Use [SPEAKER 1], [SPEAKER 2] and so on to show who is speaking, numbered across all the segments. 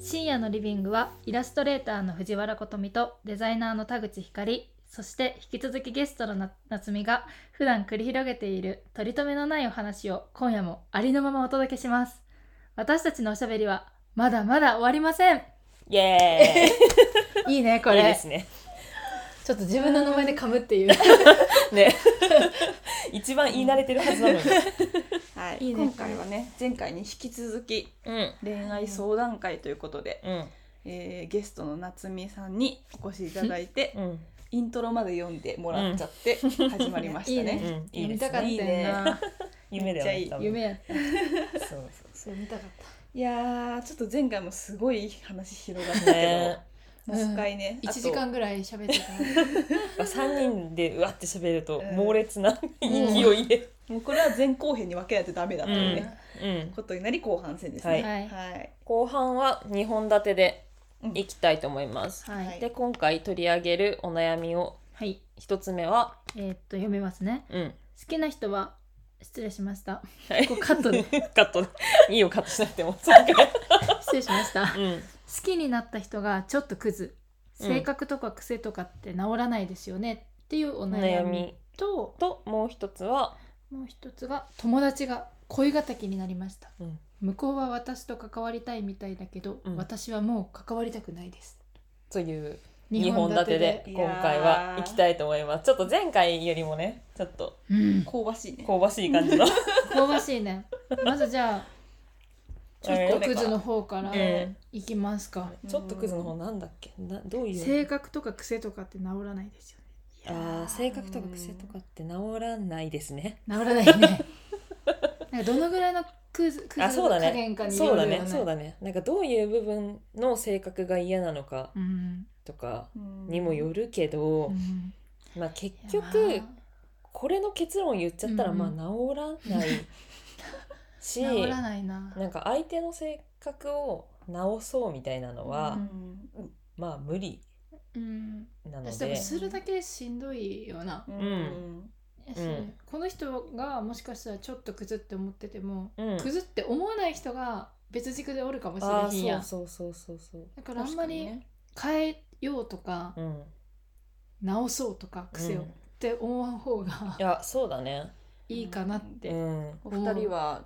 [SPEAKER 1] 深夜のリビングはイラストレーターの藤原琴美とデザイナーの田口光そして引き続きゲストのな夏美が普段繰り広げている取り留めのないお話を今夜もありのままお届けします私たちのおしゃべりはまだまだ終わりません
[SPEAKER 2] イ エー イ
[SPEAKER 1] いいねこ
[SPEAKER 2] こ
[SPEAKER 1] れ
[SPEAKER 2] れですね。
[SPEAKER 1] ちょっと自分の名前で噛む っていう
[SPEAKER 2] ね。 一番言い慣れてるはずなのに。
[SPEAKER 3] はい
[SPEAKER 1] いいね
[SPEAKER 3] 今回はね前回に引き続き
[SPEAKER 2] うん。
[SPEAKER 3] 恋愛相談会ということで、
[SPEAKER 2] うん。
[SPEAKER 3] えーゲストの夏美さんにお越しいただいて
[SPEAKER 2] うん。
[SPEAKER 3] イントロまで読んでもらっちゃって始まりました
[SPEAKER 1] いいね
[SPEAKER 3] ね。
[SPEAKER 2] うん。
[SPEAKER 1] 読
[SPEAKER 2] いいで
[SPEAKER 1] み
[SPEAKER 2] す
[SPEAKER 1] たかった
[SPEAKER 2] ね。
[SPEAKER 1] よ
[SPEAKER 3] いい
[SPEAKER 1] な
[SPEAKER 3] ね
[SPEAKER 2] 夢だよ
[SPEAKER 3] めっ
[SPEAKER 2] ね
[SPEAKER 3] ちゃ
[SPEAKER 2] 多分。
[SPEAKER 1] 夢やった
[SPEAKER 2] そうそう
[SPEAKER 1] 読みたかった
[SPEAKER 3] いやーちょっと前回もすごい話広がったけど、
[SPEAKER 2] ね
[SPEAKER 3] もう一回ね、あと
[SPEAKER 1] 1時間ぐらい喋ってた
[SPEAKER 2] まあ三人でうわって喋ると
[SPEAKER 3] うん
[SPEAKER 2] 猛烈な勢いで。
[SPEAKER 3] もうこれは前後編に分けないとダメだというね、
[SPEAKER 2] うん。
[SPEAKER 3] ことになり後半戦です
[SPEAKER 2] は
[SPEAKER 3] ね。
[SPEAKER 2] い
[SPEAKER 1] はい
[SPEAKER 2] 後半は二本立てでいきたいと思います。
[SPEAKER 1] はい、
[SPEAKER 3] はい
[SPEAKER 2] で今回取り上げるお悩みを
[SPEAKER 1] はい、
[SPEAKER 2] 一つ目は、
[SPEAKER 1] えーっと読みますね
[SPEAKER 2] うん。
[SPEAKER 1] 好きな人は失礼しました
[SPEAKER 2] はい
[SPEAKER 1] ここカットで
[SPEAKER 2] カットで。いいよカットしなくても。そうか
[SPEAKER 1] 失礼しました好
[SPEAKER 2] うん。
[SPEAKER 1] きになった人がちょっとクズ
[SPEAKER 2] うん
[SPEAKER 1] 性格とか癖とかって治らないですよねっていうお
[SPEAKER 2] お
[SPEAKER 1] 悩
[SPEAKER 2] 悩
[SPEAKER 1] み
[SPEAKER 2] み
[SPEAKER 1] と
[SPEAKER 2] ともう一つは、
[SPEAKER 1] もう一つが友達が恋敵になりました
[SPEAKER 2] うん。
[SPEAKER 1] 向こうは私と関わりたいみたいだけど、
[SPEAKER 2] うん
[SPEAKER 1] 私はもう関わりたくないです
[SPEAKER 2] という2本立てで
[SPEAKER 3] いや
[SPEAKER 2] 今
[SPEAKER 3] ー
[SPEAKER 2] 回は行きたいと思いますちょっと前回よりもねちょっと
[SPEAKER 1] うん、
[SPEAKER 3] 香ばしいね。
[SPEAKER 2] 香ばしい 感じのう
[SPEAKER 1] 香ばしいねまずじゃ あちょ
[SPEAKER 2] え
[SPEAKER 1] っ
[SPEAKER 2] ー
[SPEAKER 1] とクズの方から
[SPEAKER 2] ん
[SPEAKER 1] いきますか、
[SPEAKER 2] ちょっとクズの方なんだっけなどういう
[SPEAKER 1] 性格とか癖とかって治らないですよね
[SPEAKER 2] あー性格とか癖とかって治らないですね
[SPEAKER 1] 治らないねなんかどのぐらいのクズク
[SPEAKER 2] あ
[SPEAKER 1] ズ
[SPEAKER 2] そうだ
[SPEAKER 1] の加
[SPEAKER 2] ね
[SPEAKER 1] 減かによ
[SPEAKER 2] そう
[SPEAKER 1] る
[SPEAKER 2] だ
[SPEAKER 1] よね
[SPEAKER 2] ねそうだねなんかどういう部分の性格が嫌なのか
[SPEAKER 1] うん
[SPEAKER 2] とかに
[SPEAKER 3] に
[SPEAKER 2] もよるけど、
[SPEAKER 1] うん
[SPEAKER 2] まあ結
[SPEAKER 1] いやまあ
[SPEAKER 2] 局これの結論言っちゃったら
[SPEAKER 1] うん
[SPEAKER 2] まあ治ら ないし
[SPEAKER 1] 治らないな
[SPEAKER 2] なんか相手の性格を直そうみたいなのは、まあ無理
[SPEAKER 1] うん
[SPEAKER 2] なの
[SPEAKER 1] 私でも
[SPEAKER 2] で。
[SPEAKER 1] するだけしんどいよな、
[SPEAKER 3] うん
[SPEAKER 1] やし
[SPEAKER 2] うん
[SPEAKER 1] この人がもしかしたらちょっとクズって思ってても、
[SPEAKER 2] うん
[SPEAKER 1] クズって思わない人が別軸でおるかもしれ
[SPEAKER 2] ああ
[SPEAKER 1] へんやん
[SPEAKER 2] そうそうそうそうそう
[SPEAKER 1] だからあんまり変えようとか
[SPEAKER 2] うん
[SPEAKER 1] 直そうとか癖を
[SPEAKER 2] う
[SPEAKER 1] っ
[SPEAKER 2] んい
[SPEAKER 1] て思わん方が
[SPEAKER 2] やそうだね
[SPEAKER 1] いいかなって、
[SPEAKER 2] うん
[SPEAKER 3] お二人は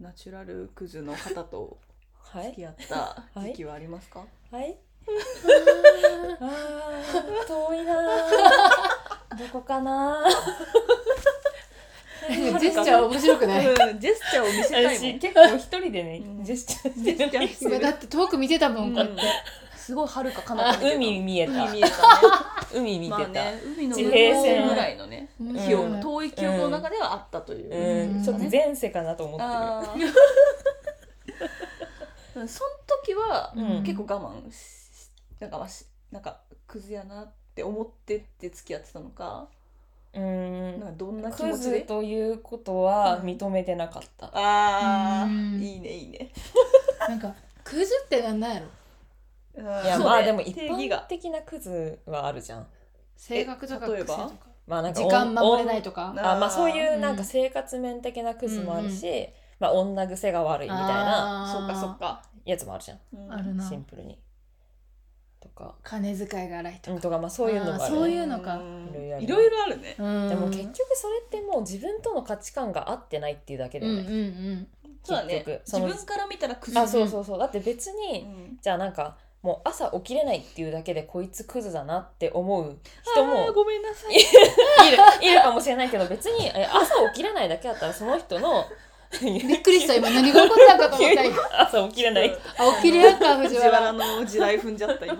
[SPEAKER 3] ナチュラルクズの方と
[SPEAKER 2] は
[SPEAKER 3] 付き
[SPEAKER 2] い
[SPEAKER 3] 合った時期はありますか、
[SPEAKER 2] はい
[SPEAKER 1] あ
[SPEAKER 2] あー遠いな ーどこかな
[SPEAKER 1] ー
[SPEAKER 2] ー
[SPEAKER 1] ジェスチャー面白く ない
[SPEAKER 3] うんジェスチャーを見せたいも
[SPEAKER 2] 私
[SPEAKER 3] ん
[SPEAKER 2] 結構一人でね
[SPEAKER 3] うん
[SPEAKER 2] ジェスチャー
[SPEAKER 3] ジェ
[SPEAKER 2] し
[SPEAKER 3] ス
[SPEAKER 2] てる
[SPEAKER 3] チャーす
[SPEAKER 1] 今
[SPEAKER 3] る
[SPEAKER 1] だって遠く見てたもん、こうやって
[SPEAKER 3] すごい遥か彼
[SPEAKER 2] あ
[SPEAKER 3] 方
[SPEAKER 2] 海見えた
[SPEAKER 3] 海見えたね
[SPEAKER 2] 海見て
[SPEAKER 3] ま
[SPEAKER 2] た、
[SPEAKER 3] あね海の
[SPEAKER 2] 地
[SPEAKER 3] 向こ
[SPEAKER 2] 平
[SPEAKER 1] 線
[SPEAKER 3] うぐらいのね
[SPEAKER 1] 面
[SPEAKER 3] 記憶、
[SPEAKER 1] 白い
[SPEAKER 3] 遠い記憶の中ではあったという、
[SPEAKER 2] う
[SPEAKER 1] うん
[SPEAKER 2] んちょっと前世かなと思ってる
[SPEAKER 3] あーその時は
[SPEAKER 2] うん
[SPEAKER 3] 結構我慢しなんかまあしなんかクズやなって思ってって付き合ってたのか
[SPEAKER 2] うん
[SPEAKER 3] なんかどんな気
[SPEAKER 2] ク
[SPEAKER 3] 持ち
[SPEAKER 2] ズ
[SPEAKER 3] で
[SPEAKER 2] ということは認めてなかった、
[SPEAKER 3] ああ
[SPEAKER 1] うん
[SPEAKER 3] いいねいいね
[SPEAKER 1] なんかクズってなんなんやろ
[SPEAKER 3] い
[SPEAKER 2] いや
[SPEAKER 3] や
[SPEAKER 2] まあでも一
[SPEAKER 3] 定義
[SPEAKER 2] 般
[SPEAKER 3] が
[SPEAKER 2] 的なクズはあるじゃん
[SPEAKER 1] 性格とか
[SPEAKER 3] 例
[SPEAKER 1] 癖
[SPEAKER 3] え
[SPEAKER 1] とか
[SPEAKER 3] ば
[SPEAKER 2] まあなんか
[SPEAKER 1] 時間守れ
[SPEAKER 2] い
[SPEAKER 1] ないとか
[SPEAKER 3] な
[SPEAKER 2] あまあそういううんなんか生活面的なクズもあるし、まあ女癖が悪いみたいな
[SPEAKER 1] あー
[SPEAKER 3] そっかそっか、
[SPEAKER 2] やつもあるじゃん
[SPEAKER 3] うん
[SPEAKER 1] あるな
[SPEAKER 2] シンプルに。とか
[SPEAKER 1] 金遣いが荒いと
[SPEAKER 2] う
[SPEAKER 1] か、
[SPEAKER 2] んとかまあそういうのもあ
[SPEAKER 1] あー
[SPEAKER 2] る
[SPEAKER 1] そう
[SPEAKER 2] ね
[SPEAKER 1] いうのか
[SPEAKER 3] ん
[SPEAKER 2] いろいろある
[SPEAKER 3] いろいろあるね
[SPEAKER 1] うん
[SPEAKER 2] でも結局それってもう自分との価値観が合ってないっていうだけだよ
[SPEAKER 1] うん
[SPEAKER 2] ね。
[SPEAKER 1] うんうん
[SPEAKER 3] そうだね
[SPEAKER 2] 結局
[SPEAKER 3] 自
[SPEAKER 2] その
[SPEAKER 3] 分から見たらクズ
[SPEAKER 2] あそうそうそうだって別に、
[SPEAKER 3] うん
[SPEAKER 2] じゃあなんかもう朝起きれないっていうだけでこいつクズだなって思う人
[SPEAKER 3] あー
[SPEAKER 2] も
[SPEAKER 3] ごめんなさい
[SPEAKER 2] いるいるかもしれないけど別にえ朝起きれないだけだったらその人の
[SPEAKER 1] びっくり した今何が起こったんかと思った今
[SPEAKER 2] 朝起きれない
[SPEAKER 1] あ起きれやった藤
[SPEAKER 3] 藤
[SPEAKER 1] 原
[SPEAKER 3] 原の地雷踏んじゃっ た今
[SPEAKER 1] で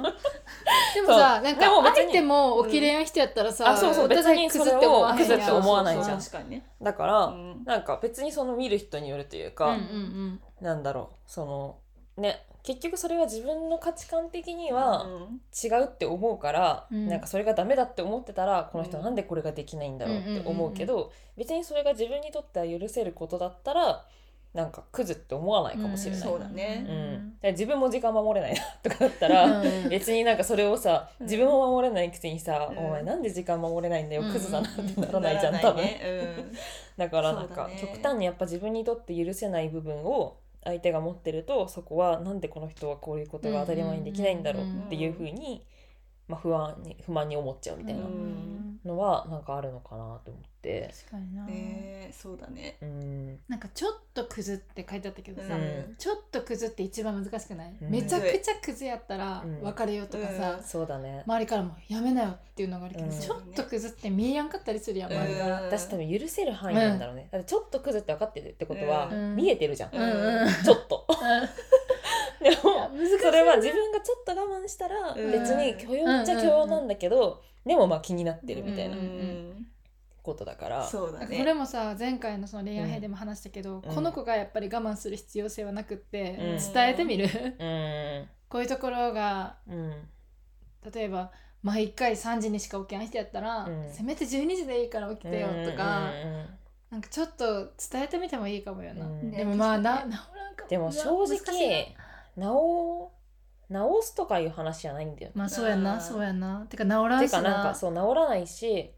[SPEAKER 1] もさなん
[SPEAKER 2] でも
[SPEAKER 1] か
[SPEAKER 2] 別に
[SPEAKER 1] 相手も起きれん人やったらさ、
[SPEAKER 2] あそうそう
[SPEAKER 1] お互い
[SPEAKER 2] 別に
[SPEAKER 1] クズって思わへん
[SPEAKER 2] クズ
[SPEAKER 1] やん
[SPEAKER 2] って思わないじゃん
[SPEAKER 3] 確かにね
[SPEAKER 2] だから、
[SPEAKER 3] うん
[SPEAKER 2] なんか別にその見る人によるという
[SPEAKER 1] う
[SPEAKER 2] か、
[SPEAKER 1] んうん
[SPEAKER 2] なんだろうそのね結局それは自分の価値観的に
[SPEAKER 3] う
[SPEAKER 2] は
[SPEAKER 3] ん
[SPEAKER 2] 違うって思うから、
[SPEAKER 1] うん
[SPEAKER 2] なんかそれがダメだって思ってたら、この人
[SPEAKER 3] うん
[SPEAKER 2] なんでこれができないんだろうって思うけど、別にそれが自分にとっては許せることだったらなんかクズって思わないかもしれない。
[SPEAKER 3] そうだね
[SPEAKER 2] うんだから自分も時間守れないなとかだったら、
[SPEAKER 1] うん
[SPEAKER 2] 別になんかそれをさ
[SPEAKER 3] うん
[SPEAKER 2] 自分を守れないくせにさ、
[SPEAKER 3] うん
[SPEAKER 2] お前なんで時間守れないんだよ、
[SPEAKER 1] うん
[SPEAKER 2] クズだなってならないじゃん、多分。
[SPEAKER 3] ね
[SPEAKER 2] だからなん
[SPEAKER 3] そう
[SPEAKER 2] か
[SPEAKER 3] だね
[SPEAKER 2] 極端にやっぱ自分にとって許せない部分を相手が持ってるとそこはなんでこの人はこういうことが当たり前にできないんだろうっていうふうに、まあ、不安に不満に思っちゃうみたいな
[SPEAKER 3] うん
[SPEAKER 2] のはなんかあるのかなと思って。
[SPEAKER 1] 確かにな、
[SPEAKER 3] ねえそうだね
[SPEAKER 2] うん
[SPEAKER 1] なんかちょっとクズって書いてあったけどさ、
[SPEAKER 2] うん
[SPEAKER 1] ちょっとクズって一番難しくない、
[SPEAKER 2] うん
[SPEAKER 1] めちゃくちゃクズやったら
[SPEAKER 2] うん
[SPEAKER 1] 別れようとかさ、
[SPEAKER 3] うん
[SPEAKER 2] そうだね、
[SPEAKER 1] 周りからもやめなよっていうのがあるけど、
[SPEAKER 2] うん
[SPEAKER 1] ちょっとクズって見えやんかったりするやん
[SPEAKER 3] うん
[SPEAKER 1] 周りから、
[SPEAKER 2] 私多分許せる範囲なんだろうね、だってちょっとクズって分かってるってことは、
[SPEAKER 1] うん
[SPEAKER 2] 見えてるじゃん、
[SPEAKER 3] うん
[SPEAKER 1] うん
[SPEAKER 2] ちょっと でも
[SPEAKER 1] 難しい
[SPEAKER 2] それは自分がちょっと我慢したら
[SPEAKER 3] うん
[SPEAKER 2] 別に許容っちゃ許容なんだけど、でもまあ気になってるみたいな
[SPEAKER 1] うん
[SPEAKER 2] ことだから、
[SPEAKER 3] そうだね
[SPEAKER 1] これもさ前回のその恋愛編でも話したけど、この子がやっぱり我慢する必要性はなくって、
[SPEAKER 2] うん
[SPEAKER 1] 伝えてみる
[SPEAKER 2] うん
[SPEAKER 1] こういうところが
[SPEAKER 2] うん
[SPEAKER 1] 例えば毎回3時にしか起きない人やったら、
[SPEAKER 2] うん
[SPEAKER 1] せめて12時でいいから起きてよとか、
[SPEAKER 2] うんうん
[SPEAKER 1] なんかちょっと伝えてみてもいいかもよな、
[SPEAKER 2] うん
[SPEAKER 1] でもまあ
[SPEAKER 3] ね
[SPEAKER 1] な
[SPEAKER 3] 確か
[SPEAKER 1] 治らんか
[SPEAKER 2] でも
[SPEAKER 1] 難
[SPEAKER 2] 正
[SPEAKER 1] しいな
[SPEAKER 2] 直直直すとかいう話じゃないんだよ。
[SPEAKER 1] まあそうやな
[SPEAKER 3] あー
[SPEAKER 1] そうやなてか治らん
[SPEAKER 2] て
[SPEAKER 1] しな
[SPEAKER 2] かなんかそう直らないし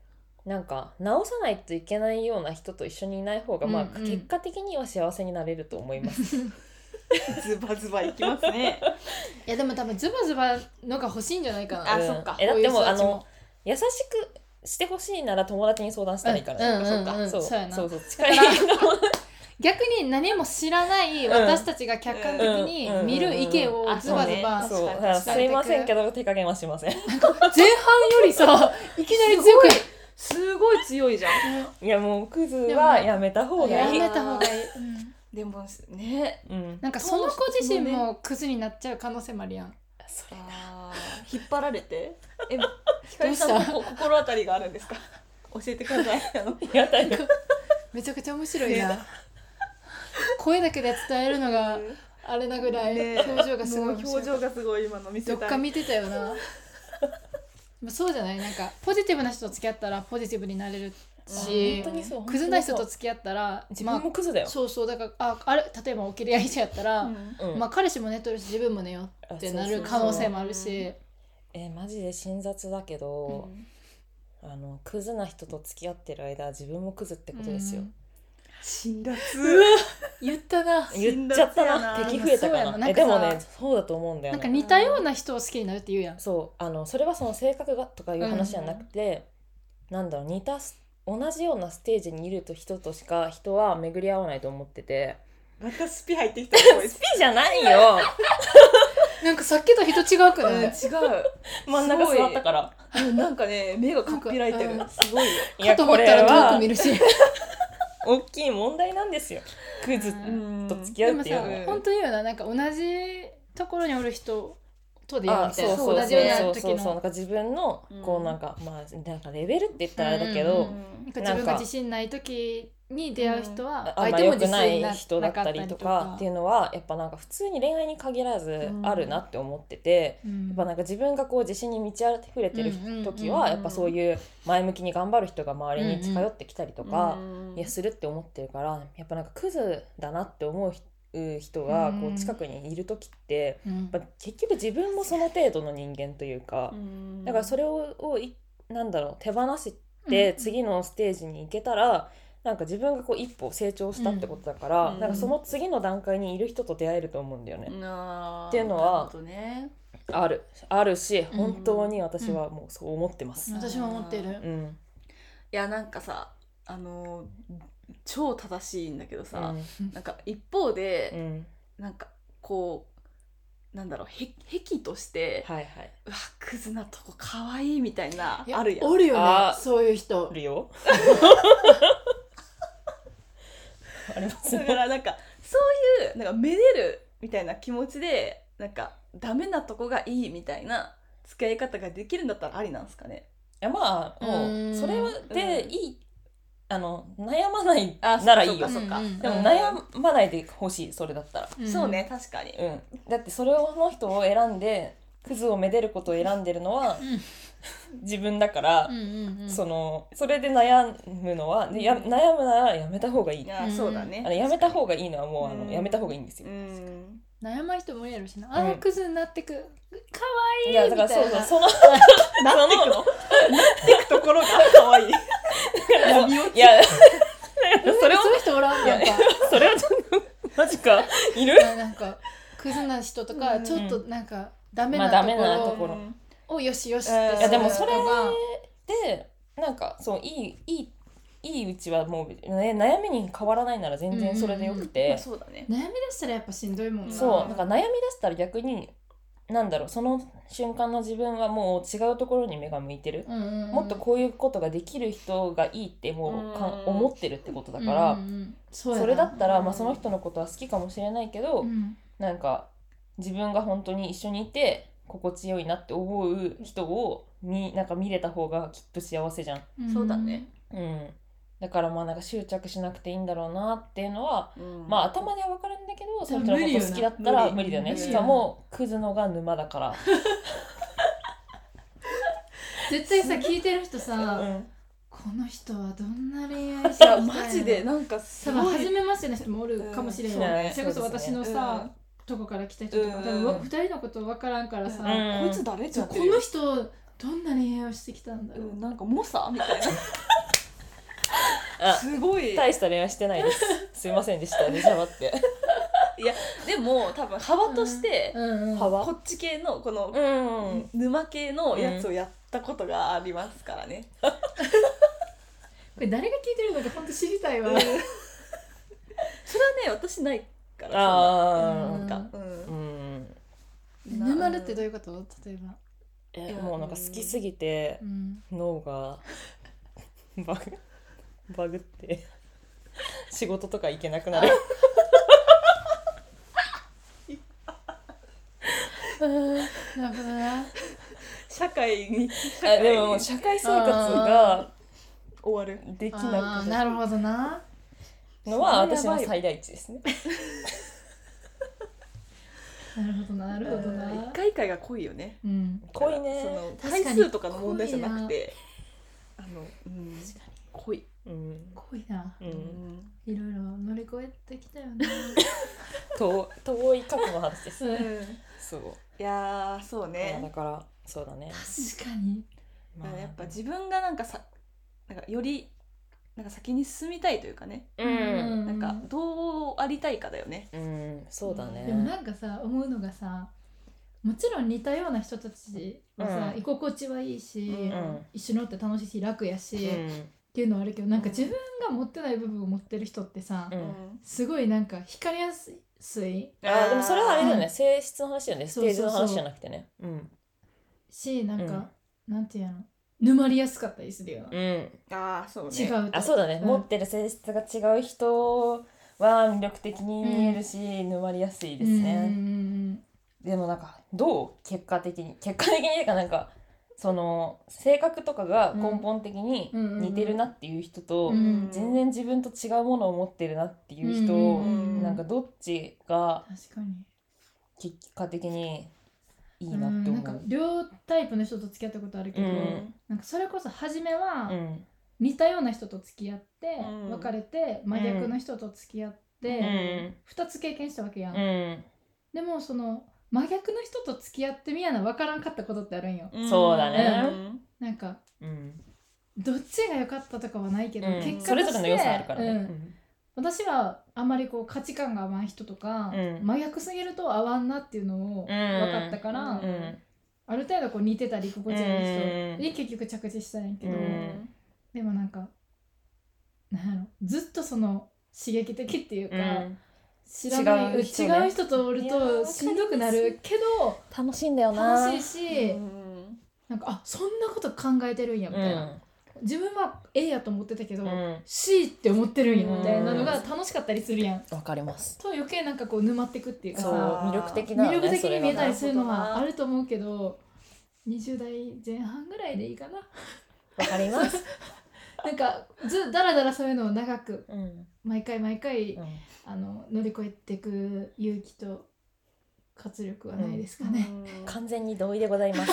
[SPEAKER 2] なんか直さないといけないような人と一緒にいない方がまあ、
[SPEAKER 1] うんうん
[SPEAKER 2] 結果的には幸せになれると思い ます。
[SPEAKER 3] ズバズバいきますね
[SPEAKER 1] いやでも多分ズバズバのが欲しいんじゃないかな
[SPEAKER 3] あ
[SPEAKER 2] うん
[SPEAKER 3] そっか
[SPEAKER 2] えだっても
[SPEAKER 1] こう
[SPEAKER 2] う
[SPEAKER 1] いう人
[SPEAKER 2] あ
[SPEAKER 1] たちも
[SPEAKER 2] の優しくしてほしいなら友達に相談したらいいから、
[SPEAKER 1] うん
[SPEAKER 2] そっか
[SPEAKER 1] うんうんうん
[SPEAKER 2] そう
[SPEAKER 1] そうやな
[SPEAKER 2] そうそう近い
[SPEAKER 1] だ逆に何も知らない私たちが客観的に
[SPEAKER 2] うん
[SPEAKER 1] 見る意見をズバズバ
[SPEAKER 3] あ
[SPEAKER 2] そう
[SPEAKER 3] 確かに
[SPEAKER 2] だから
[SPEAKER 1] 確か
[SPEAKER 2] す
[SPEAKER 1] に
[SPEAKER 2] いませんけど手加減はしま せん
[SPEAKER 1] 前半よりさいきなり強く
[SPEAKER 3] すごい強いじゃん
[SPEAKER 2] いやもうクズはやめた方が
[SPEAKER 1] や
[SPEAKER 2] いい、
[SPEAKER 1] めた方がいい、うん
[SPEAKER 3] でもね
[SPEAKER 2] うん、
[SPEAKER 1] なんかその子自身もクズになっちゃう可能性もあるやん
[SPEAKER 2] それ
[SPEAKER 3] あー引っ張られて えひ
[SPEAKER 1] ど
[SPEAKER 3] か
[SPEAKER 1] う
[SPEAKER 3] り
[SPEAKER 1] した
[SPEAKER 3] さんここ心当たりがあるんですか教えてくださいあの
[SPEAKER 2] やだよ
[SPEAKER 1] めちゃくちゃ面白いな声だけで伝えるのがあれなぐらい
[SPEAKER 3] ね
[SPEAKER 1] 表情がすごい面白
[SPEAKER 3] 表
[SPEAKER 1] い
[SPEAKER 3] 情がすごい今の見
[SPEAKER 1] ど
[SPEAKER 3] せ
[SPEAKER 1] った
[SPEAKER 3] い
[SPEAKER 1] か見てたよ なまあそうじゃないなんかポジティブな人と付き合ったらポジティブになれるし
[SPEAKER 2] 本当にそう
[SPEAKER 1] クズな人と
[SPEAKER 2] 本当にそう
[SPEAKER 1] 付き合ったら
[SPEAKER 2] 自
[SPEAKER 1] ま
[SPEAKER 2] 分もクズだよ
[SPEAKER 1] あ、そうそうだからああれ例えばお切り合い者やったら、
[SPEAKER 3] うん
[SPEAKER 2] うん
[SPEAKER 1] まあ彼氏も寝とるし自分も寝ようってなる可能性もあるし
[SPEAKER 2] えマジで辛雑だけど、あのクズな人と付き合ってる間自分もクズってことですよ、
[SPEAKER 1] うん
[SPEAKER 3] 辛辣
[SPEAKER 1] 言ったな
[SPEAKER 2] 言っちゃった
[SPEAKER 3] 辛
[SPEAKER 2] な
[SPEAKER 3] 辣やな
[SPEAKER 2] 敵増えた
[SPEAKER 1] そう
[SPEAKER 2] か
[SPEAKER 1] や
[SPEAKER 2] な
[SPEAKER 1] ななん
[SPEAKER 2] え
[SPEAKER 1] かさ
[SPEAKER 2] でもねそうだと思うんだよ
[SPEAKER 1] なんか
[SPEAKER 2] ね
[SPEAKER 1] 似たような人を好きになるって言うやん
[SPEAKER 2] そうあのそれはその性格がとかいう話じゃなくて、なんだろう似たす同じようなステージにいると人としか人は巡り合わないと思ってて
[SPEAKER 3] またスピ入ってきたすごい
[SPEAKER 2] スピじゃない よ
[SPEAKER 1] なんかさっきと人違うくない、
[SPEAKER 3] う
[SPEAKER 2] 真ん中座ったから
[SPEAKER 3] ん違うなんかね目がかっぴらいてる
[SPEAKER 1] なん
[SPEAKER 3] すごいよ
[SPEAKER 2] い
[SPEAKER 1] か
[SPEAKER 2] や
[SPEAKER 1] と思
[SPEAKER 2] こ
[SPEAKER 1] っ
[SPEAKER 2] れ
[SPEAKER 1] たら遠
[SPEAKER 2] は
[SPEAKER 1] く見るし
[SPEAKER 2] 大きい問題なんですよクズ
[SPEAKER 3] ん
[SPEAKER 2] と付き
[SPEAKER 1] で
[SPEAKER 2] 合う
[SPEAKER 1] も
[SPEAKER 2] っていうのは
[SPEAKER 1] さ本当に言うななんか同じところにおる人と出会う
[SPEAKER 2] あ
[SPEAKER 1] みたい
[SPEAKER 2] そ
[SPEAKER 1] な
[SPEAKER 2] うそうそ
[SPEAKER 1] 同
[SPEAKER 2] う
[SPEAKER 1] じよう
[SPEAKER 2] そ
[SPEAKER 1] な
[SPEAKER 2] う
[SPEAKER 1] 時
[SPEAKER 2] そうそう
[SPEAKER 1] の
[SPEAKER 2] なんか自分のこ
[SPEAKER 3] う
[SPEAKER 2] うんなんか、まあなんかレベルって言ったらあれだけ
[SPEAKER 1] う
[SPEAKER 2] ど、
[SPEAKER 1] なんか自分が自信ない時に出会う人は
[SPEAKER 2] あ
[SPEAKER 1] 相
[SPEAKER 2] んま
[SPEAKER 1] 手も
[SPEAKER 2] 良く
[SPEAKER 1] 自
[SPEAKER 2] な
[SPEAKER 1] 信ない
[SPEAKER 2] 人だったりとかっていうのはやっぱなんか普通に恋愛に限らず
[SPEAKER 3] ん
[SPEAKER 2] あるなって思ってて、
[SPEAKER 1] うん
[SPEAKER 2] やっぱなんか自分がこう自信に満ち溢れてる
[SPEAKER 1] うんうんうん
[SPEAKER 2] 時はやっぱそういう前向きに頑張る人が周りに近寄ってきたりとか、いやするって思ってるからやっぱなんかクズだなって思う人がこ
[SPEAKER 1] うん
[SPEAKER 2] う近くにいる時って
[SPEAKER 1] うん
[SPEAKER 2] やっぱ結局自分もその程度の人間というか。だからそ
[SPEAKER 3] れ
[SPEAKER 2] れををいなんだろう手放して
[SPEAKER 1] うん
[SPEAKER 2] 次のステージに行けたら、なんか自分がこう一歩成長したってことだから、
[SPEAKER 3] うん
[SPEAKER 2] なんかその次の段階にいる人と出会えると思うんだよね。
[SPEAKER 3] っ
[SPEAKER 2] っていうのは
[SPEAKER 3] ね
[SPEAKER 2] あるあるし
[SPEAKER 1] ん
[SPEAKER 2] 本当に私はもうそう思ってます。
[SPEAKER 3] うん
[SPEAKER 1] 私も思ってる
[SPEAKER 2] うんうん
[SPEAKER 3] いやなんかさあの超正しいんだけど
[SPEAKER 2] う
[SPEAKER 3] さ
[SPEAKER 2] ん
[SPEAKER 3] なんか一方
[SPEAKER 2] う
[SPEAKER 3] で
[SPEAKER 2] ん
[SPEAKER 3] なんかこうなんだろうへ癖として
[SPEAKER 2] はいはい。
[SPEAKER 3] うわクズなとこ可愛いみたいない
[SPEAKER 1] や
[SPEAKER 3] あるやん
[SPEAKER 1] おるよね
[SPEAKER 2] あー
[SPEAKER 1] そういう人
[SPEAKER 2] あるよ。あります
[SPEAKER 3] だ
[SPEAKER 2] ね。
[SPEAKER 3] からなんかそういうなんかめでるみたいな気持ちでなんかダメなとこがいいみたいな使い方ができるんだったらありなんですかね。
[SPEAKER 2] いやまあも
[SPEAKER 1] う
[SPEAKER 2] うんそれはで
[SPEAKER 3] うん
[SPEAKER 2] いい、あの悩まない
[SPEAKER 3] あ
[SPEAKER 2] ならいいよ
[SPEAKER 3] そ。っか
[SPEAKER 1] うんう
[SPEAKER 3] そ
[SPEAKER 1] ん
[SPEAKER 3] っ
[SPEAKER 2] で
[SPEAKER 3] か。
[SPEAKER 2] も悩まないでほしいそれだったら。
[SPEAKER 1] うん
[SPEAKER 3] そうね確かに。
[SPEAKER 2] うん、だってそれをその人を選んでクズをめでることを選んでるのは
[SPEAKER 1] うん
[SPEAKER 2] 自分だから、
[SPEAKER 1] うんうんうん
[SPEAKER 2] そのそれで悩むのは、でや悩むならやめた方がいい、
[SPEAKER 3] い
[SPEAKER 2] あ
[SPEAKER 3] やそうだね。
[SPEAKER 2] のやめた方がいいのはもうあの、
[SPEAKER 3] うん
[SPEAKER 2] やめた方がいいんですよ、
[SPEAKER 3] うん。
[SPEAKER 1] 悩まん人もいるやろしなあ
[SPEAKER 2] う
[SPEAKER 1] ー
[SPEAKER 2] ん
[SPEAKER 1] クズになってくかわいいみ
[SPEAKER 2] い
[SPEAKER 1] た
[SPEAKER 2] や
[SPEAKER 1] い
[SPEAKER 2] だ
[SPEAKER 1] な
[SPEAKER 2] からそうそうそのそ
[SPEAKER 3] なってくの。なってくところが可愛い。
[SPEAKER 2] のいやそれを
[SPEAKER 1] そういう人おらんやんか
[SPEAKER 2] それをちょっとマジかいる
[SPEAKER 1] なんかクズな人とか、
[SPEAKER 3] うん
[SPEAKER 1] ちょっとなんかダメ
[SPEAKER 2] ま
[SPEAKER 1] な
[SPEAKER 2] あ
[SPEAKER 1] と
[SPEAKER 2] ダ
[SPEAKER 1] こ
[SPEAKER 2] メ
[SPEAKER 1] ろ,、
[SPEAKER 2] なところ
[SPEAKER 1] をよしよしっ
[SPEAKER 3] うん
[SPEAKER 1] て
[SPEAKER 3] い
[SPEAKER 1] す
[SPEAKER 2] や
[SPEAKER 1] る
[SPEAKER 2] で
[SPEAKER 1] の
[SPEAKER 2] もそれ
[SPEAKER 1] が
[SPEAKER 2] でなんかそういいいいいいうちはもう、ね、悩みに変わらないなら全然それでよくて、
[SPEAKER 3] まあそうだね
[SPEAKER 1] 悩み出したらやっぱしんどいもんな
[SPEAKER 2] そう
[SPEAKER 3] うん
[SPEAKER 2] なんか悩み出したら逆になんだろうその瞬間の自分はもう違うところに目が向いてる、
[SPEAKER 1] うんうんうん、
[SPEAKER 2] もっとこういうことができる人がいいってもうか、
[SPEAKER 3] うん
[SPEAKER 2] 思ってるってことだから、
[SPEAKER 1] うんうんうんそ
[SPEAKER 2] そ
[SPEAKER 1] やな
[SPEAKER 2] れだったら、まあ、その人のことは好きかもしれないけど、
[SPEAKER 1] うん
[SPEAKER 2] なんか自分が本当に一緒にいて心地よいなって思う人をになんか見れた方がきっと幸せじゃん。
[SPEAKER 1] ん
[SPEAKER 3] そうだね
[SPEAKER 2] うん、だからまあなんか執着しなくていいんだろうなっていうのは、
[SPEAKER 3] うん
[SPEAKER 2] まあ頭では分かるんだけど
[SPEAKER 1] で
[SPEAKER 2] そ
[SPEAKER 1] も
[SPEAKER 2] の人のこ
[SPEAKER 1] 無理よ
[SPEAKER 2] と
[SPEAKER 1] な
[SPEAKER 2] 好きだったら無
[SPEAKER 3] 無
[SPEAKER 2] 理
[SPEAKER 3] 理
[SPEAKER 2] だよね
[SPEAKER 1] 無理
[SPEAKER 2] しかもクズのが沼 だから、
[SPEAKER 1] 絶対さ聞いてる人さ、
[SPEAKER 2] うん、
[SPEAKER 1] この人はどんな恋愛し
[SPEAKER 3] い
[SPEAKER 1] て
[SPEAKER 3] やマジでなんかす
[SPEAKER 1] 多分
[SPEAKER 3] ごい
[SPEAKER 1] 初めましての人もおるかもしれ
[SPEAKER 2] うんそうだ
[SPEAKER 1] な
[SPEAKER 2] ね
[SPEAKER 1] いそれこそ私のさ、とこから来た人とか多分
[SPEAKER 3] うん
[SPEAKER 1] 2人のこと分からんからさ、
[SPEAKER 3] うん
[SPEAKER 2] うん
[SPEAKER 3] こいつ誰って
[SPEAKER 1] そう
[SPEAKER 3] なって
[SPEAKER 1] こ
[SPEAKER 3] るよ
[SPEAKER 1] の人どんな恋愛をしてきたんだろう、
[SPEAKER 3] うんなんか猛者みたいな
[SPEAKER 2] あ
[SPEAKER 3] すごい
[SPEAKER 2] 大した恋愛してないですすいませんでした出しゃばって
[SPEAKER 3] でも多分幅として
[SPEAKER 1] うんうん
[SPEAKER 2] 幅
[SPEAKER 3] こっち系のこの
[SPEAKER 2] うん
[SPEAKER 3] 沼系のやつをやったことがありますからね。
[SPEAKER 1] これ誰が聞いてるのか本当知りたいわ、
[SPEAKER 3] うんそれはね私ないから
[SPEAKER 2] あ
[SPEAKER 3] そ
[SPEAKER 1] ー
[SPEAKER 2] あ
[SPEAKER 3] んななんか、うん
[SPEAKER 2] うん
[SPEAKER 1] 沼るってどういうこと例えば、
[SPEAKER 2] えもうなんか好きすぎて
[SPEAKER 1] うん、
[SPEAKER 2] 脳がバグバグって仕事とか行けなくなる
[SPEAKER 1] なるほどな
[SPEAKER 3] 社会に社
[SPEAKER 2] あ
[SPEAKER 3] 会
[SPEAKER 2] でももう
[SPEAKER 3] 終
[SPEAKER 2] 社会生活が
[SPEAKER 3] わる。
[SPEAKER 2] できなく
[SPEAKER 1] あーなるほどなそれ
[SPEAKER 2] のは
[SPEAKER 1] はやば
[SPEAKER 2] 私
[SPEAKER 1] いわ
[SPEAKER 2] の最大値ですね。
[SPEAKER 1] なるほどななるほどな
[SPEAKER 3] うん一回一回が濃いよね。
[SPEAKER 1] うん
[SPEAKER 2] 濃い
[SPEAKER 3] そ
[SPEAKER 2] ね。
[SPEAKER 3] の
[SPEAKER 1] 確かに
[SPEAKER 3] 回数とかの問題じゃなくて、あの、うん、
[SPEAKER 1] 確かに
[SPEAKER 3] 濃い。
[SPEAKER 2] うん。
[SPEAKER 1] 濃いな
[SPEAKER 2] う。
[SPEAKER 3] うんん。
[SPEAKER 1] いろいろ乗り越えてきたよね
[SPEAKER 2] 遠遠い過去の話です。
[SPEAKER 1] うん確
[SPEAKER 2] そう。
[SPEAKER 3] いやーそう
[SPEAKER 2] あだ
[SPEAKER 3] ね。
[SPEAKER 2] からそうだね。
[SPEAKER 1] かに
[SPEAKER 3] だからやっぱ自分がなんかさ、なんかよりなんか先に進みたいというかね、
[SPEAKER 2] うん。
[SPEAKER 3] なんかどうありたいかだよね。
[SPEAKER 2] うん。そうだ
[SPEAKER 1] でも
[SPEAKER 2] ね。
[SPEAKER 1] なんかさ思うのがさもちろん似たような人たちはさ、
[SPEAKER 2] うん
[SPEAKER 1] 居心地はいいし、
[SPEAKER 3] うん
[SPEAKER 2] うん。
[SPEAKER 1] 一緒におって楽しいし楽やし、
[SPEAKER 2] う
[SPEAKER 1] っ
[SPEAKER 2] ん。
[SPEAKER 1] ていうのはあるけどなんか自分が持ってない部分を持ってる人ってさ、
[SPEAKER 2] う。
[SPEAKER 3] うん
[SPEAKER 1] すごいなんか惹かれやすい
[SPEAKER 2] あーでもそれはあれだよ
[SPEAKER 1] う
[SPEAKER 2] ね。
[SPEAKER 1] ん
[SPEAKER 2] 性質の話だよね。ステージの話じゃなくてね。うん。
[SPEAKER 1] しなんか、なんていうの沼りやすかったりするよな、
[SPEAKER 2] うん。
[SPEAKER 3] ああそうね。
[SPEAKER 1] 違うと
[SPEAKER 2] あそうだね、
[SPEAKER 1] うん
[SPEAKER 2] 持ってる性質が違う人は魅力的に見えるし、沼りやすいです
[SPEAKER 1] うん
[SPEAKER 2] ね、でもなんかどう結果的に結果的にっていうかなんかその性格とかが根本的に
[SPEAKER 1] うんうんうんうん
[SPEAKER 2] 似てるなっていう人と、
[SPEAKER 1] うん
[SPEAKER 2] 全然自分と違うものを持ってるなっていう人、
[SPEAKER 1] うんうん
[SPEAKER 3] うん
[SPEAKER 2] なんかどっちが
[SPEAKER 1] 確かに
[SPEAKER 2] 結果的にいい
[SPEAKER 1] うん
[SPEAKER 2] なっ
[SPEAKER 1] な
[SPEAKER 2] て思
[SPEAKER 1] んか
[SPEAKER 2] う。
[SPEAKER 1] 両タイプの人と付き合ったことあるけど、
[SPEAKER 2] う
[SPEAKER 3] うんん
[SPEAKER 1] なんかそれこそ初めは、
[SPEAKER 2] うん
[SPEAKER 1] 似たような人と付き合って、
[SPEAKER 3] うん
[SPEAKER 1] 別れて真逆の人と付き合って、
[SPEAKER 2] う
[SPEAKER 1] 二2
[SPEAKER 2] ん
[SPEAKER 1] つ経験したわけやん、
[SPEAKER 2] うん
[SPEAKER 1] でもその真逆の人と付き合ってみやな分からんかったことってあるんよ
[SPEAKER 3] うん
[SPEAKER 2] そうだ
[SPEAKER 1] ね
[SPEAKER 3] うん
[SPEAKER 1] なんか
[SPEAKER 2] うん
[SPEAKER 1] どっちが良かったとかはないけど、
[SPEAKER 2] うん
[SPEAKER 1] 結果として
[SPEAKER 2] それぞれの良さあるからね。
[SPEAKER 1] う
[SPEAKER 2] うんん
[SPEAKER 1] 私はあんまりこう価値観が合わん人とか、
[SPEAKER 2] うん
[SPEAKER 1] 真逆すぎると合わんなっていうのを分かったから、
[SPEAKER 3] うん
[SPEAKER 2] うん
[SPEAKER 1] ある程度こう似てたり心地がいい人
[SPEAKER 2] うん
[SPEAKER 1] に結局着地したんやけど、
[SPEAKER 2] うん
[SPEAKER 1] でもなんかなんやろずっとその刺激的っていうか、
[SPEAKER 2] うん
[SPEAKER 1] 知らない
[SPEAKER 2] 違
[SPEAKER 1] 違
[SPEAKER 2] う
[SPEAKER 1] う
[SPEAKER 2] 人
[SPEAKER 1] 人,、
[SPEAKER 2] ね
[SPEAKER 1] とおる
[SPEAKER 2] いやー
[SPEAKER 1] としんどくなるけど
[SPEAKER 2] 楽しいんだよな。
[SPEAKER 1] 楽しいし、
[SPEAKER 3] うん
[SPEAKER 1] なんかあそんなこと考えてるんやみたいな、自分は A やと思ってたけど、
[SPEAKER 2] うん。わ、
[SPEAKER 1] C って思ってるんやみたいなのが
[SPEAKER 2] う
[SPEAKER 1] 楽しかったりするやん、
[SPEAKER 2] かります。
[SPEAKER 1] と余計なんかこう沼ってくっていうか
[SPEAKER 2] そう
[SPEAKER 1] さ
[SPEAKER 2] 魅力的な、
[SPEAKER 1] 魅
[SPEAKER 2] ね、
[SPEAKER 1] 力的に見えたり
[SPEAKER 2] そ
[SPEAKER 1] するの
[SPEAKER 3] それは
[SPEAKER 1] は
[SPEAKER 3] な
[SPEAKER 1] あると思うけど20代前半ぐらいでいいかな
[SPEAKER 2] れがねわかります。
[SPEAKER 1] なんかずだらだらそういうのを長く
[SPEAKER 2] うん。
[SPEAKER 1] 毎回毎回、
[SPEAKER 2] うん
[SPEAKER 1] あの乗り越えていく勇気と活力はないですかね、
[SPEAKER 3] うん疲
[SPEAKER 2] 完全に同意でございます。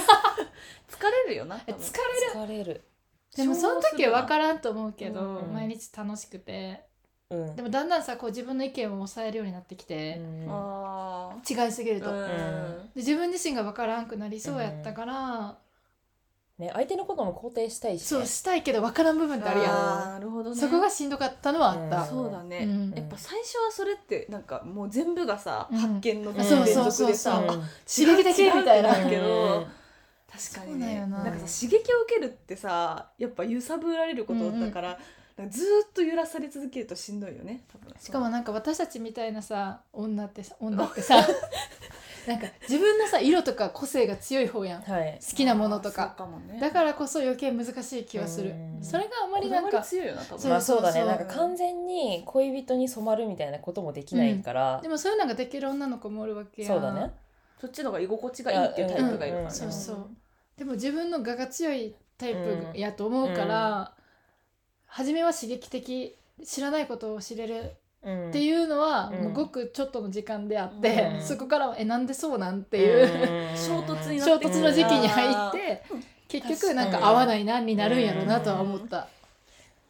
[SPEAKER 3] れるよな。
[SPEAKER 1] え
[SPEAKER 3] 多分
[SPEAKER 1] 疲れ
[SPEAKER 2] 疲れる。
[SPEAKER 1] でもその時は分からんと思うけど、
[SPEAKER 3] うん
[SPEAKER 1] 毎日楽しくて
[SPEAKER 2] うん
[SPEAKER 1] で。もだんだんさこう自分の意見を抑えるようになってき
[SPEAKER 2] う
[SPEAKER 1] て、
[SPEAKER 2] ん
[SPEAKER 3] あ
[SPEAKER 1] 違いすぎると、で
[SPEAKER 3] あ。
[SPEAKER 1] 自分自身が分からんくなりそうやったから、
[SPEAKER 2] ね、相手のことも肯定したいし、
[SPEAKER 1] そう
[SPEAKER 2] ね、
[SPEAKER 1] したいけど分からん部分ってあるやん
[SPEAKER 3] あーなるほどね
[SPEAKER 1] そこがしんどかったのはあった、
[SPEAKER 3] そうだね、
[SPEAKER 4] うん
[SPEAKER 3] やっぱ最初はそれってなんかもう全部がさ、
[SPEAKER 4] うん
[SPEAKER 3] 発見の
[SPEAKER 2] ん
[SPEAKER 3] 連
[SPEAKER 2] そう
[SPEAKER 3] 続でさ、
[SPEAKER 1] そうそうそう
[SPEAKER 2] うん
[SPEAKER 1] 刺激的みたいな
[SPEAKER 3] 違う違うってるけど、確かに
[SPEAKER 1] そうだ
[SPEAKER 3] ね
[SPEAKER 1] よ
[SPEAKER 3] な
[SPEAKER 1] なん
[SPEAKER 3] かさ刺激を受けるってさやっぱ揺さぶられることだから、なんかずーっと揺らされ続けるとしんどいよね多分
[SPEAKER 1] しかもなんか私たちみたいなさ女ってさ女ってさ なんか自分のさ色とか個性が強い方やん好
[SPEAKER 2] はい、
[SPEAKER 1] きなものとか
[SPEAKER 3] そうもね
[SPEAKER 1] だからこそ余計難しい気はする
[SPEAKER 2] うん
[SPEAKER 1] それがあまり
[SPEAKER 3] こだ
[SPEAKER 1] な
[SPEAKER 3] わ
[SPEAKER 1] ん
[SPEAKER 3] り
[SPEAKER 1] か
[SPEAKER 3] 強いよな多分
[SPEAKER 1] そう
[SPEAKER 2] まあそうだね
[SPEAKER 1] そう
[SPEAKER 2] なんか完全に恋人に染まるみたいなこともできないから、
[SPEAKER 1] でもそういうのができる女の子もおるわけやん
[SPEAKER 2] そうだね
[SPEAKER 3] そっちの方が居心地がいいっていうタイプがいるから、ね
[SPEAKER 2] うん
[SPEAKER 1] そうそうでも自分の我が強いタイプやと思うから、初めは刺激的知らないことを知れる
[SPEAKER 2] うん、
[SPEAKER 1] っていうのは、
[SPEAKER 2] うん
[SPEAKER 1] もうごくちょっとの時間であって、
[SPEAKER 2] うん
[SPEAKER 1] そこからは「えなんでそうなん?」って
[SPEAKER 2] て
[SPEAKER 1] いう、
[SPEAKER 3] 衝突に な
[SPEAKER 1] 衝
[SPEAKER 3] ってくる
[SPEAKER 1] 突の時期に入って
[SPEAKER 3] うん
[SPEAKER 1] 結局なんか合わないなになるんやろなとは思った、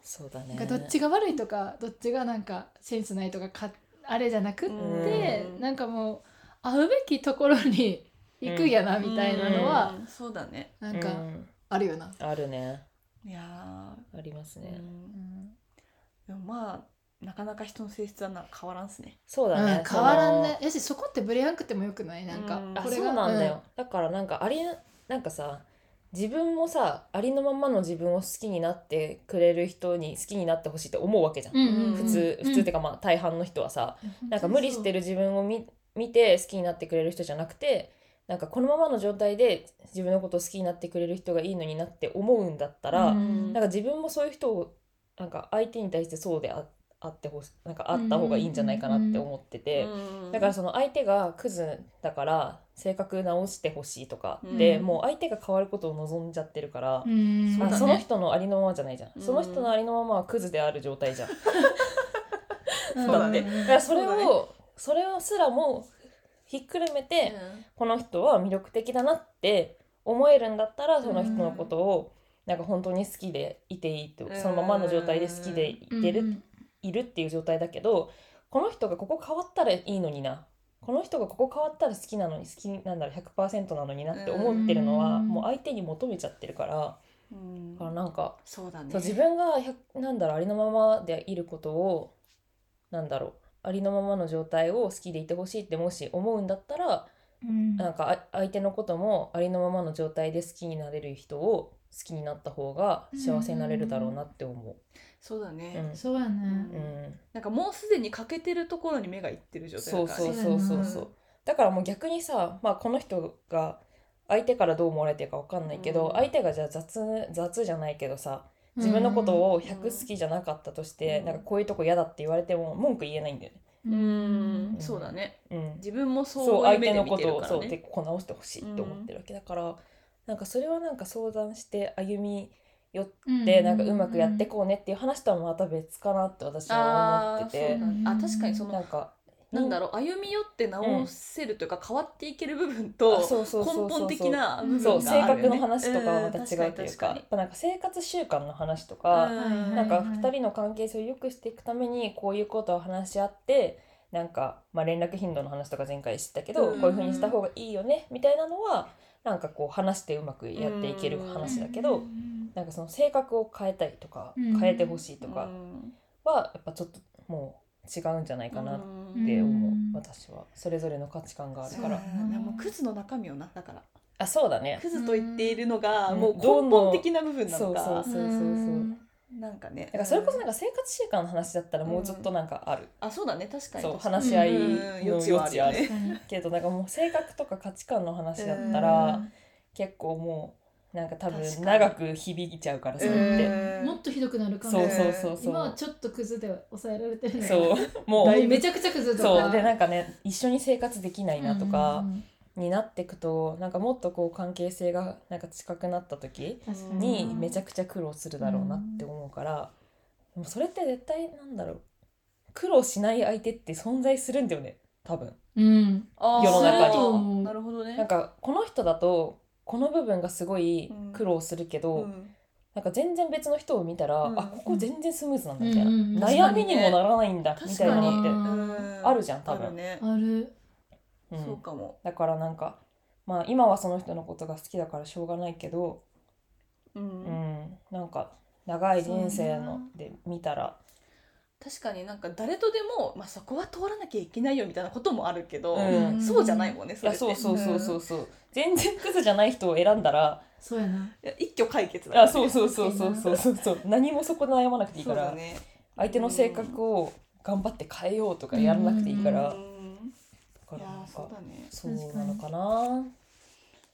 [SPEAKER 2] そうだね
[SPEAKER 1] なんかどっちが悪いとかどっちがなんかセンスないとかかあれじゃなくっ
[SPEAKER 3] うん
[SPEAKER 1] て、
[SPEAKER 3] うん
[SPEAKER 1] なんかもう会うべきところに行くんやなみたいなのは、
[SPEAKER 3] うんそうだね
[SPEAKER 1] なん
[SPEAKER 2] う
[SPEAKER 1] か
[SPEAKER 2] ん
[SPEAKER 1] あるよな。
[SPEAKER 2] あるね
[SPEAKER 3] いや
[SPEAKER 2] あります
[SPEAKER 3] ー、
[SPEAKER 2] ね、
[SPEAKER 3] うん
[SPEAKER 1] うん
[SPEAKER 3] でもまあなかなか人の性質はな変わらんっすね
[SPEAKER 2] そうだ
[SPEAKER 1] う
[SPEAKER 2] ね
[SPEAKER 1] ん、、変わらんねやしそこってブレなくてもよくないなんか、
[SPEAKER 3] うん
[SPEAKER 2] そのあ
[SPEAKER 1] これ
[SPEAKER 2] そ
[SPEAKER 1] が
[SPEAKER 2] うなんだよ、、だからなんかありなんかさ自分もさありのままの自分を好きになってくれる人に好きになってほしいって思うわけじゃん、
[SPEAKER 1] うんうんうん
[SPEAKER 2] 普通普通っていうかまあ大半の人はさ、
[SPEAKER 1] うん
[SPEAKER 2] なんか無理してる自分を見見て好きになってくれる人じゃなくてなんかこのままの状態で自分のことを好きになってくれる人がいいのになって思うんだったら、
[SPEAKER 1] うん
[SPEAKER 2] なんか自分もそういう人をなんか相手に対してそうでああってほしなんかあった方がいいんじゃないかなって思ってて、だからその相手がクズだから性格直してほしいとかで、
[SPEAKER 1] うん
[SPEAKER 2] もう相手が変わることを望んじゃってるから、
[SPEAKER 1] うん
[SPEAKER 3] そう
[SPEAKER 2] あ
[SPEAKER 3] だね
[SPEAKER 2] その人のありのままじゃないじゃん、
[SPEAKER 3] うん
[SPEAKER 2] その人のありのままはクズである状態 じゃん、
[SPEAKER 1] うん
[SPEAKER 3] そうだね
[SPEAKER 2] だからそれ
[SPEAKER 3] そうだ
[SPEAKER 2] をそれをすらもひっくるめて、この人は魅力的だなって思えるんだったらその人のことをなんか本当に好きでいていいと、
[SPEAKER 3] うん
[SPEAKER 2] そのままの状態で好きでいてる、いるっていう状態だけどこの人がここ変わったらいいのになこの人がここ変わったら好きなのに好きなんだろう100%なのになって思ってるのは
[SPEAKER 1] うん
[SPEAKER 2] もう相手に求めちゃってるから
[SPEAKER 3] うん
[SPEAKER 2] だからなんか
[SPEAKER 3] そうだね
[SPEAKER 2] そう自分が100なんだろうありのままでいることをなんだろうありのままの状態を好きでいてほしいってもし思うんだったら
[SPEAKER 1] うん
[SPEAKER 2] なんかあ相手のこともありのままの状態で好きになれる人を好きになった方が幸せになれるだろうなって思
[SPEAKER 3] そうだ
[SPEAKER 2] う。う
[SPEAKER 3] ね
[SPEAKER 2] ん
[SPEAKER 1] そうやね
[SPEAKER 2] う、ん、
[SPEAKER 3] なんかもうすでに欠けてるところに目がいってる状態
[SPEAKER 2] そ
[SPEAKER 3] だ
[SPEAKER 2] う
[SPEAKER 3] から
[SPEAKER 2] そ
[SPEAKER 3] ね
[SPEAKER 2] うそうそうそうだからもう逆にさ、まあ、この人が相手からどう思われてるか分かんないけど、
[SPEAKER 3] うん
[SPEAKER 2] 相手がじゃあ雑雑じゃないけどさ自分のことを100好きじゃなかったとして、
[SPEAKER 3] うん
[SPEAKER 2] なんかこういうとこ嫌だって言われても文句言えないんだよね。
[SPEAKER 1] うん
[SPEAKER 3] うんそうだね
[SPEAKER 2] うん、
[SPEAKER 3] 自分も
[SPEAKER 2] そ
[SPEAKER 3] そうういう
[SPEAKER 2] 相
[SPEAKER 3] 目
[SPEAKER 2] 手
[SPEAKER 3] で
[SPEAKER 2] の
[SPEAKER 3] 見
[SPEAKER 2] こ
[SPEAKER 3] てる
[SPEAKER 2] と
[SPEAKER 3] か
[SPEAKER 2] を
[SPEAKER 3] ら
[SPEAKER 2] そう
[SPEAKER 3] ね
[SPEAKER 2] でこう直してほしいって思ってるわけだから、なんかそれはなんか相談して歩み寄って、なんかうまくやってこうねっていう話とはまた別かなって私は思ってて
[SPEAKER 3] あーそうだねあ確かにその
[SPEAKER 2] なんか
[SPEAKER 3] なんだ
[SPEAKER 2] ろ
[SPEAKER 3] ろう歩み寄って直せるというか、変わっていける部分
[SPEAKER 2] う
[SPEAKER 3] と
[SPEAKER 2] あそうそう
[SPEAKER 3] 根
[SPEAKER 2] そうそう
[SPEAKER 3] 本的な部分
[SPEAKER 2] そう
[SPEAKER 3] が
[SPEAKER 2] 性
[SPEAKER 3] ある
[SPEAKER 2] 格
[SPEAKER 3] よ
[SPEAKER 2] の
[SPEAKER 3] ね
[SPEAKER 2] 話とかはまた違うという
[SPEAKER 3] ん確
[SPEAKER 2] か,、
[SPEAKER 3] か
[SPEAKER 2] や
[SPEAKER 3] に
[SPEAKER 2] っぱなんか生活習慣の話と
[SPEAKER 3] 確
[SPEAKER 2] か、
[SPEAKER 3] かに
[SPEAKER 1] うん
[SPEAKER 2] なんか
[SPEAKER 1] はいはい
[SPEAKER 2] 2人の関係性を良くしていくためにこういうことを話し合ってなんか、まあ、連絡頻度の話とか前回知ったけど、
[SPEAKER 3] うん
[SPEAKER 2] こういうふうにした方がいいよねみたいなのはなんかこう話してうまくやっていける話だけど、なんかその性格を変えたりとか、
[SPEAKER 1] うん
[SPEAKER 2] 変えてほしいと
[SPEAKER 3] う
[SPEAKER 2] か
[SPEAKER 3] ん
[SPEAKER 2] はやっぱちょっともう違うんじゃないかなっ
[SPEAKER 3] うん
[SPEAKER 2] て思う、
[SPEAKER 1] うん
[SPEAKER 2] 私はそれぞれの価値観がある
[SPEAKER 3] そう
[SPEAKER 2] か
[SPEAKER 3] だ
[SPEAKER 2] ら、
[SPEAKER 3] ねもうクズの中身をなだから
[SPEAKER 2] あそうだね
[SPEAKER 3] クズと言っているのが
[SPEAKER 2] うん
[SPEAKER 3] もう根本的な部分な
[SPEAKER 2] そ
[SPEAKER 3] の
[SPEAKER 2] うそう
[SPEAKER 3] か
[SPEAKER 2] そうそうそう
[SPEAKER 3] なんかね
[SPEAKER 2] だからそれこそなんか生活習慣の話だったらもうちょっとなんかある、
[SPEAKER 3] あそうだね確かに
[SPEAKER 2] そう
[SPEAKER 3] 確かに
[SPEAKER 2] 話し合い
[SPEAKER 3] うん
[SPEAKER 2] の
[SPEAKER 3] 余地はあ
[SPEAKER 2] 余
[SPEAKER 3] るよ
[SPEAKER 2] 地ある
[SPEAKER 3] ね
[SPEAKER 2] けどなんかもう性格とか価値観の話だったら結構もうなんか多
[SPEAKER 3] 確か
[SPEAKER 2] 分
[SPEAKER 3] に
[SPEAKER 2] 長く響いちゃうからそれって
[SPEAKER 3] うん
[SPEAKER 1] もっとひどくなるかも
[SPEAKER 2] そうそうそう
[SPEAKER 1] 今は
[SPEAKER 2] そ
[SPEAKER 1] ちょっとクズで抑えられてる
[SPEAKER 2] う
[SPEAKER 1] ね
[SPEAKER 2] そう も
[SPEAKER 1] もう
[SPEAKER 2] う
[SPEAKER 1] めちゃくちゃクズとか
[SPEAKER 2] そうでなんかね一緒に生活できないなと
[SPEAKER 1] う
[SPEAKER 2] か
[SPEAKER 1] ん
[SPEAKER 2] になってくとなんかもっとこう関係性がなんか近くなった時
[SPEAKER 1] 確か
[SPEAKER 2] に
[SPEAKER 1] うん
[SPEAKER 2] めちゃくちゃ苦労するだろうなって思うからでもそれって絶対なんだろう苦労しない相手って存在するんだよね多分。
[SPEAKER 1] うん
[SPEAKER 3] あー
[SPEAKER 2] 世の中に
[SPEAKER 3] そう
[SPEAKER 1] 思う
[SPEAKER 3] なるほどね
[SPEAKER 2] なんかこの人だとこの部分がすごい苦労するけど、
[SPEAKER 3] うん
[SPEAKER 2] なんか全然別の人を見たら、
[SPEAKER 3] うん
[SPEAKER 2] あここ全然スムーズなんだみたいな、
[SPEAKER 1] うんうんうん
[SPEAKER 2] 悩みにもならないんだみ
[SPEAKER 3] 確
[SPEAKER 2] たい
[SPEAKER 3] か
[SPEAKER 2] なの
[SPEAKER 3] に
[SPEAKER 2] って、
[SPEAKER 1] うん
[SPEAKER 3] うん
[SPEAKER 2] あるじゃん多分
[SPEAKER 3] あるね
[SPEAKER 1] ある
[SPEAKER 2] うん
[SPEAKER 3] そうかも
[SPEAKER 2] だからなんかまあ今はその人のことが好きだからしょうがないけど
[SPEAKER 3] うん
[SPEAKER 2] うん、なんか長い人生ので見たら
[SPEAKER 3] 確かになんか誰とでも、まあ、そこは通らなきゃいけないよみたいなこともあるけど、
[SPEAKER 2] うん
[SPEAKER 3] そうじゃないもんね
[SPEAKER 2] い
[SPEAKER 3] それっ
[SPEAKER 2] や
[SPEAKER 3] て
[SPEAKER 2] そうそうそうそうそう全然クズじゃない人を選んだら
[SPEAKER 1] そうやな。
[SPEAKER 3] いや一挙解決だ
[SPEAKER 2] あそうそうそうそうそうそうそう何もそこ悩まなくていい
[SPEAKER 3] そ
[SPEAKER 2] か
[SPEAKER 3] うだ
[SPEAKER 2] ら
[SPEAKER 3] ね
[SPEAKER 2] 相手の性格を頑張って変えようとかやらなくていいからだ
[SPEAKER 3] うん
[SPEAKER 2] か
[SPEAKER 3] い
[SPEAKER 2] ら
[SPEAKER 3] や
[SPEAKER 2] なん
[SPEAKER 3] ーそう
[SPEAKER 2] か
[SPEAKER 3] だね
[SPEAKER 2] そうなのかな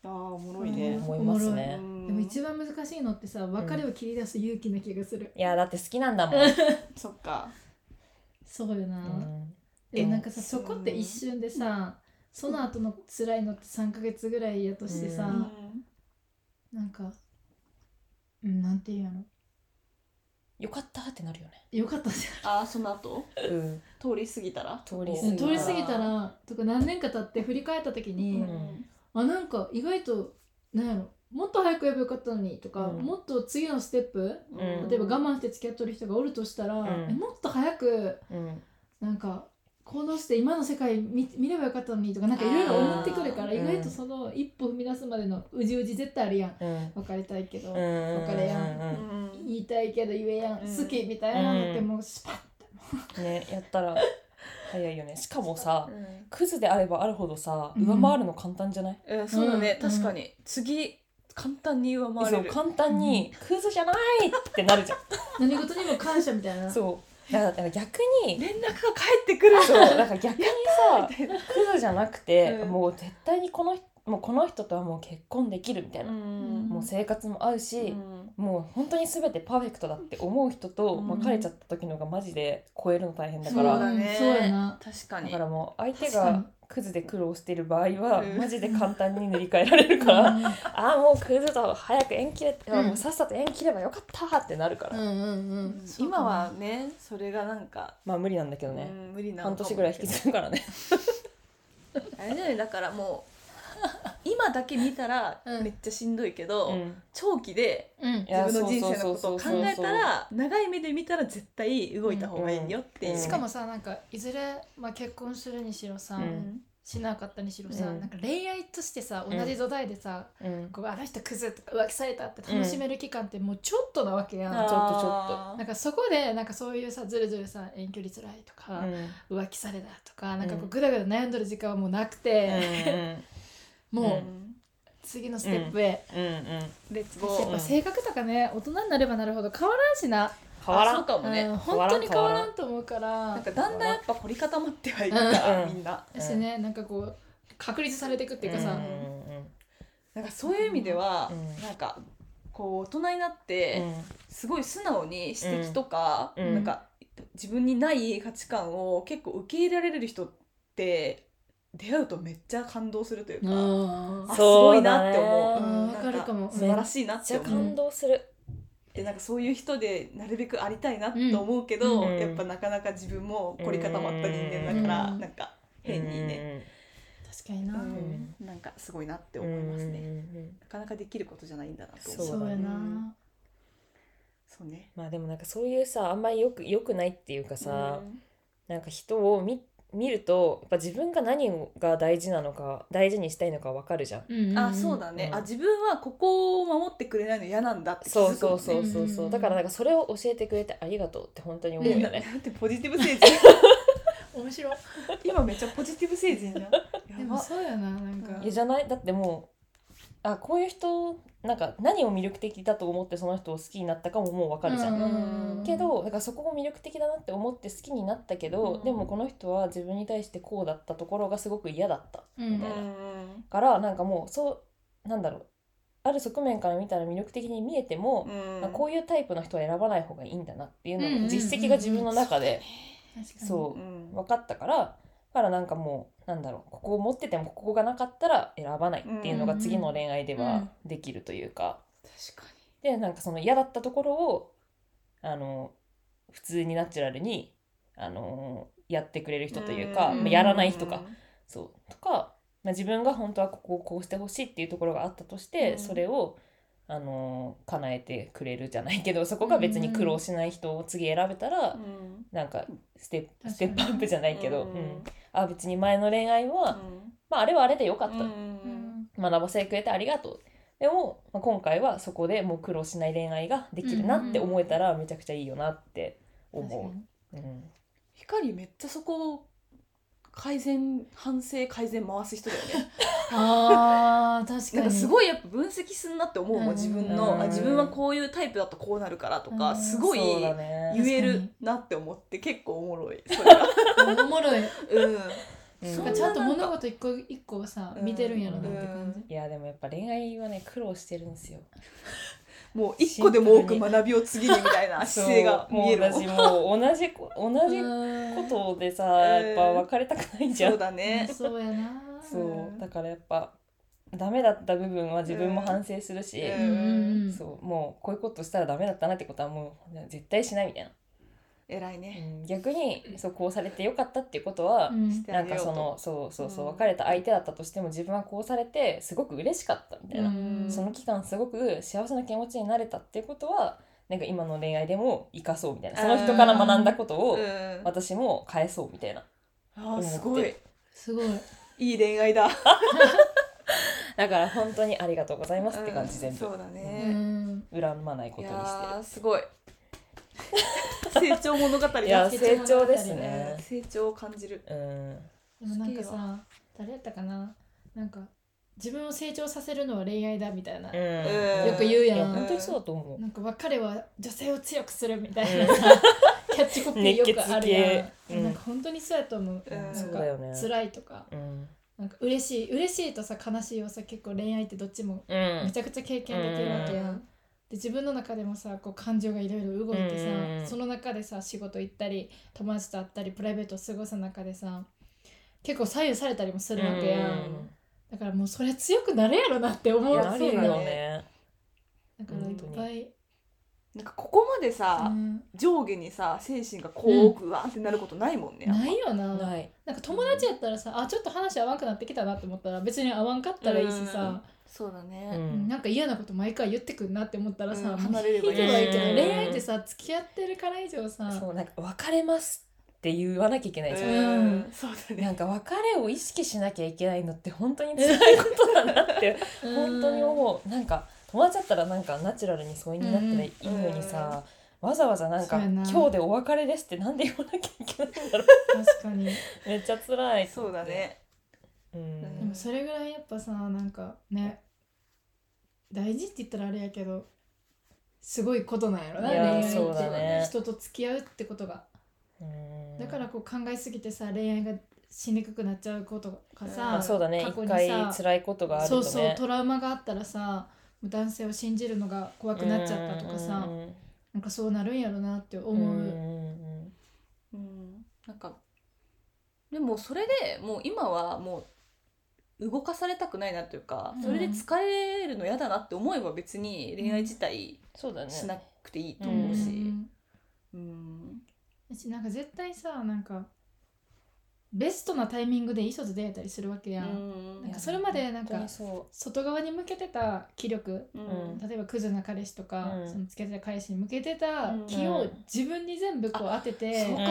[SPEAKER 3] あーおもろいね
[SPEAKER 2] 思いますね
[SPEAKER 3] うん
[SPEAKER 1] でも一番難しいのってさ別れを切り出す勇気な気がする、
[SPEAKER 2] いやだって好きなんだもん
[SPEAKER 3] そっか
[SPEAKER 1] そうよな、
[SPEAKER 2] うん
[SPEAKER 1] えなんかさ
[SPEAKER 3] うん
[SPEAKER 1] そこって一瞬でさ、その後の辛いのって3ヶ月ぐらいやとしてさ、
[SPEAKER 2] う
[SPEAKER 1] なんかうんなんていうの
[SPEAKER 2] よかったってなるよね
[SPEAKER 1] よかったじ
[SPEAKER 3] あーその後
[SPEAKER 2] うん
[SPEAKER 3] 通り過ぎたら
[SPEAKER 2] 通り
[SPEAKER 1] ゃん
[SPEAKER 2] 過
[SPEAKER 1] 通
[SPEAKER 2] ぎ
[SPEAKER 1] り
[SPEAKER 2] たら
[SPEAKER 1] 過ぎたらとか何年か経って振り返った時に、
[SPEAKER 2] ん
[SPEAKER 1] あなんか意外となんやろもっと早くやればよかったのにとか、
[SPEAKER 2] うん
[SPEAKER 1] もっと次のステップ
[SPEAKER 2] うん
[SPEAKER 1] 例えば我慢して付き合っとる人がおるとしたら、
[SPEAKER 2] ん
[SPEAKER 1] えもっと早く
[SPEAKER 2] うん
[SPEAKER 1] なんか行動して今の世界見見ればよかったのにとかなんかいろいろ思ってくるか
[SPEAKER 2] あ
[SPEAKER 1] ら
[SPEAKER 2] ー
[SPEAKER 1] 意外とその一歩踏み出すまでのうじうじ絶対あるやん
[SPEAKER 2] うん
[SPEAKER 1] 別れたいけど、
[SPEAKER 2] うん
[SPEAKER 1] 別れやん
[SPEAKER 2] うん
[SPEAKER 3] うん
[SPEAKER 1] 言いたいけど言えやん、
[SPEAKER 3] うん
[SPEAKER 1] 好きみたいなのって
[SPEAKER 2] うん
[SPEAKER 1] もうスパッて、
[SPEAKER 2] ねやったら早いよねしかもさ
[SPEAKER 3] うん
[SPEAKER 2] クズであればあるほどさ
[SPEAKER 1] うん
[SPEAKER 2] 上回るの簡単じゃない、
[SPEAKER 3] えーそうだね
[SPEAKER 1] うん
[SPEAKER 3] 確かに次簡単に上回
[SPEAKER 2] そ
[SPEAKER 3] れ
[SPEAKER 2] う
[SPEAKER 3] る
[SPEAKER 2] 簡単にクズじゃないってなるじゃん、
[SPEAKER 1] 何事にも感謝みたいな
[SPEAKER 2] そうだからだから逆 に
[SPEAKER 3] 連絡が返ってくる
[SPEAKER 2] そう だから逆にさ
[SPEAKER 3] みたいな
[SPEAKER 2] クズじゃなくて、
[SPEAKER 3] うん
[SPEAKER 2] もう絶対にこの人もうこの人とはもう結婚できるみたいな、
[SPEAKER 3] ん
[SPEAKER 2] もう生活も合うし、もう本当に全てパーフェクトだって思う人と
[SPEAKER 3] うん
[SPEAKER 2] 別れちゃった時のがマジで超えるの大変だか
[SPEAKER 3] そ
[SPEAKER 2] ら、
[SPEAKER 3] うだね
[SPEAKER 1] そうやな
[SPEAKER 3] 確か
[SPEAKER 2] だ
[SPEAKER 3] に
[SPEAKER 2] からもう相手
[SPEAKER 1] 確か
[SPEAKER 2] が
[SPEAKER 1] に
[SPEAKER 2] クズで苦労している場合は
[SPEAKER 3] うん
[SPEAKER 2] マジで簡単に塗り替えられるから、
[SPEAKER 1] うん
[SPEAKER 2] ああもうクズと早く縁切れ、
[SPEAKER 1] うん
[SPEAKER 2] もうさっさと縁切ればよかったってなるから、
[SPEAKER 1] うんうんうん
[SPEAKER 3] うん今はねそれがなんか
[SPEAKER 2] まあ無理なんだけど
[SPEAKER 3] う
[SPEAKER 2] ね、
[SPEAKER 3] ん無理なの
[SPEAKER 2] 半
[SPEAKER 3] かも
[SPEAKER 2] 年ぐらい引きずるからね
[SPEAKER 3] あれだよねだからも う今だけ見たら
[SPEAKER 1] うん
[SPEAKER 3] めっちゃしんどいけど、
[SPEAKER 2] うん
[SPEAKER 3] 長期で
[SPEAKER 1] うん
[SPEAKER 2] いや
[SPEAKER 3] 自分の人生のこと
[SPEAKER 2] そ
[SPEAKER 3] を
[SPEAKER 2] う
[SPEAKER 3] 考
[SPEAKER 2] そうそうそう
[SPEAKER 3] えたら長い目で見たら絶対動いた方がいいよっていう、
[SPEAKER 2] うん
[SPEAKER 1] しかもさなんかいずれ、まあ、結婚するにしろさ、
[SPEAKER 2] う
[SPEAKER 3] うんん
[SPEAKER 1] しなかったにしろさ、
[SPEAKER 2] うん
[SPEAKER 1] なんか恋愛としてさ
[SPEAKER 2] ん
[SPEAKER 1] 同じ土台でさ、
[SPEAKER 2] うん
[SPEAKER 1] こうあの人クズとか浮気されたって楽しめる期間ってもうちょっとなわけやん、
[SPEAKER 2] あー
[SPEAKER 1] なんかそこでなんかそういうさずるずるさ遠距離辛いと
[SPEAKER 2] うん
[SPEAKER 1] か、
[SPEAKER 2] うん
[SPEAKER 1] 浮気されたとかなんかこ
[SPEAKER 2] う
[SPEAKER 1] うんぐだぐだ悩んどる時間はもうなくて、
[SPEAKER 2] ん
[SPEAKER 1] も
[SPEAKER 2] う
[SPEAKER 1] う次のステップへ、
[SPEAKER 2] うんうん
[SPEAKER 3] レッツ
[SPEAKER 1] や
[SPEAKER 3] ゴ
[SPEAKER 1] っ
[SPEAKER 2] う
[SPEAKER 1] ぱ
[SPEAKER 2] ん
[SPEAKER 3] ー
[SPEAKER 1] 性格とかね大人になればなるほど変わらんしな、
[SPEAKER 2] 変わ
[SPEAKER 3] あ
[SPEAKER 2] ら
[SPEAKER 3] そうんかもね、
[SPEAKER 1] うん、
[SPEAKER 2] 変わ
[SPEAKER 1] 本
[SPEAKER 2] ら
[SPEAKER 1] 当
[SPEAKER 2] ん
[SPEAKER 1] に変わらんと思うか
[SPEAKER 3] な
[SPEAKER 1] ら
[SPEAKER 3] んかだんだんやっぱ凝り固まってはいるから、
[SPEAKER 2] うん
[SPEAKER 3] みんな
[SPEAKER 1] だしねなんかこう確立されていくっていうかさ、
[SPEAKER 2] うんうん
[SPEAKER 3] なんかそういう意味では、
[SPEAKER 2] うん
[SPEAKER 3] なんかこう大人になって、
[SPEAKER 2] うん
[SPEAKER 3] すごい素直に指摘とか、
[SPEAKER 2] うん
[SPEAKER 3] なんか自分にない価値観を結構受け入れられる人って出会うとめっちゃ感動するというか、
[SPEAKER 1] うん
[SPEAKER 3] あす
[SPEAKER 2] そ
[SPEAKER 3] ご
[SPEAKER 2] う
[SPEAKER 3] い
[SPEAKER 2] だ
[SPEAKER 3] な
[SPEAKER 2] ね
[SPEAKER 3] って思う
[SPEAKER 1] うん
[SPEAKER 3] なん
[SPEAKER 1] わかるかも
[SPEAKER 3] 素晴らしいなっ
[SPEAKER 2] めっち
[SPEAKER 3] て
[SPEAKER 2] ゃ
[SPEAKER 3] 思う、
[SPEAKER 2] 感動する、
[SPEAKER 3] でなんかそういう人でなるべくありたいなって思うけど、
[SPEAKER 2] うん
[SPEAKER 3] やっぱなかなか自分も凝り固まった人間だから、
[SPEAKER 1] うん
[SPEAKER 3] なんか変にね、
[SPEAKER 1] 確かにな、
[SPEAKER 2] ん
[SPEAKER 3] うんなんかすごいなって
[SPEAKER 2] うん
[SPEAKER 3] 思いますね、
[SPEAKER 2] うんうんうん
[SPEAKER 3] なかなかできることじゃないんだなと思う
[SPEAKER 2] そ
[SPEAKER 1] そう
[SPEAKER 2] だ
[SPEAKER 1] う
[SPEAKER 2] ね
[SPEAKER 1] やな、
[SPEAKER 3] んそうね
[SPEAKER 2] まあでもなんかそういうさあんまりよくよくないっていうかさ、なんか人を見見るとやっぱ自分が何が大事なのか大事にしたいのかわかるじゃん。
[SPEAKER 1] うんうん
[SPEAKER 3] あそうだね、
[SPEAKER 2] うん
[SPEAKER 3] あ自分はここを守ってくれないの嫌なんだって気づくも
[SPEAKER 2] そ
[SPEAKER 3] ん
[SPEAKER 2] う
[SPEAKER 3] ね
[SPEAKER 2] そうそうそう
[SPEAKER 1] うんうん
[SPEAKER 2] そううんだからなんかそれを教えてくれてありがとうって本当に思うよ
[SPEAKER 3] ね、だ
[SPEAKER 2] ね。
[SPEAKER 3] ってポジティブ星人
[SPEAKER 1] 面白い
[SPEAKER 3] 今めっちゃポジティブ星人じゃんや
[SPEAKER 1] でも
[SPEAKER 3] ば
[SPEAKER 1] そうやななんか
[SPEAKER 3] うん
[SPEAKER 2] いやじゃないだってもうあこういう人なんか何を魅力的だと思ってその人を好きになったかももうわかるじゃん。
[SPEAKER 1] うん
[SPEAKER 3] うん
[SPEAKER 2] けどだからそこも魅力的だなって思って好きになったけど、
[SPEAKER 3] うん
[SPEAKER 2] でもこの人は自分に対してこうだったところがすごく嫌だった
[SPEAKER 1] うん
[SPEAKER 2] みたいな。
[SPEAKER 3] うん
[SPEAKER 2] からなんかもうそうなんだろうある側面から見たら魅力的に見えても、
[SPEAKER 3] うん
[SPEAKER 2] あこういうタイプの人は選ばない方がいいんだなっていうの
[SPEAKER 1] うんうんうんう
[SPEAKER 2] が
[SPEAKER 1] ん
[SPEAKER 2] 実績が自分の中で
[SPEAKER 1] 確かに
[SPEAKER 2] そううん分かったからだからなんかもうなんだろうここを持っててもここがなかったら選ばないっていうのが次の恋愛ではできるというか、
[SPEAKER 3] 確かに
[SPEAKER 2] でなんかその嫌だったところをあの普通にナチュラルにあのやってくれる人というか、
[SPEAKER 3] ん
[SPEAKER 2] まあやらない人か、
[SPEAKER 3] うん
[SPEAKER 2] そうとか、まあ、自分が本当はここをこうしてほしいっていうところがあったとして、
[SPEAKER 3] うん
[SPEAKER 2] それを、あのー叶えてくれるじゃないけどそこが別に苦労しない人を次選べたら、
[SPEAKER 3] うん
[SPEAKER 2] なんかステッ
[SPEAKER 1] う
[SPEAKER 2] プ
[SPEAKER 1] ん
[SPEAKER 2] ステップアップじゃないけど、
[SPEAKER 3] う
[SPEAKER 2] うんんあ別に前の恋愛は、
[SPEAKER 3] うん
[SPEAKER 2] まあ、あれはあれでよかった、
[SPEAKER 3] うん
[SPEAKER 1] うん
[SPEAKER 2] 学ばせてくれてありがとうでも、まあ、今回はそこでもう苦労しない恋愛ができるなって思えたらめちゃくちゃいいよなって思う。うん、
[SPEAKER 3] 光めっちゃそこを改善反省改善回す人だよね
[SPEAKER 1] あー確か
[SPEAKER 3] なん
[SPEAKER 1] に
[SPEAKER 3] かすごいやっぱ分析すんなって思うも
[SPEAKER 1] うん
[SPEAKER 3] ん自分
[SPEAKER 2] うん
[SPEAKER 3] のあ自分はこういうタイプだとこうなるからと
[SPEAKER 1] う
[SPEAKER 3] か
[SPEAKER 1] ん
[SPEAKER 3] すごい
[SPEAKER 2] そうだね
[SPEAKER 3] 言え
[SPEAKER 1] 確
[SPEAKER 3] る
[SPEAKER 1] か
[SPEAKER 3] なって思って結構おもろいそれは
[SPEAKER 1] おもろい
[SPEAKER 3] うん
[SPEAKER 2] うん
[SPEAKER 3] そ
[SPEAKER 1] なんかちゃんと物事一個一個さ
[SPEAKER 3] うん
[SPEAKER 1] 見てるんやろなって感じ
[SPEAKER 2] いやでもやっぱ恋愛はね苦労してるんですよ。
[SPEAKER 3] もう一個でも多く学びを次にみたいな姿勢 が
[SPEAKER 2] そう
[SPEAKER 3] 見えるも
[SPEAKER 2] も
[SPEAKER 3] ん
[SPEAKER 2] う私もう同じこ同じ
[SPEAKER 1] こ
[SPEAKER 2] ことでさ、
[SPEAKER 3] うん
[SPEAKER 2] やっぱ別れたくないじゃん。
[SPEAKER 3] そうだね
[SPEAKER 1] そうやな
[SPEAKER 2] そう
[SPEAKER 3] うん
[SPEAKER 2] だからやっぱダメだった部分は自分も反省するし、
[SPEAKER 3] うん
[SPEAKER 1] うんうん
[SPEAKER 2] そうもうこういうことしたらダメだったなってことはもう絶対しないみたいな、
[SPEAKER 3] 偉いうね
[SPEAKER 2] ん逆にそうこうされてよかったっていうことは、
[SPEAKER 1] うん
[SPEAKER 3] して
[SPEAKER 2] な
[SPEAKER 3] あ
[SPEAKER 2] ん
[SPEAKER 3] げ
[SPEAKER 2] か
[SPEAKER 3] ようと
[SPEAKER 2] そのそうそうそう
[SPEAKER 3] うん
[SPEAKER 2] 別れた相手だったとしても自分はこうされてすごく嬉しかったみたいな、
[SPEAKER 1] うん
[SPEAKER 2] その期間すごく幸せな気持ちになれたっていうことはなんか今の恋愛でも生かそうみたいなその人から学んだことを
[SPEAKER 3] うん
[SPEAKER 2] 私も返そうみたいな
[SPEAKER 3] あーすごい
[SPEAKER 1] すごい
[SPEAKER 3] いい恋愛だ
[SPEAKER 2] だから本当にありがとうございますって感じ全部
[SPEAKER 3] うんそうだ
[SPEAKER 1] う
[SPEAKER 3] ね
[SPEAKER 1] ん
[SPEAKER 2] 恨まないこ
[SPEAKER 3] い
[SPEAKER 2] と
[SPEAKER 3] や
[SPEAKER 2] にしてる
[SPEAKER 3] ーすご い成長物語だ
[SPEAKER 2] いや
[SPEAKER 1] ー
[SPEAKER 2] 成長ですね
[SPEAKER 3] 成長を感じる
[SPEAKER 2] うん
[SPEAKER 1] でもなんか
[SPEAKER 3] 好き
[SPEAKER 1] さ誰やったかななんか自分を成長させるのは恋愛だみたいな、
[SPEAKER 2] うん
[SPEAKER 1] よく言う
[SPEAKER 2] いや
[SPEAKER 1] やん、
[SPEAKER 2] 本当にそうだと思う
[SPEAKER 1] なんか別れは女性を強くするみたいな
[SPEAKER 2] う
[SPEAKER 1] さ、キャッチコピーよくあるや
[SPEAKER 2] 熱血
[SPEAKER 1] ん、
[SPEAKER 2] 系うん
[SPEAKER 1] なんか本当にそうやと思う、
[SPEAKER 3] うん
[SPEAKER 1] なんか
[SPEAKER 2] そうだよね
[SPEAKER 1] 辛いとか
[SPEAKER 2] うん
[SPEAKER 1] なんか嬉しい嬉しいとさ悲しいをさ結構恋愛ってどっちも
[SPEAKER 2] う
[SPEAKER 1] め
[SPEAKER 2] ん
[SPEAKER 1] ちゃくちゃ経験できるわけやん、
[SPEAKER 3] うん
[SPEAKER 1] で自分の中でもさこう感情がいろいろ動いてさ、
[SPEAKER 2] うん
[SPEAKER 1] その中でさ仕事行ったり友達と会ったりプライベートを過ごす中でさ結構左右されたりもするわけやん、だからもうそれ強くなるやろなって思
[SPEAKER 2] いうや
[SPEAKER 1] だか
[SPEAKER 2] なる
[SPEAKER 1] らいっ
[SPEAKER 2] よ
[SPEAKER 3] そうだ
[SPEAKER 2] ね
[SPEAKER 1] ぱい、
[SPEAKER 3] なんかここまで
[SPEAKER 1] う
[SPEAKER 3] さ
[SPEAKER 1] ん
[SPEAKER 3] 上下にさ精神がこうグワーってなることないもんね
[SPEAKER 1] ないよなな
[SPEAKER 2] ない
[SPEAKER 1] んか友達やったらさあちょっと話合わんくなってきたなって思ったら別に合わんかったらいいしさ、
[SPEAKER 3] そうだ
[SPEAKER 2] う
[SPEAKER 3] ね
[SPEAKER 2] ん
[SPEAKER 1] なんか嫌なこと毎回言ってくんなって思ったらさ、も
[SPEAKER 3] うん
[SPEAKER 1] う
[SPEAKER 3] 離れればいい
[SPEAKER 1] 引けばいいけど
[SPEAKER 2] うん
[SPEAKER 1] 恋愛ってさ付き合ってるから以上さ
[SPEAKER 2] そうなんか別れますって言わなきゃいけないじゃん
[SPEAKER 3] うんそうだ
[SPEAKER 2] な
[SPEAKER 3] ね
[SPEAKER 2] んか別れを意識しなきゃいけないのって本当に辛いことだなって本当に思うなんか友達だったらなんかナチュラルに疎遠になったらいいのにさ、わざわざなん
[SPEAKER 1] そ
[SPEAKER 2] か
[SPEAKER 1] うや
[SPEAKER 2] 「
[SPEAKER 1] な
[SPEAKER 2] 今日でお別れです」ってなんで言わなきゃいけないんだろう
[SPEAKER 1] うん確かにで
[SPEAKER 2] めっちゃ辛いと
[SPEAKER 3] そ
[SPEAKER 2] 思
[SPEAKER 3] う
[SPEAKER 2] っ
[SPEAKER 3] だ
[SPEAKER 2] て
[SPEAKER 3] ね
[SPEAKER 2] う
[SPEAKER 3] うん
[SPEAKER 1] もそれぐらいやっぱさなんかね大事って言ったらあれやけどすごいことなんやろない恋
[SPEAKER 2] や
[SPEAKER 1] 愛って
[SPEAKER 2] そうだね
[SPEAKER 1] 人と付き合うってことが
[SPEAKER 2] うん
[SPEAKER 1] だからこう考えすぎてさ恋愛がしにくくなっちゃうことがさ、
[SPEAKER 2] まあそうだね
[SPEAKER 1] 過去に
[SPEAKER 2] 一回
[SPEAKER 1] さ
[SPEAKER 2] 辛いことがあると
[SPEAKER 1] そう
[SPEAKER 2] ね
[SPEAKER 1] そうトラウマがあったらさ男性を信じるのが怖くなっちゃったとかさ
[SPEAKER 2] うん
[SPEAKER 1] なんかそうなるんやろなって思う、
[SPEAKER 2] うん
[SPEAKER 3] うんなんかでもそれでもう今はもう動かされたくないなというか
[SPEAKER 1] うん
[SPEAKER 3] それで疲れるの嫌だなって思えば別に恋愛自体
[SPEAKER 2] そうだね
[SPEAKER 3] しなくていいと
[SPEAKER 1] う
[SPEAKER 3] 思うし
[SPEAKER 1] ん
[SPEAKER 3] うん
[SPEAKER 1] だしなんか絶対さなんかベストなタイミングでいい人と出会えたりするわけやん、
[SPEAKER 3] うん
[SPEAKER 1] なんかそれまでなんか
[SPEAKER 2] 本当にそ
[SPEAKER 1] 外側に向けてた気力
[SPEAKER 3] うん
[SPEAKER 1] 例えばクズな彼氏とか、
[SPEAKER 2] うん
[SPEAKER 1] そのつけてた彼氏に向けてた気
[SPEAKER 2] う
[SPEAKER 1] を
[SPEAKER 2] ん
[SPEAKER 1] 自分に全部こう当てて、
[SPEAKER 3] そう
[SPEAKER 2] う
[SPEAKER 3] かも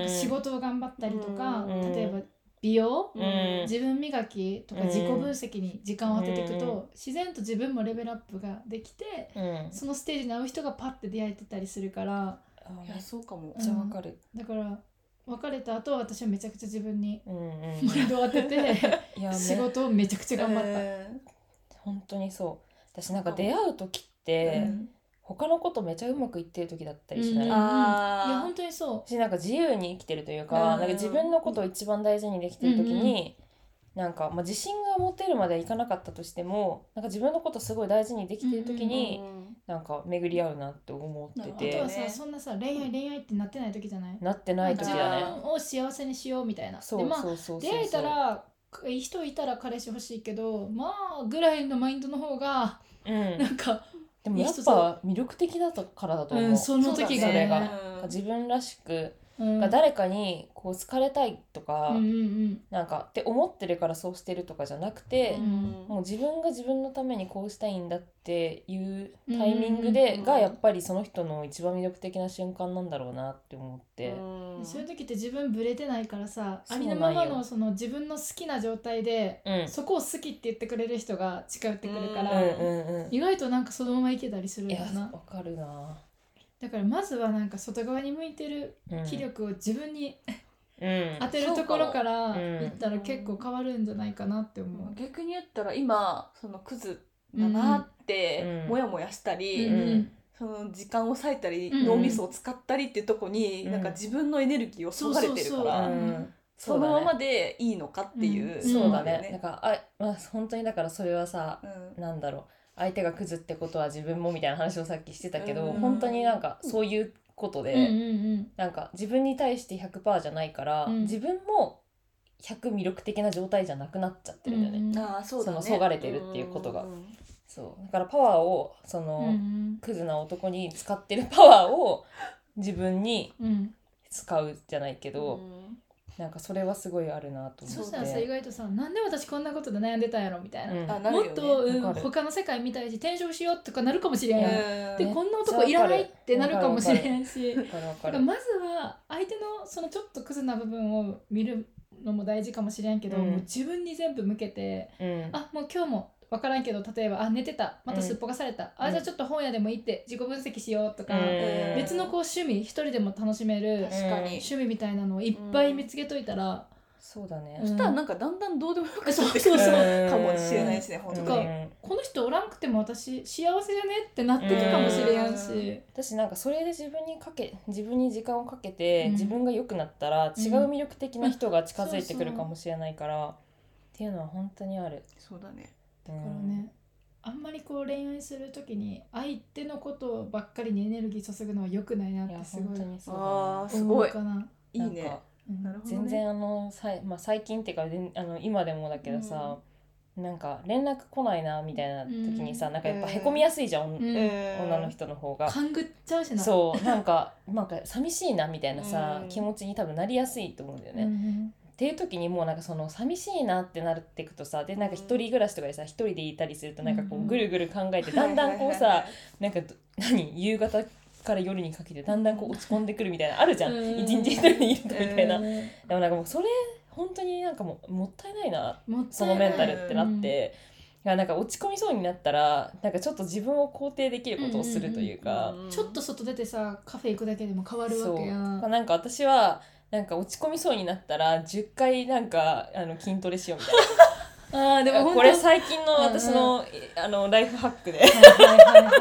[SPEAKER 1] なんか仕事を頑張ったりとか、
[SPEAKER 2] うん
[SPEAKER 1] 例えば美容、
[SPEAKER 2] うん
[SPEAKER 3] うん
[SPEAKER 1] 自分磨きとか自己分析に時間を当てていくと、
[SPEAKER 2] う
[SPEAKER 1] 自然と自分もレベルアップができて
[SPEAKER 2] うん
[SPEAKER 1] そのステージに合う人がパッて出会えてたりするから
[SPEAKER 2] あめ
[SPEAKER 3] いや
[SPEAKER 2] っ
[SPEAKER 3] そうかも
[SPEAKER 2] ちゃわかる
[SPEAKER 1] だから別れた後は私はめちゃくちゃ自分に
[SPEAKER 2] うんうん
[SPEAKER 1] フィールドを当 てて
[SPEAKER 2] いやめ
[SPEAKER 1] 仕事をめちゃくちゃ頑張った。
[SPEAKER 3] え
[SPEAKER 2] 本当にそう私なんか出会う時って、
[SPEAKER 3] ー
[SPEAKER 1] うん
[SPEAKER 2] 他のことめちゃうまくいってる時だったりしない、
[SPEAKER 1] うん
[SPEAKER 3] あー
[SPEAKER 1] いや本当にそ
[SPEAKER 2] しなんか自由に生きてるというか,、
[SPEAKER 3] う
[SPEAKER 2] な
[SPEAKER 3] ん
[SPEAKER 2] んか自分のことを一番大事にできてる時に、なんか、まあ、自信が持てるまではいかなかったとしてもなんか自分のことすごい大事にできてる時に、
[SPEAKER 3] うん
[SPEAKER 2] なんか巡り合うなって思って
[SPEAKER 1] うあと
[SPEAKER 2] て
[SPEAKER 1] は
[SPEAKER 3] なるほど
[SPEAKER 1] さ、
[SPEAKER 3] ね
[SPEAKER 1] そんなさ恋愛恋愛ってなってない時じゃない
[SPEAKER 2] なってない時
[SPEAKER 1] 自
[SPEAKER 2] だね。
[SPEAKER 1] 分を幸せにしようみたいな
[SPEAKER 2] そう
[SPEAKER 1] でまあ
[SPEAKER 2] そうそうそ
[SPEAKER 1] 出
[SPEAKER 2] う
[SPEAKER 1] 会えたらいい人いたら彼氏欲しいけどまあぐらいのマインドの方が
[SPEAKER 2] うん
[SPEAKER 1] なんか
[SPEAKER 2] でもやっぱ魅力的だからだと
[SPEAKER 1] う
[SPEAKER 2] 思う、
[SPEAKER 1] んその時が
[SPEAKER 2] それ
[SPEAKER 1] ね
[SPEAKER 2] が自分らしく
[SPEAKER 1] うん
[SPEAKER 2] が誰かにこう好かれたいとか、
[SPEAKER 1] うんうん
[SPEAKER 2] なんかって思ってるからそうしてるとかじゃなくて、
[SPEAKER 3] うん
[SPEAKER 2] もう自分が自分のためにこうしたいんだっていうタイミングで、
[SPEAKER 3] うん
[SPEAKER 2] がやっぱりその人の一番魅力的な瞬間なんだろうなって思って、
[SPEAKER 1] うんそういう時って自分ブレてないからさありのま
[SPEAKER 2] そうな
[SPEAKER 1] ま
[SPEAKER 2] んよ
[SPEAKER 1] のその自分の好きな状態で
[SPEAKER 2] うん、
[SPEAKER 1] そこを好きって言ってくれる人が近寄ってくるか
[SPEAKER 2] うん
[SPEAKER 1] ら、
[SPEAKER 2] うんうん
[SPEAKER 1] 意外となんかそのままいけたりするん
[SPEAKER 2] い
[SPEAKER 1] だ
[SPEAKER 2] や
[SPEAKER 1] よな
[SPEAKER 2] わかるな、
[SPEAKER 1] だからまずはなんか外側に向いてる
[SPEAKER 2] うん、
[SPEAKER 1] 気力を自分に
[SPEAKER 2] うん
[SPEAKER 1] 当てるところから
[SPEAKER 2] うん
[SPEAKER 1] いったら結構変わるんじゃないかなって思う。
[SPEAKER 3] 逆に言ったら今そのクズだなって
[SPEAKER 2] うん
[SPEAKER 3] モヤモヤしたり、
[SPEAKER 1] うん
[SPEAKER 3] その時間を割いたり、
[SPEAKER 1] うん
[SPEAKER 3] 脳みそを使ったりっていうとこに、
[SPEAKER 2] うん
[SPEAKER 3] なんか自分のエネルギーを削がれてるから
[SPEAKER 2] う
[SPEAKER 3] そ
[SPEAKER 1] うんん
[SPEAKER 3] のまま
[SPEAKER 2] で
[SPEAKER 3] でいいのかっていう、
[SPEAKER 1] うん
[SPEAKER 2] そうだ
[SPEAKER 3] よ
[SPEAKER 2] ね、なんかあまあ本当にだからそれはさ
[SPEAKER 3] うん
[SPEAKER 2] なんだろう相手がクズってことは自分もみたいな話をさっきしてたけど、
[SPEAKER 3] うん
[SPEAKER 2] 本当になんかそういうことで、
[SPEAKER 1] うんうん
[SPEAKER 2] なんか自分に対して100%じゃないから、
[SPEAKER 1] うん
[SPEAKER 2] 自分も100魅力的な状態じゃなくなっちゃって
[SPEAKER 1] うんう
[SPEAKER 2] るんだよね、
[SPEAKER 1] ん
[SPEAKER 3] ああそうだね
[SPEAKER 2] その削がれてるっていうことが
[SPEAKER 3] んん
[SPEAKER 2] そうだからパワーをその、
[SPEAKER 1] うん
[SPEAKER 2] クズな男に使ってるパワーを自分に
[SPEAKER 1] うん
[SPEAKER 2] 使うじゃないけど、
[SPEAKER 3] うん
[SPEAKER 2] なんかそれはすごいあるなと思って
[SPEAKER 1] そしたらさ意外とさ「なんで私こんなことで悩んでたんやろ」みたいな。
[SPEAKER 2] うん
[SPEAKER 3] あなる
[SPEAKER 1] も
[SPEAKER 3] よ
[SPEAKER 1] っ
[SPEAKER 3] ね
[SPEAKER 1] と、うん
[SPEAKER 2] わかる
[SPEAKER 1] 他の世界見たいし転職しようとかなるかもしれんやん、
[SPEAKER 3] うん
[SPEAKER 1] で
[SPEAKER 2] ね
[SPEAKER 1] こんな男いらないってなるかもしれんし
[SPEAKER 2] わかる
[SPEAKER 1] だ
[SPEAKER 2] わか
[SPEAKER 1] か
[SPEAKER 2] る
[SPEAKER 1] らまずは相手のそのちょっとクズな部分を見るのも大事かもしれんけど、
[SPEAKER 2] うん
[SPEAKER 1] もう自分に全部向けて
[SPEAKER 2] うん
[SPEAKER 1] あもう今日も分からんけど例えばあ寝てたまたすっぽかされた、
[SPEAKER 2] うん
[SPEAKER 1] あじゃあちょっと本屋でも行って自己分析しようとか、
[SPEAKER 2] うん
[SPEAKER 1] 別のこう趣味一人でも楽しめる
[SPEAKER 3] 確かに、
[SPEAKER 1] 趣味みたいなのをいっぱい見つけといたら、
[SPEAKER 2] そうだね
[SPEAKER 1] うん
[SPEAKER 3] そしたらなんかだんだんどうでもよくなって
[SPEAKER 1] そうそうそう
[SPEAKER 3] かもしれないしね本当
[SPEAKER 1] と
[SPEAKER 3] に
[SPEAKER 1] か
[SPEAKER 2] うん
[SPEAKER 1] この人おらんくても私幸せじゃねってなってるかもしれやんし。
[SPEAKER 3] うん
[SPEAKER 2] 私なんかそれで自分にかけ自分に時間をかけて、
[SPEAKER 1] うん
[SPEAKER 2] 自分が良くなったら違う魅力的な人が近づいてく
[SPEAKER 1] う
[SPEAKER 2] る
[SPEAKER 1] ん
[SPEAKER 2] かもしれないから、っていうのは本当にある。
[SPEAKER 3] そうだね
[SPEAKER 2] う
[SPEAKER 1] だから
[SPEAKER 2] ん
[SPEAKER 1] ねあんまりこう恋愛するときに相手のことばっかりにエネルギー注ぐのは良くないなっ
[SPEAKER 2] いや
[SPEAKER 1] てす
[SPEAKER 2] 本
[SPEAKER 1] ごい
[SPEAKER 2] 当にそう
[SPEAKER 3] ああす
[SPEAKER 1] 思
[SPEAKER 3] ご
[SPEAKER 1] う
[SPEAKER 3] い
[SPEAKER 1] かな。
[SPEAKER 3] いい
[SPEAKER 2] なんか
[SPEAKER 3] ね
[SPEAKER 1] うん
[SPEAKER 3] なるほどね
[SPEAKER 2] 全然あのさい、まあ、最近っていうかであの今でもだけどさ、なんか連絡来ないなみたいな時にさ、
[SPEAKER 1] うん
[SPEAKER 2] なんかやっぱへこみやすいじゃん、
[SPEAKER 1] うん
[SPEAKER 3] うん
[SPEAKER 2] 女の人の方が。
[SPEAKER 1] 勘ぐっちゃうしな。
[SPEAKER 2] そうなんかなんか寂しいなみたいなさ、
[SPEAKER 3] うん
[SPEAKER 2] 気持ちに多分なりやすいと思うんだよね。
[SPEAKER 1] うん
[SPEAKER 2] っていう時にもうなんかその寂しいなってなってくとさでなんか一人暮らしとかでさ一人でいたりするとなんかこ
[SPEAKER 1] う
[SPEAKER 2] うんぐるぐる考えてだんだんこう
[SPEAKER 3] はいはいはい
[SPEAKER 2] さ
[SPEAKER 3] はい
[SPEAKER 2] なんかど何夕方から夜にかけてだんだんこう落ち込んでくるみたいなあるじゃん
[SPEAKER 1] うん
[SPEAKER 2] 一日一人でいるとみたい
[SPEAKER 1] うん
[SPEAKER 2] なでもなんかもうそれ本当になんかもうもったいないな
[SPEAKER 1] もった
[SPEAKER 2] そ
[SPEAKER 1] い
[SPEAKER 2] の
[SPEAKER 1] ない
[SPEAKER 2] メンタルってなって。いやなんか落ち込みそうになったらなんかちょっと自分を肯定できることをするというか、
[SPEAKER 3] うん
[SPEAKER 1] ちょっと外出てさカフェ行くだけでも変わる
[SPEAKER 2] そ
[SPEAKER 1] わ
[SPEAKER 2] う
[SPEAKER 1] けやん。
[SPEAKER 2] なんか私はなんか落ち込みそうになったら10回なんかあの筋トレしようみたいな
[SPEAKER 1] ああでも本当
[SPEAKER 2] これ最近の
[SPEAKER 1] うんうん
[SPEAKER 2] 私の,、あのライフハックで
[SPEAKER 1] はいはいはいはい
[SPEAKER 3] し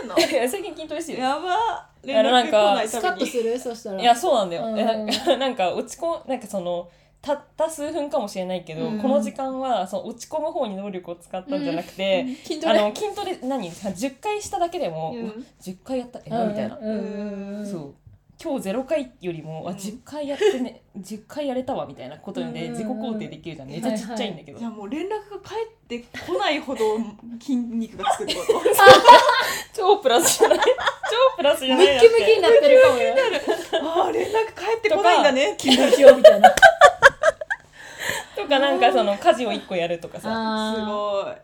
[SPEAKER 3] てんの
[SPEAKER 2] いや最近筋トレしてる
[SPEAKER 3] やば連
[SPEAKER 2] あのなん
[SPEAKER 3] 絡来
[SPEAKER 2] か
[SPEAKER 3] ない
[SPEAKER 1] スカ
[SPEAKER 3] た
[SPEAKER 1] ッ
[SPEAKER 3] め
[SPEAKER 1] と
[SPEAKER 3] に
[SPEAKER 1] するそしたら。
[SPEAKER 2] いやそうなんだよ、
[SPEAKER 1] うん
[SPEAKER 2] えなんか なんか落ち込んなんかそのたった数分かもしれないけど、
[SPEAKER 3] うん
[SPEAKER 2] この時間はその落ち込む方に能力を使ったんじゃな
[SPEAKER 1] う
[SPEAKER 2] くて、
[SPEAKER 1] ん筋
[SPEAKER 2] あ
[SPEAKER 1] トレ。
[SPEAKER 2] の筋トレ何10回しただけでも、
[SPEAKER 3] うん
[SPEAKER 2] うわ10回やったえらいみたいな、
[SPEAKER 1] うんうんうん
[SPEAKER 2] そう今日0回よりも、
[SPEAKER 3] う
[SPEAKER 2] あ
[SPEAKER 3] ん
[SPEAKER 2] 10回やってね10回やれたわみたいなこと
[SPEAKER 1] うんうんう
[SPEAKER 2] で
[SPEAKER 1] ん
[SPEAKER 2] 自己肯定できるじゃんめっちゃちっちゃいんだけど、
[SPEAKER 3] いやもう連絡が返ってこないほど筋肉がつくってこと
[SPEAKER 2] 超プラスじゃない超プラスじゃ
[SPEAKER 1] ム
[SPEAKER 2] ない
[SPEAKER 1] ッキムキになってるかも よ。
[SPEAKER 3] ああ連絡返ってこないんだね
[SPEAKER 1] 気持ちよみたいな。
[SPEAKER 2] とかなんかその家事を1個やるとかさ
[SPEAKER 1] あ
[SPEAKER 3] す
[SPEAKER 1] ー
[SPEAKER 3] ごい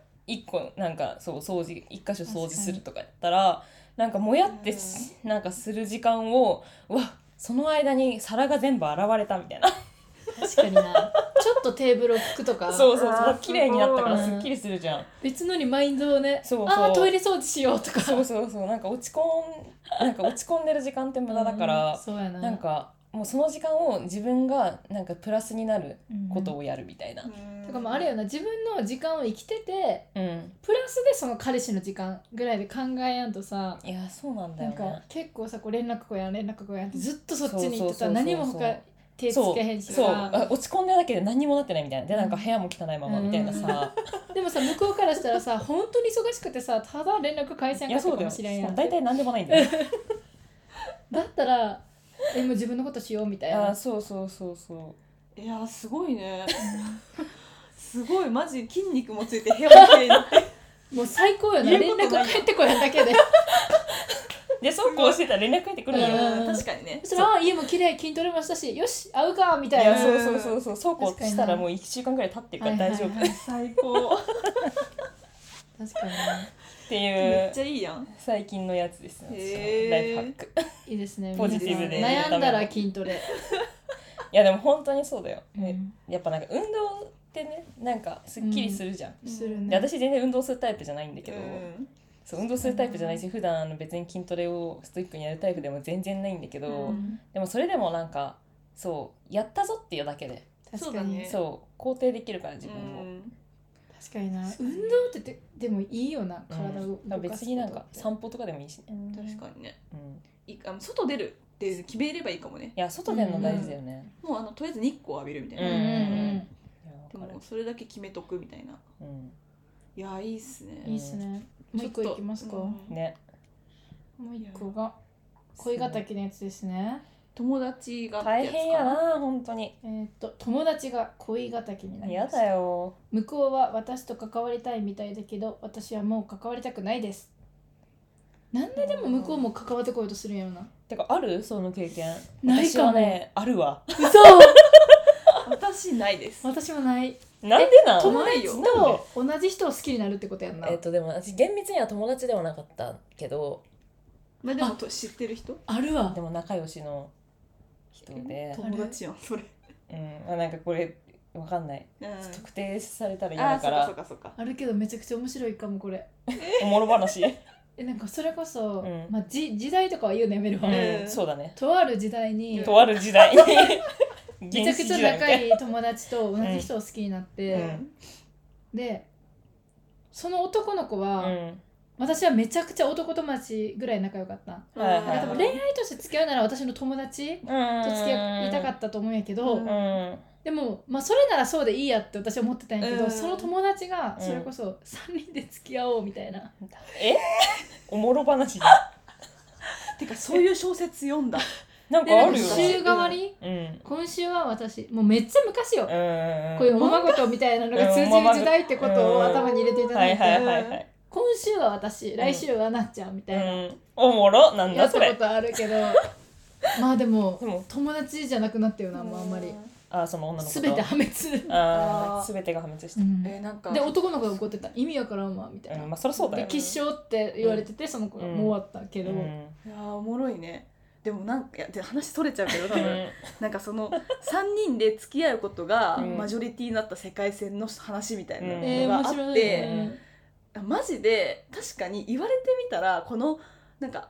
[SPEAKER 2] 一個なんかそう掃除一箇所掃除するとかやったらなんかもやってしなんかする時間をうわその間に皿が全部洗われたみたいな
[SPEAKER 1] 確かになちょっとテーブルを拭くとか
[SPEAKER 2] そうそう
[SPEAKER 3] あー
[SPEAKER 2] そう綺麗になったから
[SPEAKER 1] す
[SPEAKER 2] す
[SPEAKER 1] ごい
[SPEAKER 2] っきりするじゃん
[SPEAKER 1] 別のにマインドをね
[SPEAKER 2] そうそう
[SPEAKER 1] あートイレ掃除しようとか
[SPEAKER 2] そうそうそうなんか落ち込んなんか落ち込んでる時間って無駄だから
[SPEAKER 1] そうやな
[SPEAKER 2] なんかもうその時間を自分がなんかプラスになること
[SPEAKER 1] を
[SPEAKER 2] をやるみたいな
[SPEAKER 3] うん
[SPEAKER 1] とかもうあれよな自分の時間を生きてて
[SPEAKER 2] うん
[SPEAKER 1] プラスでその彼氏の時間ぐらいで考えやんとさ
[SPEAKER 2] いやそうなんだ
[SPEAKER 1] な
[SPEAKER 2] よ
[SPEAKER 1] んか
[SPEAKER 2] ね
[SPEAKER 1] 結構さこう連絡こやん連絡こやんってずっとそっちに行って
[SPEAKER 2] そうそうそうそ
[SPEAKER 1] た
[SPEAKER 2] う
[SPEAKER 1] 何も他手つけへんし
[SPEAKER 2] そうあ
[SPEAKER 1] さ
[SPEAKER 2] 落ち込んでるだけで何にもなってないみたいなでなんか部屋も汚いままみたい なさ、
[SPEAKER 1] でもさ向こうからしたらさ本当に忙しくてさただ連絡返せんか
[SPEAKER 2] いや
[SPEAKER 1] った
[SPEAKER 2] そう
[SPEAKER 1] か
[SPEAKER 2] だ
[SPEAKER 1] も
[SPEAKER 2] よ
[SPEAKER 1] しれんや
[SPEAKER 2] そ
[SPEAKER 1] ん
[SPEAKER 2] う大体何でもないんだよ
[SPEAKER 1] だったらえもう自分のことしようみたい
[SPEAKER 2] あ
[SPEAKER 1] な
[SPEAKER 2] ーそうそうそうそ
[SPEAKER 3] いやすごいねすごいマジ筋肉もついてヘアも綺麗になって
[SPEAKER 1] もう最高よな
[SPEAKER 3] 言
[SPEAKER 1] 連
[SPEAKER 3] うこと
[SPEAKER 1] 絡
[SPEAKER 3] ないよ
[SPEAKER 1] 返ってこやんだけで
[SPEAKER 2] でそうこうしてたら連絡返ってくるのよ。
[SPEAKER 1] うん
[SPEAKER 3] 確かにね
[SPEAKER 1] それは家も綺麗筋トレもしたしよし会うかみ
[SPEAKER 2] い
[SPEAKER 1] たい
[SPEAKER 2] や
[SPEAKER 1] な
[SPEAKER 2] そうそうそうそうそうこうしたらもう1週間ぐらい経ってるから大丈夫
[SPEAKER 1] はいはいは
[SPEAKER 2] っ
[SPEAKER 1] い
[SPEAKER 3] 最高
[SPEAKER 1] 確かにね
[SPEAKER 2] て
[SPEAKER 3] め
[SPEAKER 2] い
[SPEAKER 3] っ
[SPEAKER 2] う
[SPEAKER 3] ちゃいいやん
[SPEAKER 2] 最近のやつですね
[SPEAKER 3] へー
[SPEAKER 2] ライフハック
[SPEAKER 1] いいですね
[SPEAKER 2] ポジティブで
[SPEAKER 1] 皆さん悩んだら筋トレ、
[SPEAKER 2] いやでも本当にそうだよ、
[SPEAKER 1] うん
[SPEAKER 2] やっぱなんか運動ってねなんかすっきりするじゃん、
[SPEAKER 1] する
[SPEAKER 2] で
[SPEAKER 1] ね
[SPEAKER 2] 私全然運動するタイプじゃないんだけ
[SPEAKER 3] う
[SPEAKER 2] ど、
[SPEAKER 3] ん
[SPEAKER 2] そう運動するタイプじゃないし普段あの別に筋トレをストイックにやるタイプでも全然ないんだけど、
[SPEAKER 1] うん
[SPEAKER 2] でもそれでもなんかそうやったぞっていうだけで、
[SPEAKER 1] 確
[SPEAKER 3] そう
[SPEAKER 1] か
[SPEAKER 3] だ
[SPEAKER 1] に、
[SPEAKER 3] ね
[SPEAKER 2] そう肯定できるから自分を、
[SPEAKER 1] 確かにな運動ってででもいいよな体
[SPEAKER 2] う
[SPEAKER 1] を
[SPEAKER 2] んだ
[SPEAKER 1] 動
[SPEAKER 2] から
[SPEAKER 1] かすこと
[SPEAKER 2] 別になんか散歩とかでもいいしね、
[SPEAKER 3] 確かにね
[SPEAKER 2] うん、
[SPEAKER 3] いいあの外出るって決めればいいかもね
[SPEAKER 2] いや外出るの大事だよね、
[SPEAKER 3] もうあのとりあえず日光浴びるみたい
[SPEAKER 2] うん
[SPEAKER 1] うん
[SPEAKER 3] な、
[SPEAKER 1] うん
[SPEAKER 2] いやわ
[SPEAKER 3] で
[SPEAKER 2] かる
[SPEAKER 3] もそれだけ決めとくみたいな
[SPEAKER 2] うん
[SPEAKER 3] いやいいっす
[SPEAKER 1] うん
[SPEAKER 3] ね
[SPEAKER 1] いいっすねもう一個
[SPEAKER 3] ちょっ
[SPEAKER 1] い
[SPEAKER 3] と
[SPEAKER 1] きますか、
[SPEAKER 3] うん
[SPEAKER 2] ね
[SPEAKER 1] もう一個が恋敵のやつですね
[SPEAKER 3] 友達がって
[SPEAKER 2] 大
[SPEAKER 3] やつか
[SPEAKER 2] 変やな本当に
[SPEAKER 1] えーっと友達が恋敵になり
[SPEAKER 2] 嫌
[SPEAKER 1] ました
[SPEAKER 2] だよ
[SPEAKER 1] 向こうは私と関わりたいみたいだけど私はもう関わりたくないですなんででも向こうも関わってこようとするんやろな
[SPEAKER 2] てかあるその経験
[SPEAKER 1] ない
[SPEAKER 2] 私
[SPEAKER 1] かも
[SPEAKER 2] はねあるわ
[SPEAKER 1] 嘘
[SPEAKER 3] 私ないで す
[SPEAKER 1] 私もない
[SPEAKER 2] なんでなん
[SPEAKER 3] 友
[SPEAKER 2] なん
[SPEAKER 3] 達
[SPEAKER 2] で
[SPEAKER 3] と
[SPEAKER 1] と同じ人を好きになるってことやんな、
[SPEAKER 2] えっとでも私厳密には友達ではなかったけど
[SPEAKER 3] まあでもと知ってる人
[SPEAKER 1] あるわ
[SPEAKER 2] でも仲良しの人で、
[SPEAKER 3] 友達やんそれ
[SPEAKER 2] うん、あなんかこれわかんない
[SPEAKER 3] うん
[SPEAKER 2] 特定されたら嫌
[SPEAKER 3] あ
[SPEAKER 2] だ
[SPEAKER 3] あ
[SPEAKER 2] か
[SPEAKER 3] そっかそっ
[SPEAKER 2] ら
[SPEAKER 3] かそっか
[SPEAKER 1] あるけどめちゃくちゃ面白いかもこれ
[SPEAKER 2] おもろ話、
[SPEAKER 1] えなんかそれこそ、
[SPEAKER 2] うん
[SPEAKER 1] まあ、じ時代とかは言うのやめる
[SPEAKER 2] う
[SPEAKER 1] わ、
[SPEAKER 2] んそうだね
[SPEAKER 1] とある時代に
[SPEAKER 2] とある時代
[SPEAKER 1] めちゃくちゃ仲 いい友達と同じ人を好きになって、
[SPEAKER 2] うん
[SPEAKER 1] でその男の子
[SPEAKER 2] う
[SPEAKER 1] は、
[SPEAKER 2] ん
[SPEAKER 1] 私はめちゃくちゃ男友達ぐらい仲良かった
[SPEAKER 2] はいはい
[SPEAKER 1] だから多分恋愛として付き合うなら私の友達と付き合いたかったと思うんやけど、
[SPEAKER 3] うん
[SPEAKER 2] うん
[SPEAKER 1] でも、まあ、それならそうでいいやって私は思ってたんやけど、
[SPEAKER 3] うん
[SPEAKER 1] その友達がそれこそ3人で付き合おうみたいな、
[SPEAKER 2] えおもろ話だ
[SPEAKER 3] てかそういう小説読んだ
[SPEAKER 2] なん
[SPEAKER 1] で
[SPEAKER 2] かあ
[SPEAKER 1] なんか
[SPEAKER 2] るよ
[SPEAKER 1] 週
[SPEAKER 3] ね
[SPEAKER 1] 替わり、
[SPEAKER 2] うんうん
[SPEAKER 1] 今週は私もうめっちゃ昔よ、
[SPEAKER 2] うん
[SPEAKER 1] こういうおまごとみたいなのが通じる時代ってことを頭に入れていた
[SPEAKER 2] は
[SPEAKER 1] だ
[SPEAKER 2] い
[SPEAKER 1] いて、
[SPEAKER 2] はいはいはい
[SPEAKER 1] 今週は私来週はなっちゃんみたいな、
[SPEAKER 2] うんおもろなん
[SPEAKER 1] や
[SPEAKER 2] だ
[SPEAKER 1] っ
[SPEAKER 2] そ
[SPEAKER 1] たこ
[SPEAKER 2] れ
[SPEAKER 1] とあるけどまあでも
[SPEAKER 2] でも
[SPEAKER 1] 友達じゃなくなったよなもうあんまり
[SPEAKER 2] あその女の子と
[SPEAKER 1] 全て破滅、
[SPEAKER 2] あ
[SPEAKER 3] あー
[SPEAKER 2] ー全てが破滅し
[SPEAKER 1] う
[SPEAKER 2] た
[SPEAKER 1] ん
[SPEAKER 3] えーなんか
[SPEAKER 1] で男の子が怒ってた意味わからんわみたいな、
[SPEAKER 2] うんまあそりゃそうだ
[SPEAKER 1] で
[SPEAKER 2] よ
[SPEAKER 1] 吉祥って言われててその子が
[SPEAKER 2] うん
[SPEAKER 1] もう終わったけ
[SPEAKER 2] う
[SPEAKER 1] ど、
[SPEAKER 2] ん
[SPEAKER 3] いやーおもろいねでもなんかいやで話それちゃうけど多
[SPEAKER 2] う
[SPEAKER 3] 分
[SPEAKER 2] ん
[SPEAKER 3] なんかその3人で付き合うことが
[SPEAKER 2] うん
[SPEAKER 3] マジョリティになった世界線の話みたいな
[SPEAKER 2] うん
[SPEAKER 1] えー、
[SPEAKER 3] のがあ
[SPEAKER 1] 面
[SPEAKER 3] っ
[SPEAKER 1] 白い
[SPEAKER 3] て、
[SPEAKER 1] ね、
[SPEAKER 3] マジで確かに言われてみたらこのなんか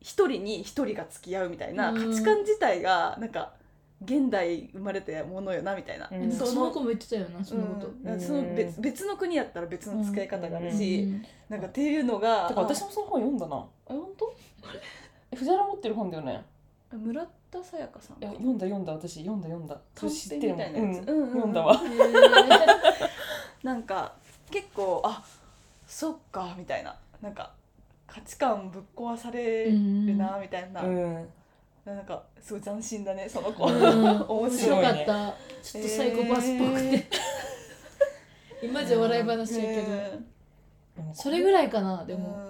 [SPEAKER 3] 一人に一人が付き合うみたいな
[SPEAKER 1] うん
[SPEAKER 3] 価値観自体がなんか現代生まれたものよなみたいな、
[SPEAKER 2] うん
[SPEAKER 1] うんそ
[SPEAKER 3] そ
[SPEAKER 1] の
[SPEAKER 3] の
[SPEAKER 1] 子も言ってたよなそのこと、
[SPEAKER 3] うんその別別の国やったら別の使い方があるし、
[SPEAKER 1] うん
[SPEAKER 3] なんかっていうのが
[SPEAKER 2] てか私
[SPEAKER 3] あ
[SPEAKER 2] もその本読んだな
[SPEAKER 3] え本当
[SPEAKER 2] え藤原持ってる本だよね
[SPEAKER 3] 村田沙也加さん
[SPEAKER 2] いや
[SPEAKER 3] か
[SPEAKER 2] 読んだ読んだ私読んだ読んだそれ
[SPEAKER 3] 短
[SPEAKER 2] 知っ
[SPEAKER 3] 編
[SPEAKER 2] てるもん
[SPEAKER 3] みたいなやつ、
[SPEAKER 2] うん
[SPEAKER 3] うう
[SPEAKER 2] 読んだわ
[SPEAKER 1] えー
[SPEAKER 3] なんか結構あそっかみたいななんか価値観ぶっ壊されるなみたいな、
[SPEAKER 2] うん
[SPEAKER 3] なんかすごい斬新だねその子、
[SPEAKER 1] うん
[SPEAKER 3] 面
[SPEAKER 1] 面白
[SPEAKER 3] 白い
[SPEAKER 1] か
[SPEAKER 2] い
[SPEAKER 1] っ
[SPEAKER 2] ね
[SPEAKER 1] た、ちょっとサイコパスっぽくて、今じゃ笑い話やけど、
[SPEAKER 2] うん
[SPEAKER 1] それぐらいかなで
[SPEAKER 3] で
[SPEAKER 1] も、
[SPEAKER 3] も、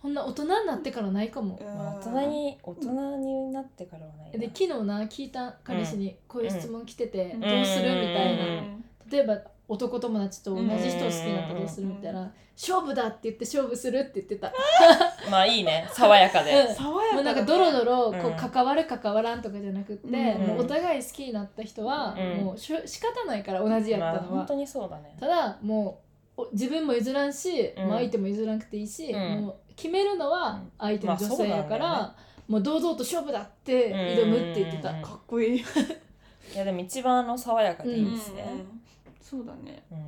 [SPEAKER 1] こんな大人になってからないかも、
[SPEAKER 2] まあ大人に大人になってからはないな
[SPEAKER 1] で昨日な聞いた彼氏にこういう質問来てて、
[SPEAKER 3] うん
[SPEAKER 1] どうするみたいな、
[SPEAKER 2] うん
[SPEAKER 1] 例えば男友達と同じ人を好きになったらどうするみたいな、勝負だって言って勝負するって言ってた、
[SPEAKER 2] まあいいね爽やかで
[SPEAKER 1] うん
[SPEAKER 3] 爽やか
[SPEAKER 1] もうなんかドロドロこ
[SPEAKER 2] うん
[SPEAKER 1] う関わる関わらんとかじゃなくって、
[SPEAKER 3] うん
[SPEAKER 1] もうお互い好きになった人は
[SPEAKER 2] うん
[SPEAKER 1] もうしょ仕方ないから同じや
[SPEAKER 2] ま
[SPEAKER 1] っ
[SPEAKER 2] あ
[SPEAKER 1] たのは
[SPEAKER 2] 本、当にそうだね
[SPEAKER 1] ただもうお自分も譲らんし、
[SPEAKER 2] うん
[SPEAKER 1] まあ相手も譲らなくていいし、
[SPEAKER 2] うん
[SPEAKER 1] もう決めるの
[SPEAKER 2] う
[SPEAKER 1] は
[SPEAKER 2] ん
[SPEAKER 1] 相手の女性やから、
[SPEAKER 2] まあそう
[SPEAKER 1] もう堂々と勝負だって挑むって言ってた、
[SPEAKER 2] うん
[SPEAKER 3] かっこいい、
[SPEAKER 2] いやでも一番あの爽やかでいいです
[SPEAKER 3] う
[SPEAKER 2] ね
[SPEAKER 3] んそうだね
[SPEAKER 2] うん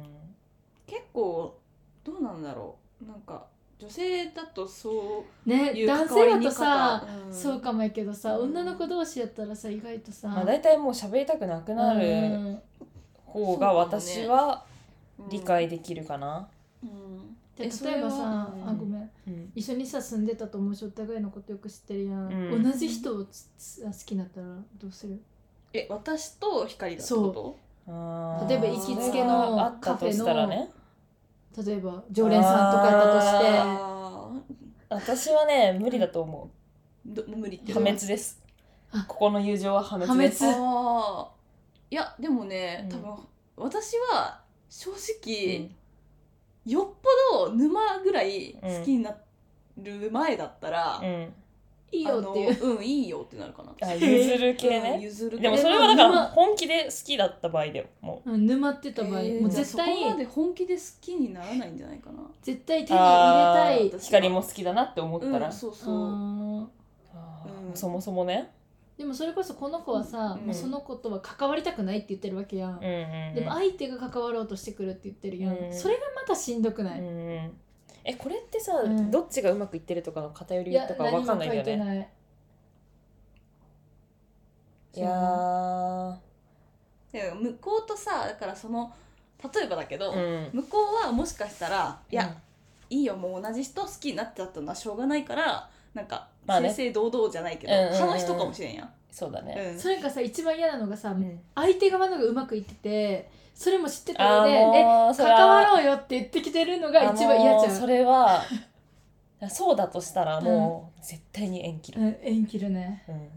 [SPEAKER 3] 結構どうなんだろうなんか女性だとそうい
[SPEAKER 1] ね男
[SPEAKER 3] う関わ
[SPEAKER 1] 性
[SPEAKER 3] り
[SPEAKER 1] だ
[SPEAKER 3] に
[SPEAKER 1] とさ、
[SPEAKER 3] ん
[SPEAKER 1] そうかもやけどさ
[SPEAKER 3] うん
[SPEAKER 1] 女の子同士やったらさ意外とさ、
[SPEAKER 2] まあ大体もう喋りたくなくな
[SPEAKER 1] う
[SPEAKER 2] る
[SPEAKER 1] ん
[SPEAKER 2] 方が私は理解できるかな
[SPEAKER 3] うん
[SPEAKER 1] で
[SPEAKER 3] えそれ
[SPEAKER 1] 例え
[SPEAKER 3] は
[SPEAKER 1] ばさ、
[SPEAKER 3] うん
[SPEAKER 1] あごめん
[SPEAKER 2] うん
[SPEAKER 1] 一緒にさ住んでたと思うしお互いのことよく知ってるやん、
[SPEAKER 2] うん
[SPEAKER 1] 同じ人をつつ好きになったらどうする
[SPEAKER 3] え私と光だってこと
[SPEAKER 2] あー
[SPEAKER 1] 例えば行きつけの
[SPEAKER 2] あったとしたらね
[SPEAKER 1] 例えば常連さんとかやったとして
[SPEAKER 3] あー
[SPEAKER 2] 私はね無理だと思
[SPEAKER 3] ど無理っ
[SPEAKER 2] う
[SPEAKER 3] て
[SPEAKER 2] 破滅です
[SPEAKER 1] あ
[SPEAKER 2] ここの友情は破滅です
[SPEAKER 1] 破滅
[SPEAKER 3] あーいやでもね
[SPEAKER 2] う
[SPEAKER 3] 多
[SPEAKER 2] ん
[SPEAKER 3] 分、私は正直、
[SPEAKER 2] うん
[SPEAKER 3] よっぽど沼ぐらい好きになる前だったら、
[SPEAKER 2] うん
[SPEAKER 1] いい
[SPEAKER 3] あ
[SPEAKER 1] よ
[SPEAKER 3] の
[SPEAKER 1] っていう。
[SPEAKER 3] んいいよってなるかな
[SPEAKER 2] あ譲る系
[SPEAKER 3] うん
[SPEAKER 2] ね
[SPEAKER 3] 譲る
[SPEAKER 2] でも
[SPEAKER 1] 系
[SPEAKER 2] それはだか
[SPEAKER 1] で
[SPEAKER 2] ら
[SPEAKER 1] も
[SPEAKER 2] 本気で好きだった場合だよも
[SPEAKER 1] うん沼ってた場合、もう絶対
[SPEAKER 3] そこまで本気で好きにならないんじゃないかな
[SPEAKER 1] 絶対
[SPEAKER 2] う
[SPEAKER 1] 手に入れ
[SPEAKER 2] あ
[SPEAKER 1] た
[SPEAKER 2] ー
[SPEAKER 1] い。
[SPEAKER 2] 光も好きだなって思ったら、
[SPEAKER 3] うんそう
[SPEAKER 1] う
[SPEAKER 3] そう、
[SPEAKER 1] ん
[SPEAKER 2] あー
[SPEAKER 3] うん
[SPEAKER 2] そもそもね、
[SPEAKER 1] でもそれこそこの子はさ、
[SPEAKER 3] うん
[SPEAKER 1] もうその子とは関わりたくないって言ってるわけやん
[SPEAKER 2] うん。うんうん、
[SPEAKER 1] でも相手が関わろうとしてくるって言ってるやん。
[SPEAKER 2] うん
[SPEAKER 1] それがまたしんどくない。
[SPEAKER 2] うんえこれってさ、
[SPEAKER 1] うん
[SPEAKER 2] どっちがうまくいってるとかの偏り
[SPEAKER 1] いや
[SPEAKER 2] と、か
[SPEAKER 1] 何
[SPEAKER 2] わ
[SPEAKER 1] も
[SPEAKER 2] かんない
[SPEAKER 1] 書
[SPEAKER 2] よ
[SPEAKER 1] いて
[SPEAKER 2] ね
[SPEAKER 1] ない。
[SPEAKER 2] いやー
[SPEAKER 3] で向こうとさだからその例えばだけど、
[SPEAKER 2] うん
[SPEAKER 3] 向こうはもしかしたらいや、
[SPEAKER 2] うん
[SPEAKER 3] いいよもう同じ人好きになっちゃったのはしょうがないからなんか
[SPEAKER 2] まあね
[SPEAKER 3] 正々堂々じゃないけど、
[SPEAKER 2] うんうんうん
[SPEAKER 3] 話とかもしれんやん、
[SPEAKER 2] そうだね、
[SPEAKER 3] うん
[SPEAKER 1] それがさ一番嫌なのがさ、
[SPEAKER 2] ん
[SPEAKER 1] 相手側のがうまくいっててそれも知ってた
[SPEAKER 2] あ
[SPEAKER 1] 上で「え
[SPEAKER 2] ーもうそ
[SPEAKER 1] 関
[SPEAKER 2] れは
[SPEAKER 1] わろうよ」って言ってきてるのが一番嫌
[SPEAKER 2] あ
[SPEAKER 1] じ
[SPEAKER 2] のー
[SPEAKER 1] ゃ
[SPEAKER 2] そ
[SPEAKER 1] ん。
[SPEAKER 2] れはそうだとしたらもう絶対に縁切る、
[SPEAKER 1] うん、縁切るね。
[SPEAKER 2] うん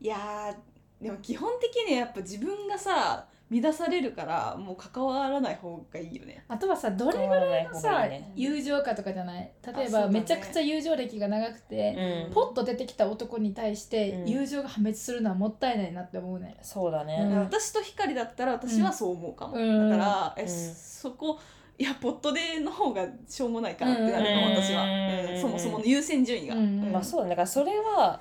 [SPEAKER 3] いやーでも基本的にはやっぱ自分がさ乱されるからもう関わらない方がいいよね
[SPEAKER 1] あとはさどれ
[SPEAKER 2] 関
[SPEAKER 1] ぐ
[SPEAKER 2] わ
[SPEAKER 1] らい
[SPEAKER 2] らない
[SPEAKER 1] の
[SPEAKER 2] 方が
[SPEAKER 1] さ
[SPEAKER 2] いいね
[SPEAKER 1] 友情かとかじゃない例え
[SPEAKER 3] あそう
[SPEAKER 1] ば、
[SPEAKER 3] だね
[SPEAKER 1] めちゃくちゃ友情歴が長くて、
[SPEAKER 2] うん
[SPEAKER 1] ポッと出てきた男に対して
[SPEAKER 2] うん
[SPEAKER 1] 友情が破滅するのはもったいないなって思うね。
[SPEAKER 2] そうだ
[SPEAKER 1] う
[SPEAKER 3] だ
[SPEAKER 2] ね、
[SPEAKER 3] から私と光だったら私はそう思うかも、
[SPEAKER 1] うん
[SPEAKER 3] だから、え
[SPEAKER 2] うん
[SPEAKER 3] そこいやポットでの方がしょうもないかなってなるかも、
[SPEAKER 2] うん
[SPEAKER 3] 私は、
[SPEAKER 2] うん
[SPEAKER 3] うんそもそもの優先順位が、
[SPEAKER 1] うんうん
[SPEAKER 2] まあそうだねだからそれは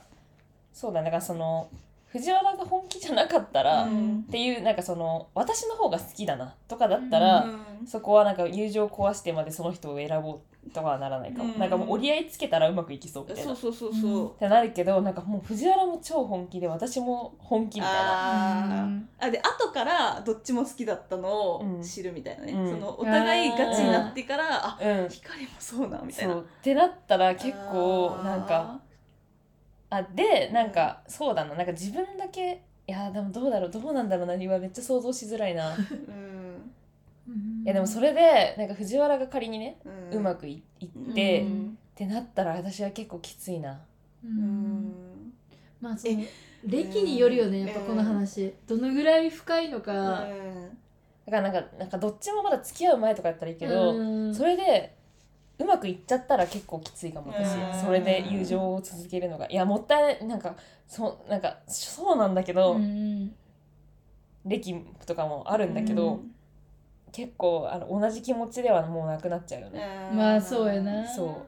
[SPEAKER 2] そうだねだからその藤原が本気じゃなかったら、
[SPEAKER 3] う
[SPEAKER 2] っ
[SPEAKER 3] ん
[SPEAKER 2] ていうなんかその私の方が好きだなとかだったら、
[SPEAKER 1] う
[SPEAKER 3] うん
[SPEAKER 2] そこはなんか友情壊してまでその人を選ぼうとかはならないかも、
[SPEAKER 3] うん
[SPEAKER 2] なんかもう折り合いつけたらうまくいきそうみたいな
[SPEAKER 3] そう
[SPEAKER 2] っ
[SPEAKER 3] そうそうそう、
[SPEAKER 2] てなるけどなんかもう藤原も超本気で私も本気みたいな
[SPEAKER 3] あー
[SPEAKER 1] うん
[SPEAKER 3] あで後からどっちも好きだったの
[SPEAKER 2] う
[SPEAKER 3] を
[SPEAKER 2] ん
[SPEAKER 3] 知るみたいなね、
[SPEAKER 2] うん
[SPEAKER 3] そのお互いガチになってからあ
[SPEAKER 2] うん
[SPEAKER 3] 光もそうなみたい
[SPEAKER 2] そ
[SPEAKER 3] な
[SPEAKER 2] うってなったら結構なんかあでなんかそうだななんか自分だけいやでもどうだろうどうなんだろうな今めっちゃ想像しづらいない
[SPEAKER 3] あーうん
[SPEAKER 1] うん
[SPEAKER 2] やでもそれでなんか藤原が仮にね
[SPEAKER 3] うん
[SPEAKER 2] うまくいいって、
[SPEAKER 3] う
[SPEAKER 2] っ
[SPEAKER 3] ん
[SPEAKER 2] てなったら私は結構きついな
[SPEAKER 1] う
[SPEAKER 3] うんん
[SPEAKER 1] まあその歴によるよねやっぱこの話、どのぐらい深いのか、
[SPEAKER 2] だからなんかなんかどっちもまだ付き合う前とかやったらいいけど、
[SPEAKER 1] うん
[SPEAKER 2] それでうまくいっちゃったら結構きついかも私
[SPEAKER 3] うん
[SPEAKER 2] それで友情を続けるのがいやもったいないなんかそうなんかそうなんだけど、
[SPEAKER 1] うん
[SPEAKER 2] 歴とかもあるんだけど、結構あの同じ気持ちではもうなくなっちゃうよね。
[SPEAKER 3] うん
[SPEAKER 1] まあそうやな
[SPEAKER 2] そ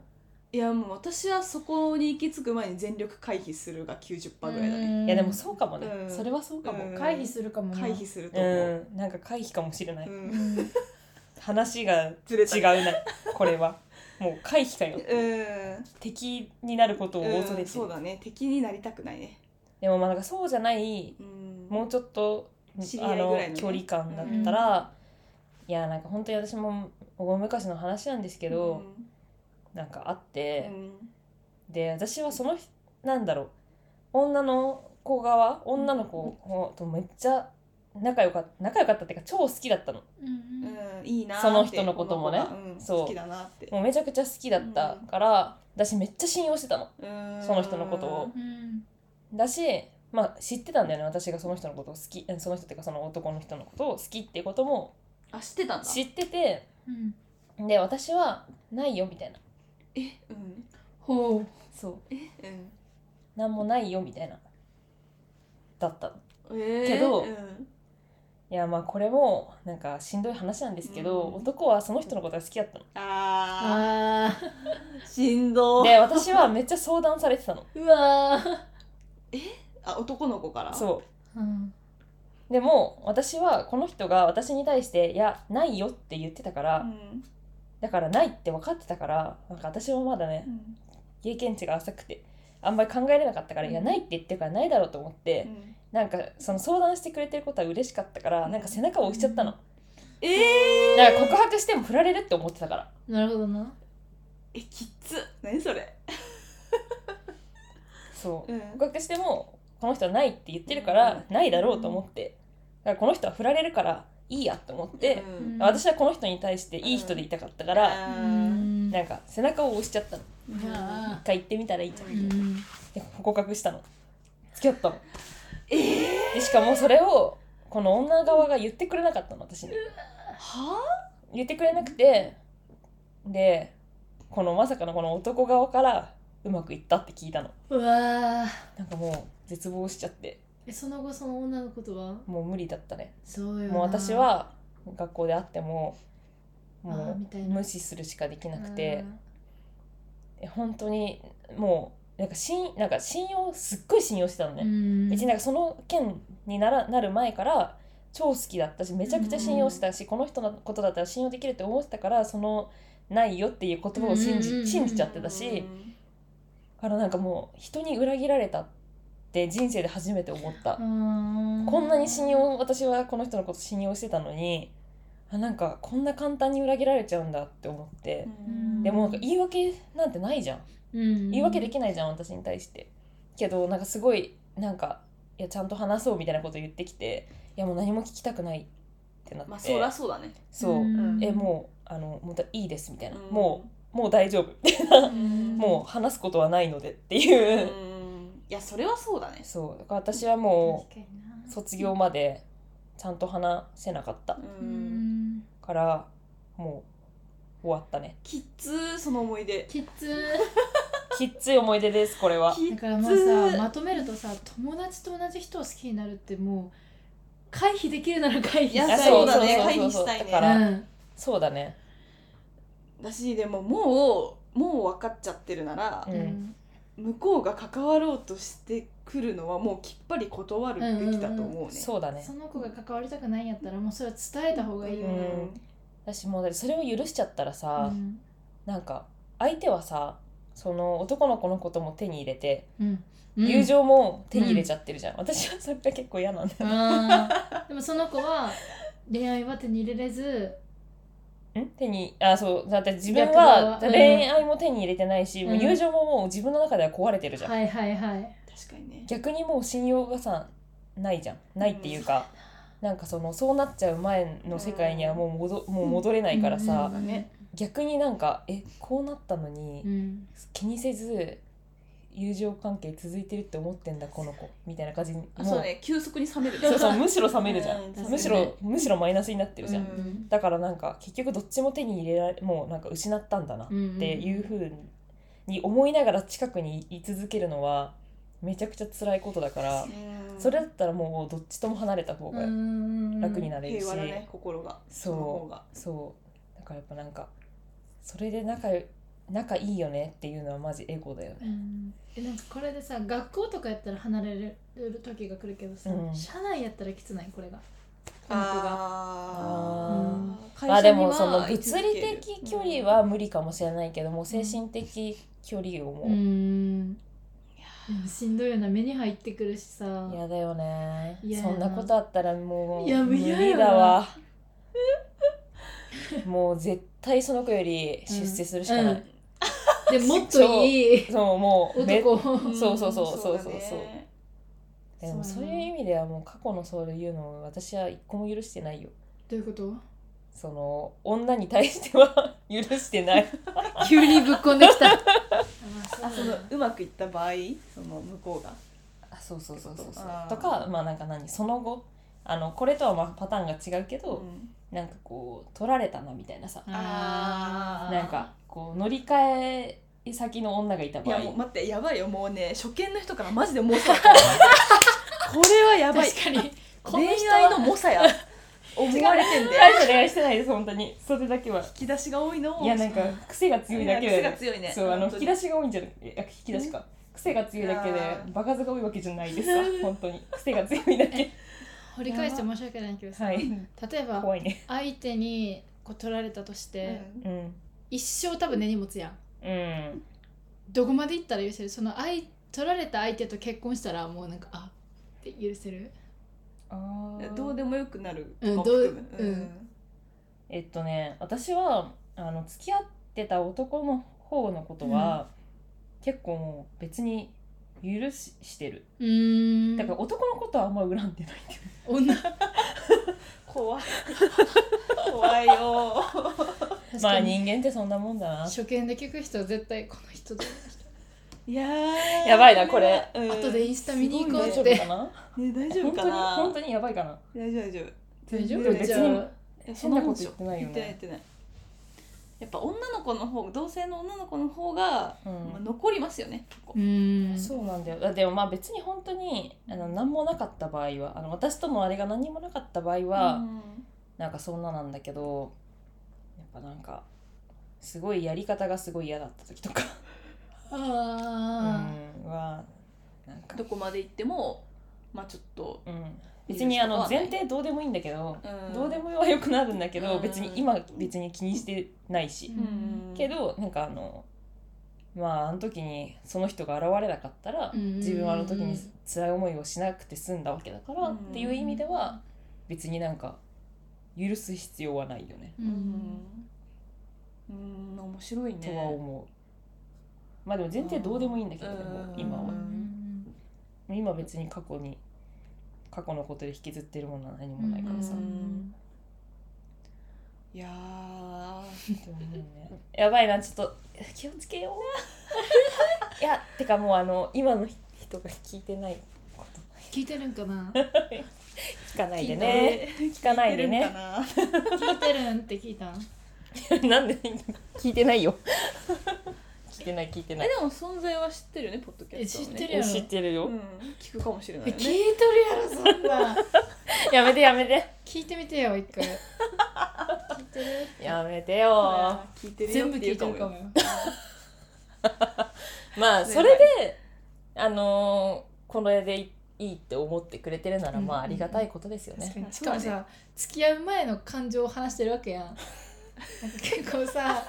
[SPEAKER 3] いやもう私はそこに行き着く前に全力回避するが90%ぐらいだね、
[SPEAKER 2] ういやでもそうかもね、
[SPEAKER 3] うん
[SPEAKER 2] それはそうかも、
[SPEAKER 3] う
[SPEAKER 2] うんん
[SPEAKER 1] 回避するかもな
[SPEAKER 3] 回避すると思う、
[SPEAKER 2] なんか回避かもしれない、
[SPEAKER 3] うん
[SPEAKER 1] うん
[SPEAKER 2] 話が
[SPEAKER 3] ずれ
[SPEAKER 2] 違
[SPEAKER 3] た
[SPEAKER 2] う
[SPEAKER 3] う、
[SPEAKER 2] なこれはもう回避かよ、
[SPEAKER 3] うん
[SPEAKER 2] 敵になることを恐
[SPEAKER 3] う
[SPEAKER 2] れて
[SPEAKER 3] ん、そ
[SPEAKER 2] る、
[SPEAKER 3] うだね敵になりたくないね、
[SPEAKER 2] でもまあなんかそうじゃない
[SPEAKER 3] うん、
[SPEAKER 2] もうちょっと、
[SPEAKER 3] 知り合
[SPEAKER 2] あ
[SPEAKER 3] いぐらいの
[SPEAKER 2] の
[SPEAKER 3] ね
[SPEAKER 2] 距離感だったら、いやなんか本当に私も大昔の話なんですけど、なんかあっ
[SPEAKER 3] う
[SPEAKER 2] て、
[SPEAKER 3] ん
[SPEAKER 2] で私はその人なんだろう女の子側女の子とめっちゃ仲良かった仲良かったっていうか超好きだったの
[SPEAKER 1] うんうん
[SPEAKER 3] うん、いいなーって
[SPEAKER 2] その人のこともね
[SPEAKER 3] この子がうん、
[SPEAKER 2] そう
[SPEAKER 3] 好きだなって、
[SPEAKER 2] もうめちゃくちゃ好きだったから、私めっちゃ信用してたの
[SPEAKER 3] うん
[SPEAKER 2] その人のことを
[SPEAKER 1] うん
[SPEAKER 2] だしまあ知ってたんだよね私がその人のことを好きうんその人っていうかその男の人のことを好きっていうことも
[SPEAKER 3] あ知ってたんだ
[SPEAKER 2] 知ってて
[SPEAKER 1] うん
[SPEAKER 2] で私はないよみたいな
[SPEAKER 3] えうん
[SPEAKER 1] ほう
[SPEAKER 2] そう
[SPEAKER 3] えうん
[SPEAKER 2] なんもないよみたいなだったの
[SPEAKER 3] えー
[SPEAKER 2] けど
[SPEAKER 3] うん
[SPEAKER 2] いやまあこれもなんかしんどい話なんですけど、
[SPEAKER 3] うん
[SPEAKER 2] 男はその人のことが好きだったの
[SPEAKER 3] あ
[SPEAKER 1] あ
[SPEAKER 3] ーしんどー
[SPEAKER 2] で私はめっちゃ相談されてたの
[SPEAKER 1] ーうわー
[SPEAKER 3] あ男の子からう
[SPEAKER 2] そ
[SPEAKER 1] うん
[SPEAKER 2] うでも私はこの人が私に対して「いやないよ」って言ってたから、
[SPEAKER 3] ん
[SPEAKER 2] だからないって分かってたからなんか私もまだね
[SPEAKER 3] うん
[SPEAKER 2] 経験値が浅くてあんまり考えれなかったから「いやないって言ってるからないだろ」うと思って、
[SPEAKER 3] うん
[SPEAKER 2] なんかその相談してくれてることは嬉しかったからなんか背中を押しちゃったの、
[SPEAKER 3] え
[SPEAKER 2] なんか告白しても振られるって思ってたから
[SPEAKER 1] なるほどな
[SPEAKER 3] えきっつ何それ
[SPEAKER 2] そう
[SPEAKER 3] うん
[SPEAKER 2] 告白してもこの人はないって言ってるからないだろうと思ってだからこの人は振られるからいいやと思って、
[SPEAKER 3] うん
[SPEAKER 2] 私はこの人に対していい人でいたかったから、
[SPEAKER 3] あ
[SPEAKER 1] う
[SPEAKER 3] ー
[SPEAKER 1] ん
[SPEAKER 2] なんか背中を押しちゃったの
[SPEAKER 1] な
[SPEAKER 2] 一回行ってみたらいいじゃん
[SPEAKER 3] う
[SPEAKER 1] あ、
[SPEAKER 3] ん
[SPEAKER 1] うん、
[SPEAKER 2] で告白したの付き合ったの
[SPEAKER 3] ええ
[SPEAKER 2] でしかもそれをこの女側が言ってくれなかったの私に
[SPEAKER 3] は
[SPEAKER 2] 言ってくれなくてでこのまさかのこの男側からうまくいったって聞いたの
[SPEAKER 1] うわー
[SPEAKER 2] なんかもう絶望しちゃって
[SPEAKER 1] えその後その女のことは
[SPEAKER 2] もう無理だったね
[SPEAKER 1] そうよな
[SPEAKER 2] もう私は学校で会っても
[SPEAKER 1] あー
[SPEAKER 2] も
[SPEAKER 1] みた
[SPEAKER 2] う
[SPEAKER 1] いな
[SPEAKER 2] 無視するしかできなくてえ本当にもうなんか信なんか信用すっごい信用してたの
[SPEAKER 1] う
[SPEAKER 2] ね、
[SPEAKER 1] ん
[SPEAKER 2] 別になんかその件にならなる前から超好きだったしめちゃくちゃ信用してたし、この人のことだったら信用できるって思ってたからそのないよっていう言葉を信じ,、
[SPEAKER 1] うんうんうん
[SPEAKER 2] 信じちゃ
[SPEAKER 3] あ
[SPEAKER 2] ってたし、だからなんかもう人に裏切られたって人生で初めて思っ
[SPEAKER 1] う
[SPEAKER 2] た、
[SPEAKER 1] ん
[SPEAKER 2] こんなに信用私はこの人のこと信用してたのにあなんかこんな簡単に裏切られちゃうんだって思って、
[SPEAKER 1] ん
[SPEAKER 2] でもなんか言い訳なんてないじゃん
[SPEAKER 1] うん
[SPEAKER 2] 言い訳できないじゃん私に対してけどなんかすごいなんかいやちゃんと話そうみたいなこと言ってきていやもう何も聞きたくないってなって、
[SPEAKER 3] まあそりゃそうだね
[SPEAKER 2] そう、
[SPEAKER 1] ん
[SPEAKER 2] えもうあのもうだいいですみたいな、
[SPEAKER 3] うん
[SPEAKER 2] もうもう大丈夫
[SPEAKER 1] ん
[SPEAKER 2] もう話すことはないのでっていう、
[SPEAKER 3] うんいやそれはそうだね
[SPEAKER 2] そうだから私はも
[SPEAKER 1] 確かにな
[SPEAKER 2] う卒業までちゃんと話せなかった
[SPEAKER 3] う
[SPEAKER 1] うんん
[SPEAKER 2] からもう終わったね
[SPEAKER 3] きっつーその思い出
[SPEAKER 1] きつ
[SPEAKER 2] きっつい思い出ですこれは
[SPEAKER 1] ーだからもうさまとめるとさ友達と同じ人を好きになるってもう回避できるなら回避し
[SPEAKER 3] いや
[SPEAKER 1] たい
[SPEAKER 3] そうだね
[SPEAKER 2] いやそうそうそうそう
[SPEAKER 3] 回避したいね
[SPEAKER 2] だから、
[SPEAKER 1] うん
[SPEAKER 2] そうだね
[SPEAKER 3] だしでももうもう分かっちゃってるなら
[SPEAKER 2] う、ん
[SPEAKER 3] 向こうが関わろうとしてくるのはもうきっぱり断るべきだと思うね、
[SPEAKER 2] そうだね
[SPEAKER 1] その子が関わりたくないんやったらもうそれは伝えた方がいいよね
[SPEAKER 2] ん私もうだってそれを許しちゃったらさ、
[SPEAKER 1] うん
[SPEAKER 2] なんか相手はさその男の子のことも手に入れて、
[SPEAKER 1] うん
[SPEAKER 2] 友情も手に入れちゃってるじゃん、私はそれが結構嫌なんだよ、
[SPEAKER 1] あーでもその子は恋愛は手に入れれず
[SPEAKER 2] ん手にあそうだって自分
[SPEAKER 1] 逆
[SPEAKER 2] は
[SPEAKER 1] 側うん
[SPEAKER 2] 恋愛も手に入れてないし、
[SPEAKER 1] うん
[SPEAKER 2] もう友情ももう自分の中では壊れてるじゃん、
[SPEAKER 1] はいはいはい
[SPEAKER 3] 確かにね
[SPEAKER 2] 逆にもう信用がさないじゃんないっていうか、なんかそのそうなっちゃう前の世界にはもう戻,、もう戻れないからさ、
[SPEAKER 1] うんうんうん
[SPEAKER 2] 逆になんかえこうなったのに、
[SPEAKER 1] うん
[SPEAKER 2] 気にせず友情関係続いてるって思ってんだこの子みたいな感じにも
[SPEAKER 3] あそうね急速に冷めるね
[SPEAKER 2] そうそうむしろ冷めるじゃん、
[SPEAKER 3] うん確かに
[SPEAKER 2] むしろむしろマイナスになってるじゃん、
[SPEAKER 3] うん
[SPEAKER 2] だからなんか結局どっちも手に入れられもうなんか失ったんだなっ
[SPEAKER 1] うん
[SPEAKER 2] ていうふうに思いながら近くにい続けるのはめちゃくちゃ辛いことだから
[SPEAKER 3] うん
[SPEAKER 2] それだったらもうどっちとも離れた方が楽に
[SPEAKER 1] な
[SPEAKER 2] なれるし、
[SPEAKER 3] 平和だね心が
[SPEAKER 2] そう
[SPEAKER 3] の方が
[SPEAKER 2] そうだからやっぱなんかそれで仲よ仲いいよねっていうのはマジエゴだよね。
[SPEAKER 1] えなんかこれでさ学校とかやったら離れる時が来るけどさ、
[SPEAKER 2] うん
[SPEAKER 1] 社内やったらきつないこれがこの子が
[SPEAKER 3] あ
[SPEAKER 2] あ
[SPEAKER 3] ー
[SPEAKER 2] まあ
[SPEAKER 3] 会
[SPEAKER 2] で
[SPEAKER 3] 社に
[SPEAKER 2] も
[SPEAKER 3] は
[SPEAKER 2] その物
[SPEAKER 3] 居
[SPEAKER 2] 理
[SPEAKER 3] 続ける
[SPEAKER 2] 的距離は無理かもしれないけども精神的距離を
[SPEAKER 1] う
[SPEAKER 2] も
[SPEAKER 1] んでもしんどいような目に入ってくるしさ
[SPEAKER 2] う嫌だよね
[SPEAKER 1] 嫌や
[SPEAKER 2] そ
[SPEAKER 1] なん
[SPEAKER 2] なことあったらも
[SPEAKER 1] いや
[SPEAKER 2] う
[SPEAKER 1] もう
[SPEAKER 2] 無
[SPEAKER 1] 嫌やわ
[SPEAKER 2] 理だわ もう絶対その子より出世するしかな
[SPEAKER 1] う
[SPEAKER 2] い
[SPEAKER 1] んでもっといい
[SPEAKER 2] そうもうめ
[SPEAKER 1] 男を
[SPEAKER 3] うん
[SPEAKER 2] そうそうそうそう
[SPEAKER 3] だね
[SPEAKER 2] そうでも
[SPEAKER 1] そ
[SPEAKER 2] そうう
[SPEAKER 1] や
[SPEAKER 2] い
[SPEAKER 1] な
[SPEAKER 2] う意味ではもう過去のそういうのを私は一個も許してないよ
[SPEAKER 1] どういうこと
[SPEAKER 2] その女に対しては 許してない
[SPEAKER 1] 急にぶっこんできた
[SPEAKER 3] あそのうまくいった場合その向こうが
[SPEAKER 2] あそうそうそうそうそう
[SPEAKER 3] あー
[SPEAKER 2] とかまあなんか何その後あのこれとはまあパターンが違うけ
[SPEAKER 3] う
[SPEAKER 2] ど、
[SPEAKER 3] ん
[SPEAKER 2] なんかこう取られたなみたいなさ
[SPEAKER 3] あー
[SPEAKER 2] なんかこう乗り換え先の女がいた
[SPEAKER 3] い
[SPEAKER 2] 場合
[SPEAKER 3] やもう待ってやばいよもうね初見の人からマジでモサこれはやばい
[SPEAKER 1] 確かにこの
[SPEAKER 3] 恋
[SPEAKER 1] 人
[SPEAKER 3] 愛
[SPEAKER 1] は
[SPEAKER 3] のモサや思われてんで
[SPEAKER 2] 大した恋愛してないです本当にそれだけは
[SPEAKER 3] 引き出しが多いの
[SPEAKER 2] いやなんか癖が強いだけ
[SPEAKER 3] 癖が
[SPEAKER 2] で
[SPEAKER 3] 強いね
[SPEAKER 2] そうあの引
[SPEAKER 3] 本当
[SPEAKER 2] き
[SPEAKER 3] に
[SPEAKER 2] 出しが多いんじゃなくていや引き出しか癖が強いだけ
[SPEAKER 3] い
[SPEAKER 2] で
[SPEAKER 3] やー
[SPEAKER 2] 場数が多いわけじゃないですわ 本当に癖が強いだけ
[SPEAKER 1] 掘り返して申し訳ないけどさ、
[SPEAKER 2] はい
[SPEAKER 1] 例えば
[SPEAKER 2] 怖いね
[SPEAKER 1] 相手にこう取られたとして、
[SPEAKER 2] うん
[SPEAKER 1] 一生多分根に持つやん
[SPEAKER 2] うん
[SPEAKER 1] どこまでいったら許せるその相取られた相手と結婚したらもうなんかあって許せる
[SPEAKER 2] あ
[SPEAKER 3] うん
[SPEAKER 2] ー
[SPEAKER 3] どうでもよくなる
[SPEAKER 1] うん
[SPEAKER 3] かも含む
[SPEAKER 1] どううん
[SPEAKER 2] えっとね私はあの付き合ってた男の方のことは、結構もう別に許ししてる
[SPEAKER 1] うーん
[SPEAKER 2] だから男のことはあんま恨んでないっていう
[SPEAKER 1] 女
[SPEAKER 3] 怖い怖いよ
[SPEAKER 2] まあ人間ってそんなもんだな
[SPEAKER 1] 初見で聞く人は絶対この人 だ、
[SPEAKER 3] いやー
[SPEAKER 2] やばいなこれ、
[SPEAKER 3] うん
[SPEAKER 1] 後でインスタ見に行こう
[SPEAKER 2] 大丈
[SPEAKER 1] っ
[SPEAKER 2] 夫
[SPEAKER 1] て
[SPEAKER 2] かな
[SPEAKER 3] ね大丈
[SPEAKER 2] 本
[SPEAKER 3] 夫
[SPEAKER 2] 当
[SPEAKER 3] か
[SPEAKER 2] に
[SPEAKER 3] な
[SPEAKER 2] 本当にやばいかな
[SPEAKER 3] 大丈夫大丈夫
[SPEAKER 1] 大丈
[SPEAKER 3] 本当に
[SPEAKER 1] 夫
[SPEAKER 3] 別
[SPEAKER 1] じ
[SPEAKER 3] に
[SPEAKER 1] ゃあ
[SPEAKER 3] いや
[SPEAKER 2] 変なこと言ってないよね
[SPEAKER 3] 言ってない言ってないやっぱ女の子の方同性の女の子の方が、
[SPEAKER 2] う
[SPEAKER 3] まあ、
[SPEAKER 2] ん
[SPEAKER 3] 残りますよね結構
[SPEAKER 1] うん
[SPEAKER 2] そうなんだよあでもまあ別に本当にあの何もなかった場合はあの私とのあれが何もなかった場合は、
[SPEAKER 3] うん
[SPEAKER 2] なんかそんななんだけどやっぱなんかすごいやり方がすごい嫌だった時とかうん
[SPEAKER 1] あ
[SPEAKER 2] はなんか
[SPEAKER 3] ど、こまで行ってもまあちょっと、
[SPEAKER 2] うん、別にあの
[SPEAKER 3] 許しとかはな
[SPEAKER 2] 前
[SPEAKER 3] い
[SPEAKER 2] 提どうでもいいんだけど、
[SPEAKER 3] うん
[SPEAKER 2] どうでもはよくなるんだけど、
[SPEAKER 3] うん
[SPEAKER 2] 別に今別に気にしてないし、
[SPEAKER 1] うん
[SPEAKER 2] けどなんかあのまああの時にその人が現れなかったら、
[SPEAKER 1] うん
[SPEAKER 2] 自分はあの時に辛い思いをしなくて済んだわけだから、
[SPEAKER 3] うん
[SPEAKER 2] っていう意味では別になんか許す必要はないよね、
[SPEAKER 1] ーう
[SPEAKER 3] うん
[SPEAKER 1] ん
[SPEAKER 3] うん、うん面白いね
[SPEAKER 2] とは思うまあでも全然どうでもいいんだけど、
[SPEAKER 3] うん
[SPEAKER 2] でも今
[SPEAKER 1] う
[SPEAKER 2] は
[SPEAKER 1] ん
[SPEAKER 2] 今別に過去に過去のことで引きずってるものは何もないからさ、
[SPEAKER 3] う
[SPEAKER 2] っ
[SPEAKER 3] んいやー
[SPEAKER 2] て思うね やばいなちょっと気をつけよ ういやてかもうあの今の人が聞いてないこと
[SPEAKER 1] 聞いてるんか な
[SPEAKER 2] 聞かないでね聞かないでね
[SPEAKER 3] 聞いてるんか
[SPEAKER 1] 聞いてるんって聞いたん
[SPEAKER 2] なんで聞いてないよ 聞いてない聞いて
[SPEAKER 3] な
[SPEAKER 2] な
[SPEAKER 3] え
[SPEAKER 2] い
[SPEAKER 3] でも存在は知ってるよねポッドキャスト、ね、
[SPEAKER 1] え知ってる
[SPEAKER 2] え知ってるよ、
[SPEAKER 3] うん、聞くかもしれない
[SPEAKER 1] 聞
[SPEAKER 3] よ
[SPEAKER 1] い
[SPEAKER 3] ね
[SPEAKER 1] とるやろそんな
[SPEAKER 2] やめてやめて
[SPEAKER 1] 聞いてみてよ一回聞いてる
[SPEAKER 2] やめてよ
[SPEAKER 3] 聞いてるよ
[SPEAKER 1] 全
[SPEAKER 3] っ
[SPEAKER 1] 部
[SPEAKER 3] て
[SPEAKER 1] 聞
[SPEAKER 3] 言う
[SPEAKER 1] いて
[SPEAKER 3] か
[SPEAKER 1] る
[SPEAKER 3] も
[SPEAKER 1] か
[SPEAKER 3] よ
[SPEAKER 1] もよ
[SPEAKER 2] まあ
[SPEAKER 3] ね
[SPEAKER 2] それであのーこれでいいって思ってくれてるならまあ
[SPEAKER 1] うん
[SPEAKER 2] ありがたいことですよ
[SPEAKER 1] 確
[SPEAKER 2] ね
[SPEAKER 1] か。にし
[SPEAKER 3] そう
[SPEAKER 1] か
[SPEAKER 3] だ
[SPEAKER 1] も
[SPEAKER 3] ね
[SPEAKER 1] さ、付き合う前の感情を話してるわけやんなんか結構さ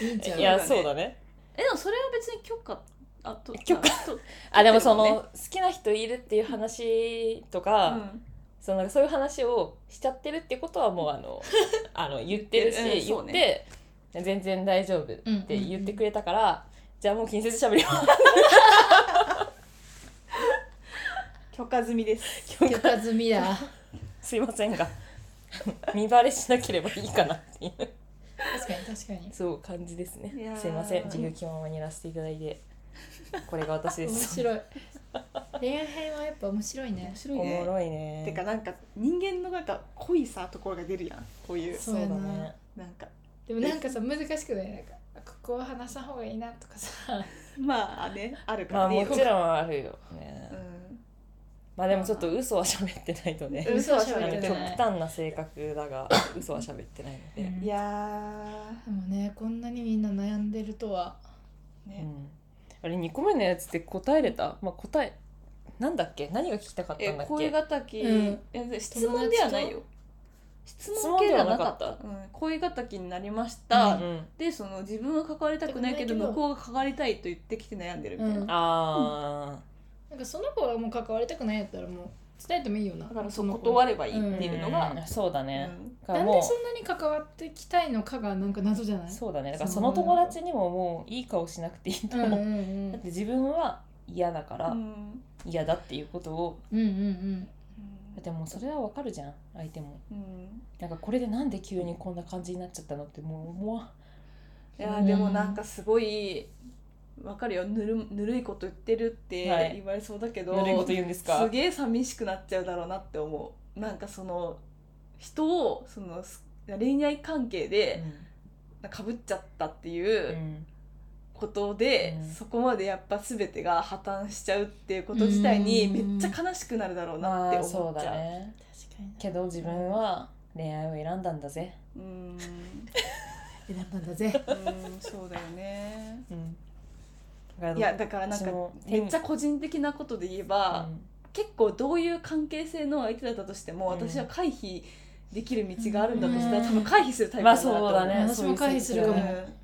[SPEAKER 1] いいんちゃう
[SPEAKER 2] い
[SPEAKER 1] い
[SPEAKER 2] やそ
[SPEAKER 3] そうう
[SPEAKER 2] だ
[SPEAKER 3] だ
[SPEAKER 2] ね。
[SPEAKER 3] えでもそれは別に許可あと
[SPEAKER 2] 許可
[SPEAKER 3] あと
[SPEAKER 2] あでもそ
[SPEAKER 3] でも
[SPEAKER 2] の好きな人いるっていう話と
[SPEAKER 3] う
[SPEAKER 2] か、
[SPEAKER 3] ん
[SPEAKER 2] そのなんかそういう話をしちゃってるってことはもうあ のあの言ってるし
[SPEAKER 3] 言ってるうん
[SPEAKER 2] 言
[SPEAKER 3] そ
[SPEAKER 2] っ
[SPEAKER 3] う
[SPEAKER 2] て全然大丈夫って言ってくれたから。じゃあもう近接しゃべりま
[SPEAKER 3] 許可済みです
[SPEAKER 2] す
[SPEAKER 1] 許可済みだ
[SPEAKER 2] すいませんが見バレしなければいいかなっていう
[SPEAKER 1] 確かに確かに
[SPEAKER 2] そう感じですね
[SPEAKER 3] いや。ー
[SPEAKER 2] すいません、自由気ままにやらせていただいて、これが私で
[SPEAKER 1] 面
[SPEAKER 2] す。
[SPEAKER 1] 白い恋愛編はやっぱ面白いね
[SPEAKER 3] 面白い
[SPEAKER 2] お
[SPEAKER 3] ね
[SPEAKER 2] もろいね。
[SPEAKER 3] てかなんか人間のなんか濃いさところが出るやんこういう
[SPEAKER 2] そうだ
[SPEAKER 1] そうや
[SPEAKER 2] ね
[SPEAKER 1] な。
[SPEAKER 3] なんか
[SPEAKER 1] でもなんかさ難しくないなんかここを話さん方がいいなとかさ
[SPEAKER 3] まあねあるか
[SPEAKER 2] まあ
[SPEAKER 3] らね、
[SPEAKER 2] もちろんあるよね。
[SPEAKER 3] う
[SPEAKER 2] まあでもちょっと嘘は喋ってないとね。
[SPEAKER 3] ん、嘘は
[SPEAKER 2] あ
[SPEAKER 3] 喋
[SPEAKER 2] の
[SPEAKER 1] 喋っ
[SPEAKER 3] っ
[SPEAKER 1] て
[SPEAKER 3] て
[SPEAKER 2] 極
[SPEAKER 3] ない
[SPEAKER 1] ない
[SPEAKER 2] 端な性格だ が、嘘は喋ってないので。
[SPEAKER 3] いや
[SPEAKER 1] でもねこんなにみんな悩んでるとは
[SPEAKER 2] う
[SPEAKER 3] ーね、
[SPEAKER 2] んあれ二個目のやつって答えれた？まあ答えなんだっけ？何が聞きたかった
[SPEAKER 3] え
[SPEAKER 2] んだっ
[SPEAKER 3] 声
[SPEAKER 2] け？
[SPEAKER 3] がたき、
[SPEAKER 1] うん
[SPEAKER 3] いや質問ではないよ質問系
[SPEAKER 2] 質問で
[SPEAKER 3] で
[SPEAKER 2] は
[SPEAKER 3] は
[SPEAKER 2] な
[SPEAKER 3] な
[SPEAKER 2] か
[SPEAKER 3] か
[SPEAKER 2] っ
[SPEAKER 3] ったた、うん、恋がたきになりました、
[SPEAKER 2] うんうん。
[SPEAKER 3] でその自分は関わりたくないけど
[SPEAKER 1] 関わりたくないけど
[SPEAKER 3] 向こうが関わりたいと言ってきて悩んでるみたいな、
[SPEAKER 1] うん
[SPEAKER 2] あ
[SPEAKER 1] なんかその子がもう関わりたくないやったらもう伝えてもいいよな
[SPEAKER 3] だからそう
[SPEAKER 1] の子
[SPEAKER 3] 断ればいい
[SPEAKER 2] あ。
[SPEAKER 3] っていうの
[SPEAKER 2] う
[SPEAKER 3] が、
[SPEAKER 2] んそうだ
[SPEAKER 3] うん
[SPEAKER 2] ね。だか
[SPEAKER 1] な
[SPEAKER 2] ら
[SPEAKER 1] ん
[SPEAKER 2] もう
[SPEAKER 1] でそんなに関わってきたいのかがなんか謎じゃない
[SPEAKER 2] そうだね。だからそ
[SPEAKER 1] そ
[SPEAKER 2] の
[SPEAKER 1] の
[SPEAKER 2] 友達にももういい顔しなくていいと
[SPEAKER 1] うんうん
[SPEAKER 2] 思う。
[SPEAKER 1] うん
[SPEAKER 2] だって自分は嫌だから
[SPEAKER 3] うん
[SPEAKER 2] 嫌だっていうことを
[SPEAKER 1] うんうん
[SPEAKER 2] だってもうそれはわかるじゃん相手も
[SPEAKER 3] うん
[SPEAKER 2] なんかこれでなんで急にこんな感じになっちゃったのってもう思わ
[SPEAKER 3] いやーでもなんかすごいわかるよぬるぬるいこと言ってるって
[SPEAKER 2] はい
[SPEAKER 3] 言われそうだけど、
[SPEAKER 2] 悪いこと言うんですか
[SPEAKER 3] すげえ寂しくなっちゃうだろうなって思うなんかその人をそのす恋愛関係でかぶっちゃったっていううんことで、
[SPEAKER 2] うん
[SPEAKER 3] そこまでやっぱ全てが破綻しちゃうっていうこと自体に
[SPEAKER 1] うん
[SPEAKER 3] めっちゃ悲しくなるだろうな
[SPEAKER 2] ま
[SPEAKER 3] って
[SPEAKER 2] あそ
[SPEAKER 3] 思
[SPEAKER 2] う
[SPEAKER 3] っち
[SPEAKER 2] だ
[SPEAKER 3] ゃう。
[SPEAKER 2] ね
[SPEAKER 1] 確かに
[SPEAKER 2] けど自分は恋愛を選んだんだぜ、
[SPEAKER 3] うん
[SPEAKER 1] 選んだんだぜ
[SPEAKER 3] うんそうだよ ね。
[SPEAKER 2] だから
[SPEAKER 3] いやだからなんか
[SPEAKER 2] 私も
[SPEAKER 3] めっちゃ個人的なことで言えば、
[SPEAKER 2] うん
[SPEAKER 3] 結構どういう関係性の相手だったとしても、
[SPEAKER 2] うん
[SPEAKER 3] 私は回避できる道があるんだとしたら、
[SPEAKER 1] うん
[SPEAKER 3] 多分回避するタイプ
[SPEAKER 2] ま
[SPEAKER 3] だ
[SPEAKER 2] あ
[SPEAKER 3] なと思う,、
[SPEAKER 2] そうだね
[SPEAKER 1] 私も回避するか
[SPEAKER 2] そう
[SPEAKER 1] も
[SPEAKER 2] いう性格だね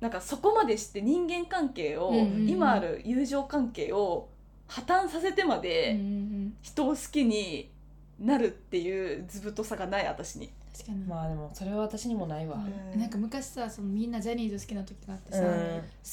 [SPEAKER 3] なんかそこまでして人間関係を、
[SPEAKER 1] うんうん
[SPEAKER 3] 今ある友情関係を破綻させて
[SPEAKER 1] う
[SPEAKER 3] ま
[SPEAKER 1] んうん
[SPEAKER 3] で
[SPEAKER 1] うん
[SPEAKER 3] 人を好きになるっていうずぶとさがない私に。
[SPEAKER 1] 確かに
[SPEAKER 2] まあでもそれは私にもないわ、
[SPEAKER 1] うんなんか昔さそのみんなジャニーズ好きな時があってさ、
[SPEAKER 2] うん
[SPEAKER 1] 好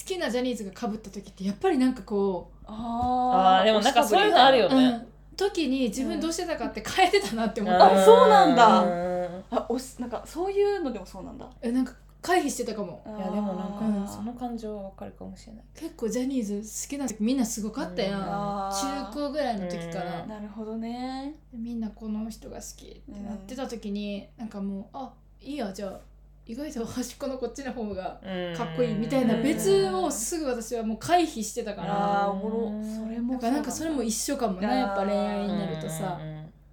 [SPEAKER 1] きなジャニーズがかぶった時ってやっぱりなんかこ
[SPEAKER 3] あ
[SPEAKER 2] あーでもなんかそういうのあるよ
[SPEAKER 1] う、
[SPEAKER 2] ね、
[SPEAKER 1] うん時に自分どうしてたかって変えてたなって思った、
[SPEAKER 3] あそうなんだ
[SPEAKER 2] うん
[SPEAKER 3] あおしなんかそういうのでもそうなんだ
[SPEAKER 1] えなんか回避してたかも
[SPEAKER 2] いやでもなんか、
[SPEAKER 1] うん
[SPEAKER 2] その感情はわかるかもしれない。
[SPEAKER 1] 結構ジャニーズ好きな時みんなすごかったやん、
[SPEAKER 2] うん
[SPEAKER 3] あー
[SPEAKER 1] 中高ぐらいの時から、
[SPEAKER 2] うん
[SPEAKER 3] なるほどね
[SPEAKER 1] みんなこの人が好きってなってた時に、なんかもうあいいやじゃあ意外と端っこのこっちの方がかっこいいみたいな
[SPEAKER 3] うん
[SPEAKER 1] 別をすぐ私はもう回避してたから、
[SPEAKER 3] あーおもろそれ
[SPEAKER 1] な
[SPEAKER 3] も
[SPEAKER 1] んかなんかそれも一緒かもなやっぱ恋愛
[SPEAKER 2] うん
[SPEAKER 1] になるとさ、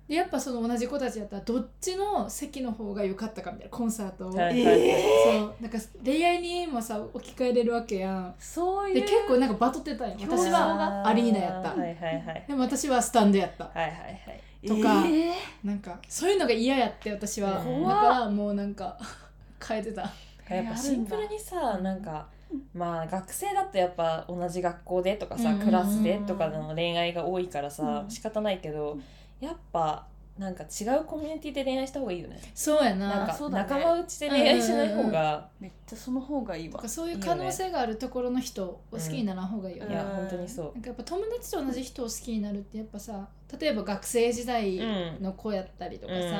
[SPEAKER 1] でやっぱその同じ子たちやったらどっちの席の方が良かったかみたいなコンサートを、
[SPEAKER 2] は
[SPEAKER 3] え
[SPEAKER 2] いはい
[SPEAKER 1] そうなんか恋愛にもさ置き換えれるわけやん
[SPEAKER 3] そういう
[SPEAKER 1] で結構なんかバトってたんや
[SPEAKER 3] 競
[SPEAKER 1] 私
[SPEAKER 3] 争が
[SPEAKER 1] はアリーナやった
[SPEAKER 2] はいはいはい。
[SPEAKER 1] でも私はスタンドやった
[SPEAKER 2] はいはいはい。
[SPEAKER 1] とか
[SPEAKER 3] え
[SPEAKER 1] なんかそういうのが嫌やって私はだ
[SPEAKER 2] 怖っ
[SPEAKER 1] からもうなんか変えてた
[SPEAKER 2] やっぱシンプルにさなんかまあ学生だとやっぱ同じ学校でとかさ、クラスでとかの恋愛が多いからさ、
[SPEAKER 3] うん
[SPEAKER 2] 仕方ないけどやっぱなんか違うコミュニティで恋愛した方がいいよね。
[SPEAKER 1] そうや
[SPEAKER 2] なん
[SPEAKER 1] な
[SPEAKER 2] か
[SPEAKER 3] そうだね
[SPEAKER 2] 仲間内で恋愛しない方が、
[SPEAKER 3] ーめっちゃその方がいい
[SPEAKER 1] と
[SPEAKER 3] わ
[SPEAKER 1] かそういう可能性があるところの人を好きにならん方がいいよ
[SPEAKER 3] うん
[SPEAKER 2] い
[SPEAKER 1] ね、
[SPEAKER 2] や本当にそう。
[SPEAKER 1] なんかやっぱ友達と同じ人を好きになるってやっぱさ例えば学生時代
[SPEAKER 2] うん
[SPEAKER 1] の子やったりとかさ、
[SPEAKER 2] うん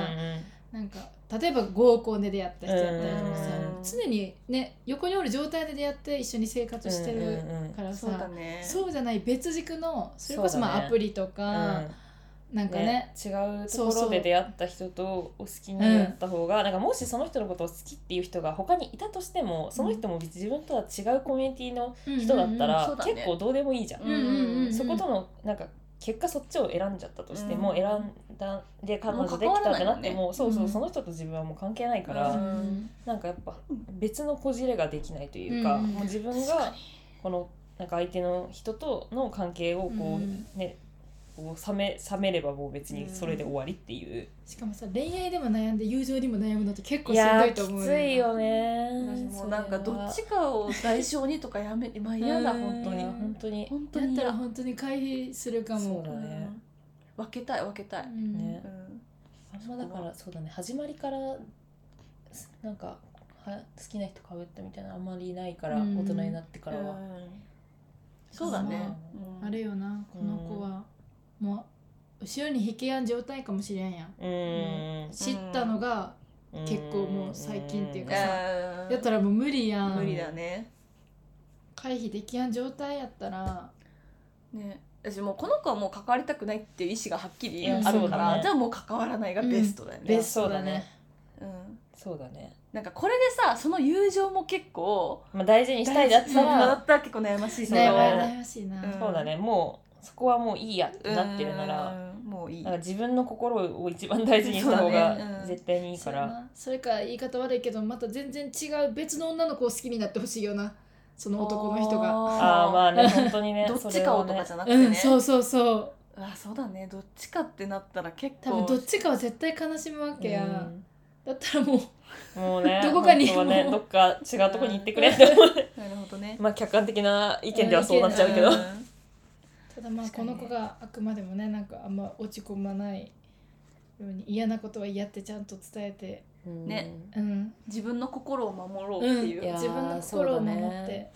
[SPEAKER 1] なんか例えば合コンで出会った人やったりとかさ、
[SPEAKER 3] うん
[SPEAKER 1] 常にね横におる状態で出会って一緒に生活して
[SPEAKER 2] うん
[SPEAKER 1] る
[SPEAKER 2] うんうん
[SPEAKER 1] からさ、
[SPEAKER 3] そうだね
[SPEAKER 1] そうじゃない別軸のそれこそま
[SPEAKER 2] そうだ
[SPEAKER 1] あ
[SPEAKER 2] ね
[SPEAKER 1] アプリとか、なんかね
[SPEAKER 2] 違うところで出会った人とお好きになった方がなんかもしその人のことを好きっていう人が他にいたとしてもその人も自分とは違うコミュニティの人だった
[SPEAKER 3] うんうんうんそ
[SPEAKER 2] ら
[SPEAKER 3] うだね
[SPEAKER 2] 結構どうでもいいじゃん。
[SPEAKER 1] うんうんうんうん
[SPEAKER 2] そことのなんか結果そっちを選んじゃったとしても、
[SPEAKER 3] うん
[SPEAKER 2] 選んだで彼女で
[SPEAKER 3] もう
[SPEAKER 2] き
[SPEAKER 3] 関わ
[SPEAKER 2] た
[SPEAKER 3] ら
[SPEAKER 2] っ
[SPEAKER 3] な
[SPEAKER 2] てなん
[SPEAKER 3] いもね
[SPEAKER 2] ってもそうそううんその人と自分はもう関係ないから、
[SPEAKER 3] う
[SPEAKER 1] うんん
[SPEAKER 2] なんかやっぱ別のこじれができないというか、
[SPEAKER 1] うん
[SPEAKER 2] もう自分
[SPEAKER 3] 確か
[SPEAKER 2] がこのなんか相手の人との関係をこう、
[SPEAKER 1] うん
[SPEAKER 2] ねこう冷め冷めればもう別にそれで終わりっていう、
[SPEAKER 1] しかもさ恋愛でも悩んで友情にも悩むのって結構
[SPEAKER 2] い
[SPEAKER 1] しんど
[SPEAKER 2] や
[SPEAKER 1] い
[SPEAKER 2] ー
[SPEAKER 1] と
[SPEAKER 2] き
[SPEAKER 1] 思う
[SPEAKER 2] ついよね
[SPEAKER 3] 私もうなんかどっち
[SPEAKER 2] か
[SPEAKER 3] かを代償にとかやめてまあ嫌だ
[SPEAKER 2] うん
[SPEAKER 3] 本当に
[SPEAKER 1] うん
[SPEAKER 2] 本当に
[SPEAKER 3] 本当
[SPEAKER 1] だっ
[SPEAKER 3] に
[SPEAKER 1] た
[SPEAKER 3] 嫌
[SPEAKER 1] ら本当に回避するか
[SPEAKER 2] そう
[SPEAKER 1] も
[SPEAKER 2] だ
[SPEAKER 3] う
[SPEAKER 2] ね
[SPEAKER 3] ん分けたい分けたい、
[SPEAKER 1] うん
[SPEAKER 2] ね
[SPEAKER 3] うん
[SPEAKER 2] あんまだからそうだね始まりからすなんかは好きな人かぶったみたいなあんまりいないから、
[SPEAKER 1] うん
[SPEAKER 2] 大人になってからは、
[SPEAKER 3] うんそうだね、うん
[SPEAKER 1] あれよなこの子は、もう後ろに引けやん状態かもしれんやん
[SPEAKER 2] うーん
[SPEAKER 1] 知ったのが、結構もう最近っていうかさ
[SPEAKER 3] うん
[SPEAKER 1] やったらもう無理やん
[SPEAKER 3] 無理だね
[SPEAKER 1] 回避できやん状態やったら
[SPEAKER 3] ね私もうこの子はもう関わりたくないっていう意思がはっきりあ
[SPEAKER 1] う
[SPEAKER 3] る
[SPEAKER 1] ん
[SPEAKER 3] から、
[SPEAKER 2] そうだね
[SPEAKER 3] じゃあもう関わらないがベストだよね、
[SPEAKER 2] ベ
[SPEAKER 1] ベ
[SPEAKER 2] ス
[SPEAKER 1] スト
[SPEAKER 2] ト
[SPEAKER 1] だ
[SPEAKER 2] だ
[SPEAKER 1] ね
[SPEAKER 2] ね
[SPEAKER 3] うん
[SPEAKER 2] そうだね、
[SPEAKER 3] なんかこれでさその友情も結構
[SPEAKER 2] まあ、大事にしたいだった
[SPEAKER 3] 大事だ
[SPEAKER 2] ら
[SPEAKER 3] ったら結構悩ましい
[SPEAKER 2] そ
[SPEAKER 3] と
[SPEAKER 2] う
[SPEAKER 3] ころ
[SPEAKER 1] 悩
[SPEAKER 2] だ
[SPEAKER 1] ま
[SPEAKER 2] ね
[SPEAKER 1] 悩ましいな、
[SPEAKER 3] うん
[SPEAKER 2] そうだねもうそこはもういいやってなってるな
[SPEAKER 3] う
[SPEAKER 2] ら
[SPEAKER 3] んもういい
[SPEAKER 2] なんか自分の心を一番大事にした方
[SPEAKER 3] そうだねう
[SPEAKER 2] が
[SPEAKER 3] ん
[SPEAKER 2] 絶対にいいか
[SPEAKER 1] そうや
[SPEAKER 2] ら、
[SPEAKER 1] なそれか言い方悪いけどまた全然違う別の女の子を好きになってほしいよなその男の人が、
[SPEAKER 2] ああーまあね本当にね
[SPEAKER 3] どっちかをとかじ
[SPEAKER 2] ゃ
[SPEAKER 3] ゃなくて
[SPEAKER 1] う
[SPEAKER 3] ね、
[SPEAKER 1] んそうそうそう
[SPEAKER 3] あそうだねどっちかってなったら結構
[SPEAKER 1] 多分どっちかは絶対悲しむわけや、だったらもう
[SPEAKER 2] も うね
[SPEAKER 1] どこかに
[SPEAKER 2] 本当はね
[SPEAKER 1] もう
[SPEAKER 2] どっか違うとこに行ってくれって思う
[SPEAKER 3] なるほどね
[SPEAKER 2] まあ客観的な意見ではそうなっちゃうけど、
[SPEAKER 3] うん
[SPEAKER 1] ただまあ
[SPEAKER 3] 確
[SPEAKER 1] こ
[SPEAKER 3] かにね
[SPEAKER 1] の子があくまでもねなんかあんま落ち込まないように嫌なことは嫌ってちゃんと伝えて
[SPEAKER 2] うん
[SPEAKER 3] ね
[SPEAKER 1] うん、
[SPEAKER 3] 自分の心を守ろうっていう、
[SPEAKER 2] いやー
[SPEAKER 1] 自分の心を守って
[SPEAKER 2] そうだね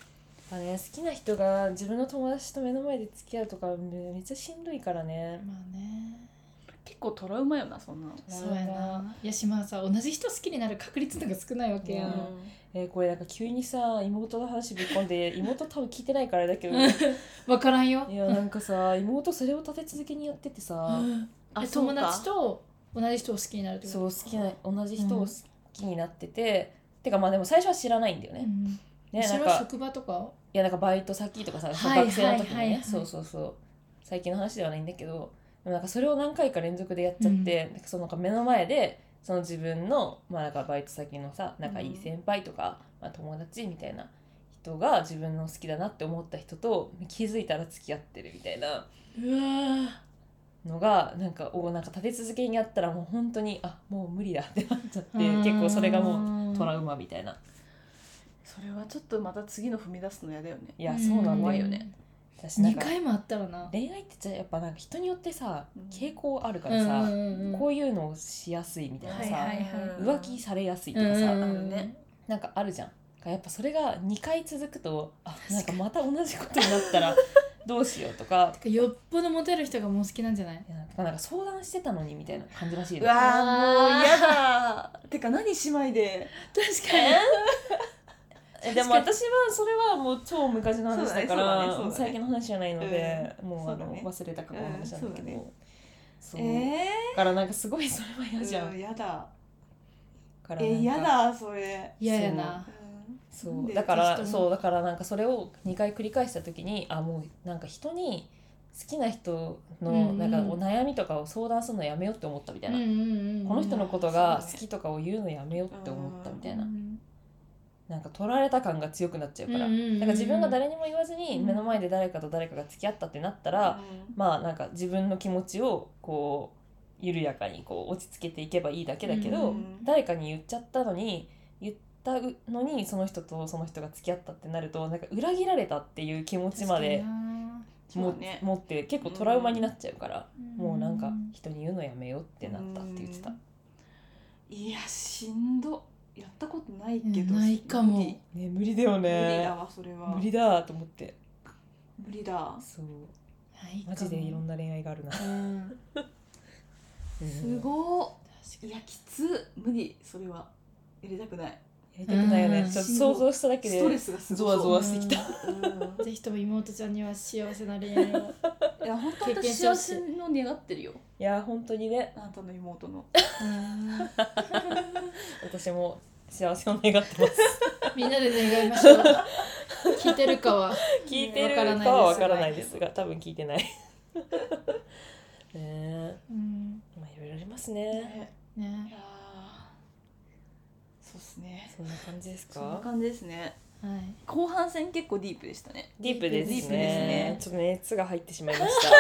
[SPEAKER 2] まあね、好きな人が自分の友達と目の前で付き合うとかめめっちゃしんどいからね
[SPEAKER 1] まあね
[SPEAKER 3] 結構トラウマよなそんなの
[SPEAKER 1] そうやないやしまあさ同じ人好きになる確率なんか少ないわけやん、
[SPEAKER 2] うんえーこれなんか急にさ妹の話ぶっ込んで妹多分聞いてないからあれだけど
[SPEAKER 1] 分からんよ
[SPEAKER 2] いやなんかさ妹それを立て続けにやっててさ
[SPEAKER 1] うん
[SPEAKER 3] あ
[SPEAKER 1] え
[SPEAKER 3] そう
[SPEAKER 1] 友
[SPEAKER 3] か
[SPEAKER 1] 達と同じ人を好きになるってこと
[SPEAKER 2] そう好きな同じ人を好きになってて、てかまあでも最初は知らないんだよ
[SPEAKER 1] う
[SPEAKER 2] ね、
[SPEAKER 1] ん
[SPEAKER 2] ねな
[SPEAKER 1] そ
[SPEAKER 2] ん
[SPEAKER 1] れは
[SPEAKER 2] か
[SPEAKER 1] 職場とか
[SPEAKER 2] いやなんかバイト先とかさ、
[SPEAKER 1] はい
[SPEAKER 2] 学生の時にね、
[SPEAKER 1] はいはいはい
[SPEAKER 2] そうそうそう最近の話ではないんだけどでもなんかそれを何回か連続でやっちゃって、なんかそのなんか目の前でその自分の、まあ、なんかバイト先のさ仲いい先輩とか、まあ、友達みたいな人が自分の好きだなって思った人と気づいたら付き合ってるみたいな
[SPEAKER 1] うわー
[SPEAKER 2] のがなんかおなんか立て続けにやったらもう本当にあもう無理だってなっちゃって
[SPEAKER 1] うーん
[SPEAKER 2] 結構それがもうトラウマみたいな。
[SPEAKER 3] それはちょっとまた次の踏み出すの嫌だよね
[SPEAKER 2] いやそうなんだ
[SPEAKER 3] 怖
[SPEAKER 2] よ
[SPEAKER 3] いよね
[SPEAKER 2] 私なん
[SPEAKER 1] 2
[SPEAKER 2] か
[SPEAKER 1] 回もあったらな
[SPEAKER 2] 恋愛ってじゃやっぱなんか人によってさ
[SPEAKER 3] うん
[SPEAKER 2] 傾向あるからさ、
[SPEAKER 1] うんうんうん
[SPEAKER 2] こういうのをしやすいみたいなさ、
[SPEAKER 1] はい
[SPEAKER 2] 浮気されやすいとかさ、
[SPEAKER 1] うんうんうん
[SPEAKER 3] あるね
[SPEAKER 2] なんかあるじゃんやっぱそれが2回続くとあなんかまた同じことになったらどうしようとか
[SPEAKER 1] てかよっぽどモテる人がもう好きなんじゃ ない
[SPEAKER 2] いやなんかなんか相談してたのにみたいな感じらしいうで
[SPEAKER 3] わ
[SPEAKER 2] す
[SPEAKER 3] ーもう嫌だ てか何姉妹で
[SPEAKER 1] 確
[SPEAKER 2] えでも私はそれはもう超昔の話だか
[SPEAKER 3] そうだね
[SPEAKER 2] ら
[SPEAKER 3] そうだね
[SPEAKER 2] もう最近の話じゃないので、
[SPEAKER 3] うん
[SPEAKER 2] もうあ
[SPEAKER 3] そう
[SPEAKER 2] の
[SPEAKER 3] だね
[SPEAKER 2] 忘れた過去の話なんだけど、
[SPEAKER 3] うん
[SPEAKER 2] そう
[SPEAKER 3] え
[SPEAKER 2] だからなんかすごいそれは
[SPEAKER 3] え
[SPEAKER 2] 嫌じゃん、
[SPEAKER 3] うんやだ
[SPEAKER 2] からなん
[SPEAKER 3] え
[SPEAKER 2] か
[SPEAKER 3] 嫌だそれ
[SPEAKER 1] 嫌やな
[SPEAKER 3] うん
[SPEAKER 2] そう
[SPEAKER 3] で
[SPEAKER 2] だか
[SPEAKER 1] 私
[SPEAKER 2] ら
[SPEAKER 1] とも
[SPEAKER 2] そうだからなんかそれを2回繰り返した時にあもうなんか人に好きな人
[SPEAKER 1] うんう
[SPEAKER 2] の
[SPEAKER 1] ん
[SPEAKER 2] なんかお悩みとかを相談するのやめようって思ったみたいな、こ
[SPEAKER 1] こ
[SPEAKER 2] の人のこと
[SPEAKER 3] あー
[SPEAKER 2] が
[SPEAKER 3] そうだね
[SPEAKER 2] 好きとかを言うのやめようって思ったみたいな、
[SPEAKER 1] うん
[SPEAKER 2] なんか取られた感が強くなっちゃうから、
[SPEAKER 1] うんうんうんうん
[SPEAKER 2] なんか自分が誰にも言わずに
[SPEAKER 1] うん
[SPEAKER 2] 目の前で誰かと誰かが付き合ったってなったら、
[SPEAKER 3] うん
[SPEAKER 2] まあなんか自分の気持ちをこう緩やかにこう落ち着けていけばいいだけだけど、
[SPEAKER 3] うん
[SPEAKER 2] 誰かに言っちゃったのに言ったのにその人とその人が付き合ったってなるとなんか裏切られたっていう気持ちま
[SPEAKER 1] 確
[SPEAKER 2] で
[SPEAKER 1] かにな
[SPEAKER 2] も
[SPEAKER 3] そうだね
[SPEAKER 2] 持って結構トラウマになっちゃうから、もうなんか人に言うのやめようってなったって言ってた。
[SPEAKER 3] いやしんどやったことないけど
[SPEAKER 1] ないかも
[SPEAKER 3] 無理
[SPEAKER 2] ね無理だよ
[SPEAKER 3] 無理だ
[SPEAKER 2] ね
[SPEAKER 3] わそれは
[SPEAKER 2] 無理だと思って
[SPEAKER 3] 無理だ
[SPEAKER 2] そう
[SPEAKER 1] ないかも
[SPEAKER 2] マジでいろんな恋愛があるな。
[SPEAKER 1] うん
[SPEAKER 3] すごいいやきつ無理それはやりたくない
[SPEAKER 2] やりたくないよね、
[SPEAKER 1] うん
[SPEAKER 2] ちょっと想像しただけで
[SPEAKER 3] ストレスがす
[SPEAKER 2] ゾ
[SPEAKER 3] ご
[SPEAKER 2] ワ
[SPEAKER 3] い
[SPEAKER 2] ゾワしてきた、
[SPEAKER 3] うん
[SPEAKER 1] ぜひとも妹ちゃんには幸せな恋愛を
[SPEAKER 3] いや本当
[SPEAKER 1] 経験
[SPEAKER 3] 私
[SPEAKER 1] してほ
[SPEAKER 3] 幸
[SPEAKER 1] しい
[SPEAKER 3] せの願ってるよ
[SPEAKER 2] いや本当にね
[SPEAKER 3] あなたの 妹の
[SPEAKER 1] うん
[SPEAKER 2] 私も幸せを願ってます
[SPEAKER 1] みんなで願いましょう聞いてるかは
[SPEAKER 2] 聞いてるか
[SPEAKER 1] わからないです
[SPEAKER 2] はわからないですが多分聞いてない ねえ
[SPEAKER 1] うん
[SPEAKER 2] まあいろいろありますね
[SPEAKER 3] ねい
[SPEAKER 1] ね
[SPEAKER 3] やーそうっすね
[SPEAKER 2] そんな感じです
[SPEAKER 3] そんな
[SPEAKER 2] か
[SPEAKER 3] 感じですね
[SPEAKER 1] はい
[SPEAKER 3] 後半戦結構ディープでしたね
[SPEAKER 2] ディープですね
[SPEAKER 3] ディープですね
[SPEAKER 2] ちょっと熱が入ってしまいました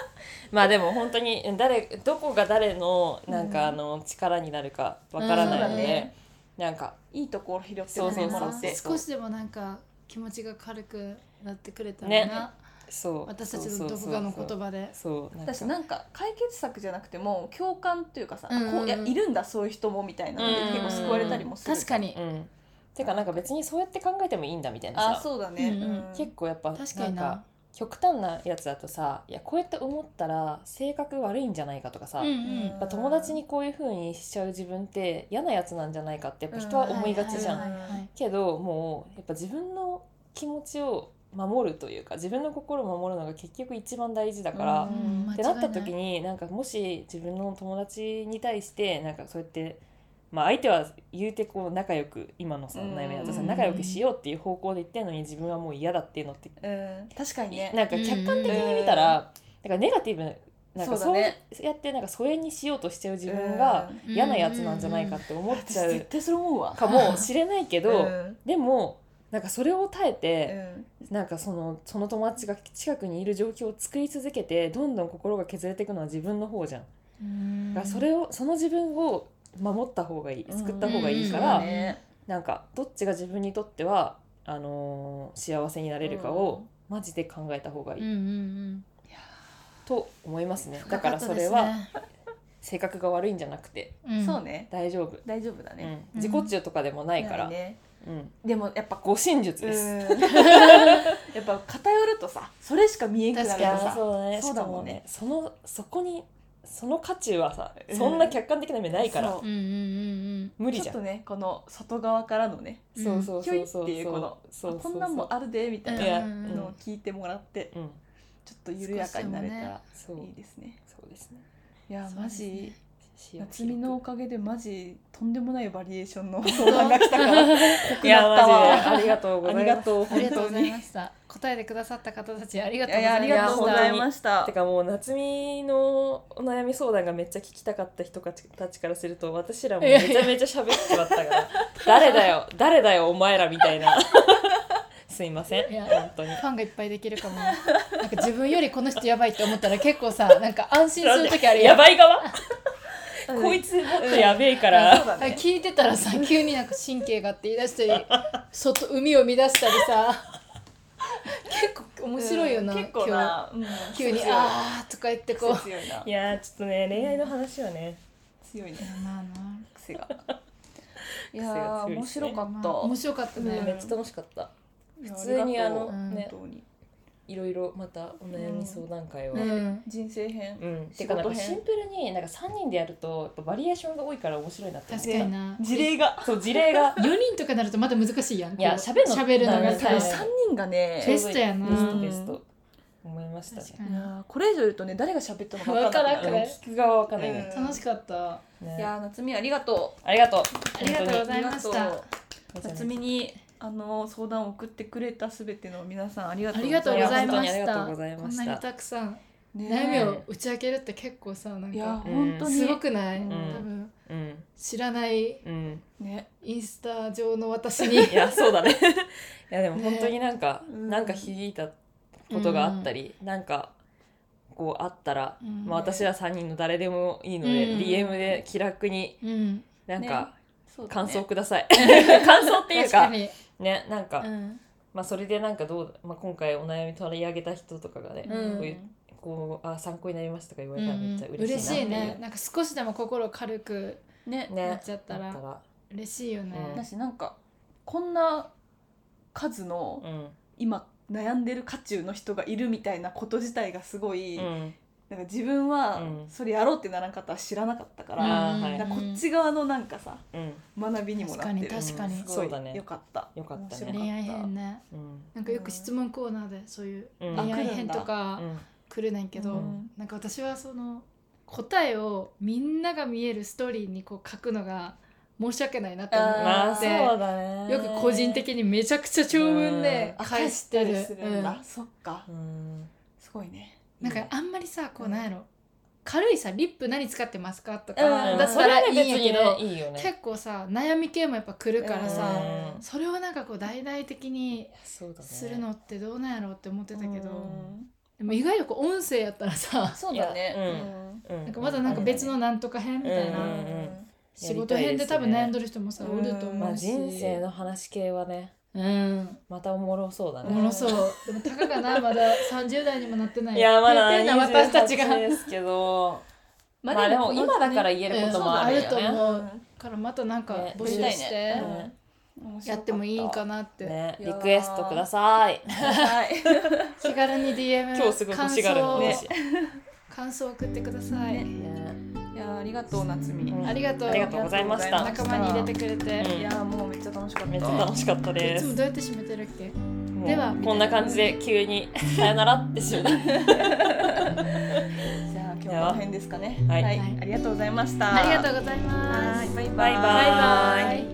[SPEAKER 2] まあでも本当に誰どこが誰のなんかあの力になるかわからない
[SPEAKER 1] うん
[SPEAKER 2] の
[SPEAKER 1] そうだ
[SPEAKER 2] で
[SPEAKER 3] ね、
[SPEAKER 2] なんか
[SPEAKER 3] いいところ拾って
[SPEAKER 2] そうそうそう
[SPEAKER 3] もらって
[SPEAKER 1] 少しでもなんか気持ちが軽くなってくれたら
[SPEAKER 2] ね
[SPEAKER 1] な、
[SPEAKER 2] そう
[SPEAKER 1] 私たちのどこかの言葉で
[SPEAKER 2] そうなんか
[SPEAKER 3] 私なんか解決策じゃなくても共感というかさ、
[SPEAKER 1] うんうんうん
[SPEAKER 3] こういやいるんだそういう人もみたいなので、
[SPEAKER 2] うんうんうん
[SPEAKER 3] 結構救われたりもする
[SPEAKER 1] 確かに、
[SPEAKER 2] うんてかなんか別にそうやって考えてもいいんだみたいな
[SPEAKER 3] あ
[SPEAKER 2] さ
[SPEAKER 3] ーそうだね、
[SPEAKER 1] うんうん
[SPEAKER 2] 結構やっぱ
[SPEAKER 1] 確かに
[SPEAKER 2] なん
[SPEAKER 1] な
[SPEAKER 2] か極端なやつだとさいやこうやって思ったら性格悪いんじゃないかとかさ、
[SPEAKER 1] うんう
[SPEAKER 2] やっ
[SPEAKER 1] ん
[SPEAKER 2] ぱ友達にこういう風にしちゃう自分って嫌なやつなんじゃないかってやっぱ人は思いがちじゃん。
[SPEAKER 1] はいはいはい
[SPEAKER 2] けどもうやっぱ自分の気持ちを守るというか自分の心を守るのが結局一番大事だから、
[SPEAKER 3] うん
[SPEAKER 1] うん
[SPEAKER 2] ってなった
[SPEAKER 1] 間違
[SPEAKER 2] 時
[SPEAKER 1] いい
[SPEAKER 2] になんかもし自分の友達に対してなんかそうやって、まあ、相手は言うてこう仲良く今のさ
[SPEAKER 3] うん
[SPEAKER 2] 悩みだとさ
[SPEAKER 1] うん
[SPEAKER 2] 仲良くしようっていう方向で言ってるのに自分はもう嫌だっていうのって、
[SPEAKER 3] うん確かにね
[SPEAKER 2] なんか客観的に見たら、なんかネガティブなんか
[SPEAKER 3] そ
[SPEAKER 2] そうう
[SPEAKER 3] だね
[SPEAKER 2] やってなんか疎遠にしようとしちゃう自分が
[SPEAKER 3] うん
[SPEAKER 2] 嫌なやつなんじゃないかって思っ
[SPEAKER 3] 私
[SPEAKER 2] ちゃう
[SPEAKER 3] 絶対それ思うわ
[SPEAKER 2] かもしれないけ
[SPEAKER 3] う
[SPEAKER 2] ど、
[SPEAKER 3] ん
[SPEAKER 2] でもなんかそれを耐えて。
[SPEAKER 3] うん
[SPEAKER 2] なんかそのその友達が近くにいる状況を作り続けてどんどん心が削れていくのは自分の方じゃん、
[SPEAKER 1] うん
[SPEAKER 2] だからそれをその自分を守った方がいい
[SPEAKER 3] うん
[SPEAKER 2] 救った方がいいか
[SPEAKER 3] うん
[SPEAKER 2] ら、
[SPEAKER 3] そうだね
[SPEAKER 2] なんかどっちが自分にとってはあのー幸せになれるかをマジで考えた方がいい、
[SPEAKER 1] うんうん
[SPEAKER 2] と思いますね
[SPEAKER 1] うん
[SPEAKER 2] だからそれは性格が悪いんじゃなくて
[SPEAKER 1] うん
[SPEAKER 3] そうね
[SPEAKER 2] 大丈夫、
[SPEAKER 3] 大丈夫だ
[SPEAKER 2] う
[SPEAKER 3] ね、
[SPEAKER 2] ん、自己中とかでもないから、
[SPEAKER 3] ね
[SPEAKER 2] うん、
[SPEAKER 3] でもやっぱこ
[SPEAKER 2] 護身
[SPEAKER 3] う
[SPEAKER 2] 術です、
[SPEAKER 3] うん やっぱ偏るとさそれしか見えんくなる
[SPEAKER 2] い
[SPEAKER 3] と
[SPEAKER 1] 確
[SPEAKER 2] や
[SPEAKER 3] さ
[SPEAKER 2] ーそうだね
[SPEAKER 3] そう
[SPEAKER 2] し
[SPEAKER 3] だ
[SPEAKER 2] か
[SPEAKER 3] も
[SPEAKER 2] も
[SPEAKER 3] んね
[SPEAKER 2] ねそのそこにその渦中はさ
[SPEAKER 3] うん
[SPEAKER 2] そんな客観的な目ないから、
[SPEAKER 3] そう
[SPEAKER 1] うんうんうん
[SPEAKER 2] 無理
[SPEAKER 3] ち
[SPEAKER 2] じ
[SPEAKER 3] ょっ
[SPEAKER 2] ゃん
[SPEAKER 3] とねこの外側からのね
[SPEAKER 1] うん
[SPEAKER 2] そうそう
[SPEAKER 3] ひ
[SPEAKER 2] そ
[SPEAKER 3] ょいうっ
[SPEAKER 2] そう
[SPEAKER 3] ていうこの
[SPEAKER 2] そうそう
[SPEAKER 3] あこんなんもあるでみたい
[SPEAKER 2] いや
[SPEAKER 1] う
[SPEAKER 3] なんのを聞いてもらって
[SPEAKER 2] うん
[SPEAKER 3] ちょっと緩やかになれたら
[SPEAKER 2] そう
[SPEAKER 3] いいですね
[SPEAKER 2] そうですね
[SPEAKER 3] いや
[SPEAKER 1] そう
[SPEAKER 3] マ
[SPEAKER 1] ですね
[SPEAKER 3] ジ
[SPEAKER 2] 視野を
[SPEAKER 3] 夏
[SPEAKER 2] 広
[SPEAKER 3] 美
[SPEAKER 2] く
[SPEAKER 3] のおかげでマジとんでもないバリエーション の相談が来たから濃
[SPEAKER 2] い
[SPEAKER 3] く
[SPEAKER 2] や
[SPEAKER 3] なった
[SPEAKER 2] マジで
[SPEAKER 3] わ
[SPEAKER 2] ありがとうご
[SPEAKER 3] あ
[SPEAKER 2] ざ
[SPEAKER 3] り
[SPEAKER 2] い
[SPEAKER 3] が
[SPEAKER 1] うんありがとう
[SPEAKER 2] ます
[SPEAKER 3] とう本当
[SPEAKER 1] ござい
[SPEAKER 3] に
[SPEAKER 1] ました答えてくださった方たちありが
[SPEAKER 3] い
[SPEAKER 1] とうご
[SPEAKER 3] やいやあ
[SPEAKER 1] ざい
[SPEAKER 3] り
[SPEAKER 1] ま
[SPEAKER 3] が
[SPEAKER 1] し
[SPEAKER 3] と
[SPEAKER 1] た
[SPEAKER 3] うございました
[SPEAKER 2] てかもう夏美のお悩み相談がめっちゃ聞きたかった人たちからすると私らもめちゃめちゃ喋ってしまったから誰だよ誰だよお前らみたいな すいません
[SPEAKER 1] いや
[SPEAKER 2] 本当に
[SPEAKER 1] ファンがいっぱいできるかも。なんか自分よりこの人やばいって思ったら結構さ、なんか安心する時ある
[SPEAKER 2] や
[SPEAKER 1] よ。
[SPEAKER 2] ばい側
[SPEAKER 3] うん
[SPEAKER 2] こいつもっとやべえか
[SPEAKER 3] うんそう
[SPEAKER 2] ら
[SPEAKER 3] だね
[SPEAKER 1] 聞いてたら さ、急になんか神経がって言い出したり、外海を乱したりさ、結構面白いよな。
[SPEAKER 3] うん結構なうん
[SPEAKER 1] 今日急に
[SPEAKER 3] 強い
[SPEAKER 1] あーとか言ってこう。
[SPEAKER 3] 強いない
[SPEAKER 2] やーちょっとね恋愛の話はね
[SPEAKER 3] 強いね
[SPEAKER 1] まあな。
[SPEAKER 3] 癖がい
[SPEAKER 2] 癖が
[SPEAKER 3] や
[SPEAKER 2] 強
[SPEAKER 3] ー
[SPEAKER 2] い
[SPEAKER 3] 面
[SPEAKER 2] です
[SPEAKER 3] 白
[SPEAKER 2] ね
[SPEAKER 3] か
[SPEAKER 1] ま
[SPEAKER 3] っ
[SPEAKER 1] あ面
[SPEAKER 3] た
[SPEAKER 1] 白かったね。
[SPEAKER 3] うん
[SPEAKER 2] めっちゃ楽しかった
[SPEAKER 3] いや
[SPEAKER 2] 普通にあ
[SPEAKER 3] りがとう
[SPEAKER 2] の
[SPEAKER 1] うん
[SPEAKER 2] ね
[SPEAKER 3] 本当に
[SPEAKER 2] いろいろまたお悩み相談会は。うん
[SPEAKER 1] うん
[SPEAKER 3] 人生編
[SPEAKER 2] てかなんか
[SPEAKER 3] 仕事
[SPEAKER 2] シ
[SPEAKER 3] 編
[SPEAKER 2] ンプルになんか3人でやるとやっぱバリエーションが多いから面白いなって思
[SPEAKER 1] 確
[SPEAKER 2] う
[SPEAKER 1] かにな
[SPEAKER 3] 事例が
[SPEAKER 2] そう事例が
[SPEAKER 1] 4人とかになるとまだ難しいやん
[SPEAKER 2] いや
[SPEAKER 1] こう
[SPEAKER 2] 喋るの
[SPEAKER 1] 喋るのが
[SPEAKER 2] なんか
[SPEAKER 1] さ
[SPEAKER 2] は
[SPEAKER 3] 3
[SPEAKER 2] い
[SPEAKER 3] 人がね
[SPEAKER 2] ちょうど
[SPEAKER 1] ベス
[SPEAKER 2] いい
[SPEAKER 1] トやな
[SPEAKER 2] ベストベスト思いました
[SPEAKER 1] 確
[SPEAKER 2] ね
[SPEAKER 1] か
[SPEAKER 3] い
[SPEAKER 1] に
[SPEAKER 3] やーこれ以上いるとね誰が喋ったのか分
[SPEAKER 1] わからん
[SPEAKER 3] かん
[SPEAKER 1] く
[SPEAKER 3] な
[SPEAKER 1] ら
[SPEAKER 3] い
[SPEAKER 1] い
[SPEAKER 2] 聞く側はわかんないね
[SPEAKER 3] う
[SPEAKER 1] 楽しかった
[SPEAKER 2] ね
[SPEAKER 3] いやー夏美ありがとう
[SPEAKER 2] ありがとう
[SPEAKER 1] ありがとうございまし
[SPEAKER 3] あり
[SPEAKER 1] た
[SPEAKER 3] がと
[SPEAKER 2] 本
[SPEAKER 3] う
[SPEAKER 2] 当に
[SPEAKER 3] 夏美にあの相談を送ってくれたすべての皆さんありがと
[SPEAKER 1] あ
[SPEAKER 3] う
[SPEAKER 1] りがとうございま
[SPEAKER 2] いや本当にあ
[SPEAKER 1] した
[SPEAKER 2] りがとうございました
[SPEAKER 1] こんなにたくさん
[SPEAKER 3] ね
[SPEAKER 1] 悩みを打ち明けるって結構さなん
[SPEAKER 3] いや
[SPEAKER 1] か
[SPEAKER 3] 本当に
[SPEAKER 1] すごくない、
[SPEAKER 3] うん
[SPEAKER 1] 多分
[SPEAKER 2] うん
[SPEAKER 1] 知らない
[SPEAKER 2] うん
[SPEAKER 3] ね
[SPEAKER 1] インスタ上の私に
[SPEAKER 2] いやそうだね いやでも本当になんか、
[SPEAKER 3] うん
[SPEAKER 2] なんか響いたことがあったり、なんかこうあったら、
[SPEAKER 1] うん
[SPEAKER 2] まあ、私ら3人の誰でもいいので、
[SPEAKER 1] うん
[SPEAKER 2] DM で気楽に
[SPEAKER 1] うん
[SPEAKER 2] なんか
[SPEAKER 3] そうだ
[SPEAKER 2] 感
[SPEAKER 3] ね
[SPEAKER 2] 想ください、 感想っていう
[SPEAKER 1] 確
[SPEAKER 2] か
[SPEAKER 1] かに、
[SPEAKER 2] ねなんか、
[SPEAKER 1] うん、
[SPEAKER 2] まあ、それでなんかどう、まあ、今回お悩み取り上げた人とかがね、
[SPEAKER 1] うん
[SPEAKER 2] こういうこうあ参考になりましたとか言われたらめっちゃ
[SPEAKER 1] 嬉
[SPEAKER 2] 嬉しいな
[SPEAKER 1] しい
[SPEAKER 2] っていう
[SPEAKER 1] ねなんか少しでも心を軽く
[SPEAKER 3] ね
[SPEAKER 2] ね
[SPEAKER 1] なっちゃったら
[SPEAKER 2] だっ
[SPEAKER 1] 嬉しいよね、
[SPEAKER 2] うん
[SPEAKER 3] だしなんかこんな数
[SPEAKER 2] た
[SPEAKER 3] の
[SPEAKER 2] らうん
[SPEAKER 3] 今悩んでる渦中の人がいるみたいなこと自体がすごい、
[SPEAKER 2] うん
[SPEAKER 3] なんか自分は
[SPEAKER 2] うん
[SPEAKER 3] それやろうってならんかったら知らなかったか
[SPEAKER 2] うん
[SPEAKER 3] ら、
[SPEAKER 2] あーはい
[SPEAKER 3] なんかこっち側のなんかさ
[SPEAKER 2] うん
[SPEAKER 3] 学びにも
[SPEAKER 1] 確
[SPEAKER 3] な
[SPEAKER 1] か
[SPEAKER 3] って
[SPEAKER 1] に
[SPEAKER 3] る
[SPEAKER 1] 確か
[SPEAKER 2] う
[SPEAKER 1] に
[SPEAKER 2] ん
[SPEAKER 3] すごい
[SPEAKER 2] そうだね
[SPEAKER 3] よかった
[SPEAKER 2] よかったね
[SPEAKER 3] 面白
[SPEAKER 1] 恋愛編ね
[SPEAKER 2] うん
[SPEAKER 1] なんかよく質問コーナーでそういう
[SPEAKER 2] うん
[SPEAKER 1] 恋愛
[SPEAKER 3] あ来るん
[SPEAKER 1] 編
[SPEAKER 3] だ
[SPEAKER 1] とか
[SPEAKER 2] うん
[SPEAKER 1] 来るねんけど、
[SPEAKER 2] うん
[SPEAKER 1] なんか私はその答えをみんなが見えるストーリーにこう書くのが申し訳ないなと思
[SPEAKER 2] まあ
[SPEAKER 1] っ
[SPEAKER 2] そ
[SPEAKER 1] て
[SPEAKER 2] うだね
[SPEAKER 1] よく個人的にめちゃくちゃ長文で
[SPEAKER 3] あ
[SPEAKER 1] 返してる
[SPEAKER 3] 返したりするんだ、そっか
[SPEAKER 2] うん
[SPEAKER 3] すごいね
[SPEAKER 1] うん、なんかあんまりさこうなんやろ、軽いさ「リップ何使ってますか?」とか
[SPEAKER 3] うん
[SPEAKER 1] だったらいいんや
[SPEAKER 2] 別に
[SPEAKER 1] けど、
[SPEAKER 2] ねいいよね
[SPEAKER 1] 結構さ悩み系もやっぱ来るからさ、
[SPEAKER 2] うん
[SPEAKER 1] それをなんかこう大々的に
[SPEAKER 2] そうだね
[SPEAKER 1] するのってどうなんやろうって思ってたけど、
[SPEAKER 3] うん
[SPEAKER 1] でも意外とこう音声やったらさ
[SPEAKER 3] そうだね
[SPEAKER 2] いやう
[SPEAKER 1] なんかまだなんか別のなんとか編みたいな、
[SPEAKER 2] うんうん
[SPEAKER 1] 仕事編で多分悩んどる人もさ、
[SPEAKER 3] うん
[SPEAKER 1] おると
[SPEAKER 2] ま
[SPEAKER 1] 思
[SPEAKER 2] あ
[SPEAKER 1] うし、
[SPEAKER 2] 人生の話系はね
[SPEAKER 1] うん
[SPEAKER 2] またおもろそうだ
[SPEAKER 1] お
[SPEAKER 2] ね
[SPEAKER 1] もろそうでもたかがなまだ30代にもなってない
[SPEAKER 2] いやまだ
[SPEAKER 1] てんてんな私たちが
[SPEAKER 2] 28ですけど
[SPEAKER 3] まあ
[SPEAKER 2] まあでも
[SPEAKER 3] でも
[SPEAKER 2] 今だから言えることもあるよ
[SPEAKER 1] そうだね
[SPEAKER 2] ね
[SPEAKER 1] 思うからまたなんか
[SPEAKER 2] ね
[SPEAKER 1] 募集して、
[SPEAKER 3] ね面白かた
[SPEAKER 1] やってもいいかなって、
[SPEAKER 2] ね
[SPEAKER 3] いや
[SPEAKER 2] リ
[SPEAKER 3] ー
[SPEAKER 2] クエストください
[SPEAKER 3] はい
[SPEAKER 1] 気軽に DM
[SPEAKER 2] 今日すごい欲しがるの
[SPEAKER 1] 感
[SPEAKER 2] ね
[SPEAKER 1] 想感想送ってください、
[SPEAKER 2] ね
[SPEAKER 3] いやありがとう夏美、
[SPEAKER 2] うん
[SPEAKER 1] ありがとう
[SPEAKER 2] ありがとうございました
[SPEAKER 1] 仲間に入れてくれて、
[SPEAKER 2] うん
[SPEAKER 3] いやーもうめっちゃ楽しかった
[SPEAKER 2] めっちゃ楽しかった
[SPEAKER 1] い
[SPEAKER 2] で
[SPEAKER 1] つも
[SPEAKER 2] す
[SPEAKER 1] どうやって締めてるっけ
[SPEAKER 2] もう
[SPEAKER 1] では
[SPEAKER 2] こんな感じで急に さよならってしまう
[SPEAKER 3] じゃあ今日はこの辺ですかね
[SPEAKER 2] はい
[SPEAKER 3] ありがとうございました
[SPEAKER 1] ありがとうございます、
[SPEAKER 3] はいバイバイ
[SPEAKER 2] バイバイ
[SPEAKER 1] バイバイ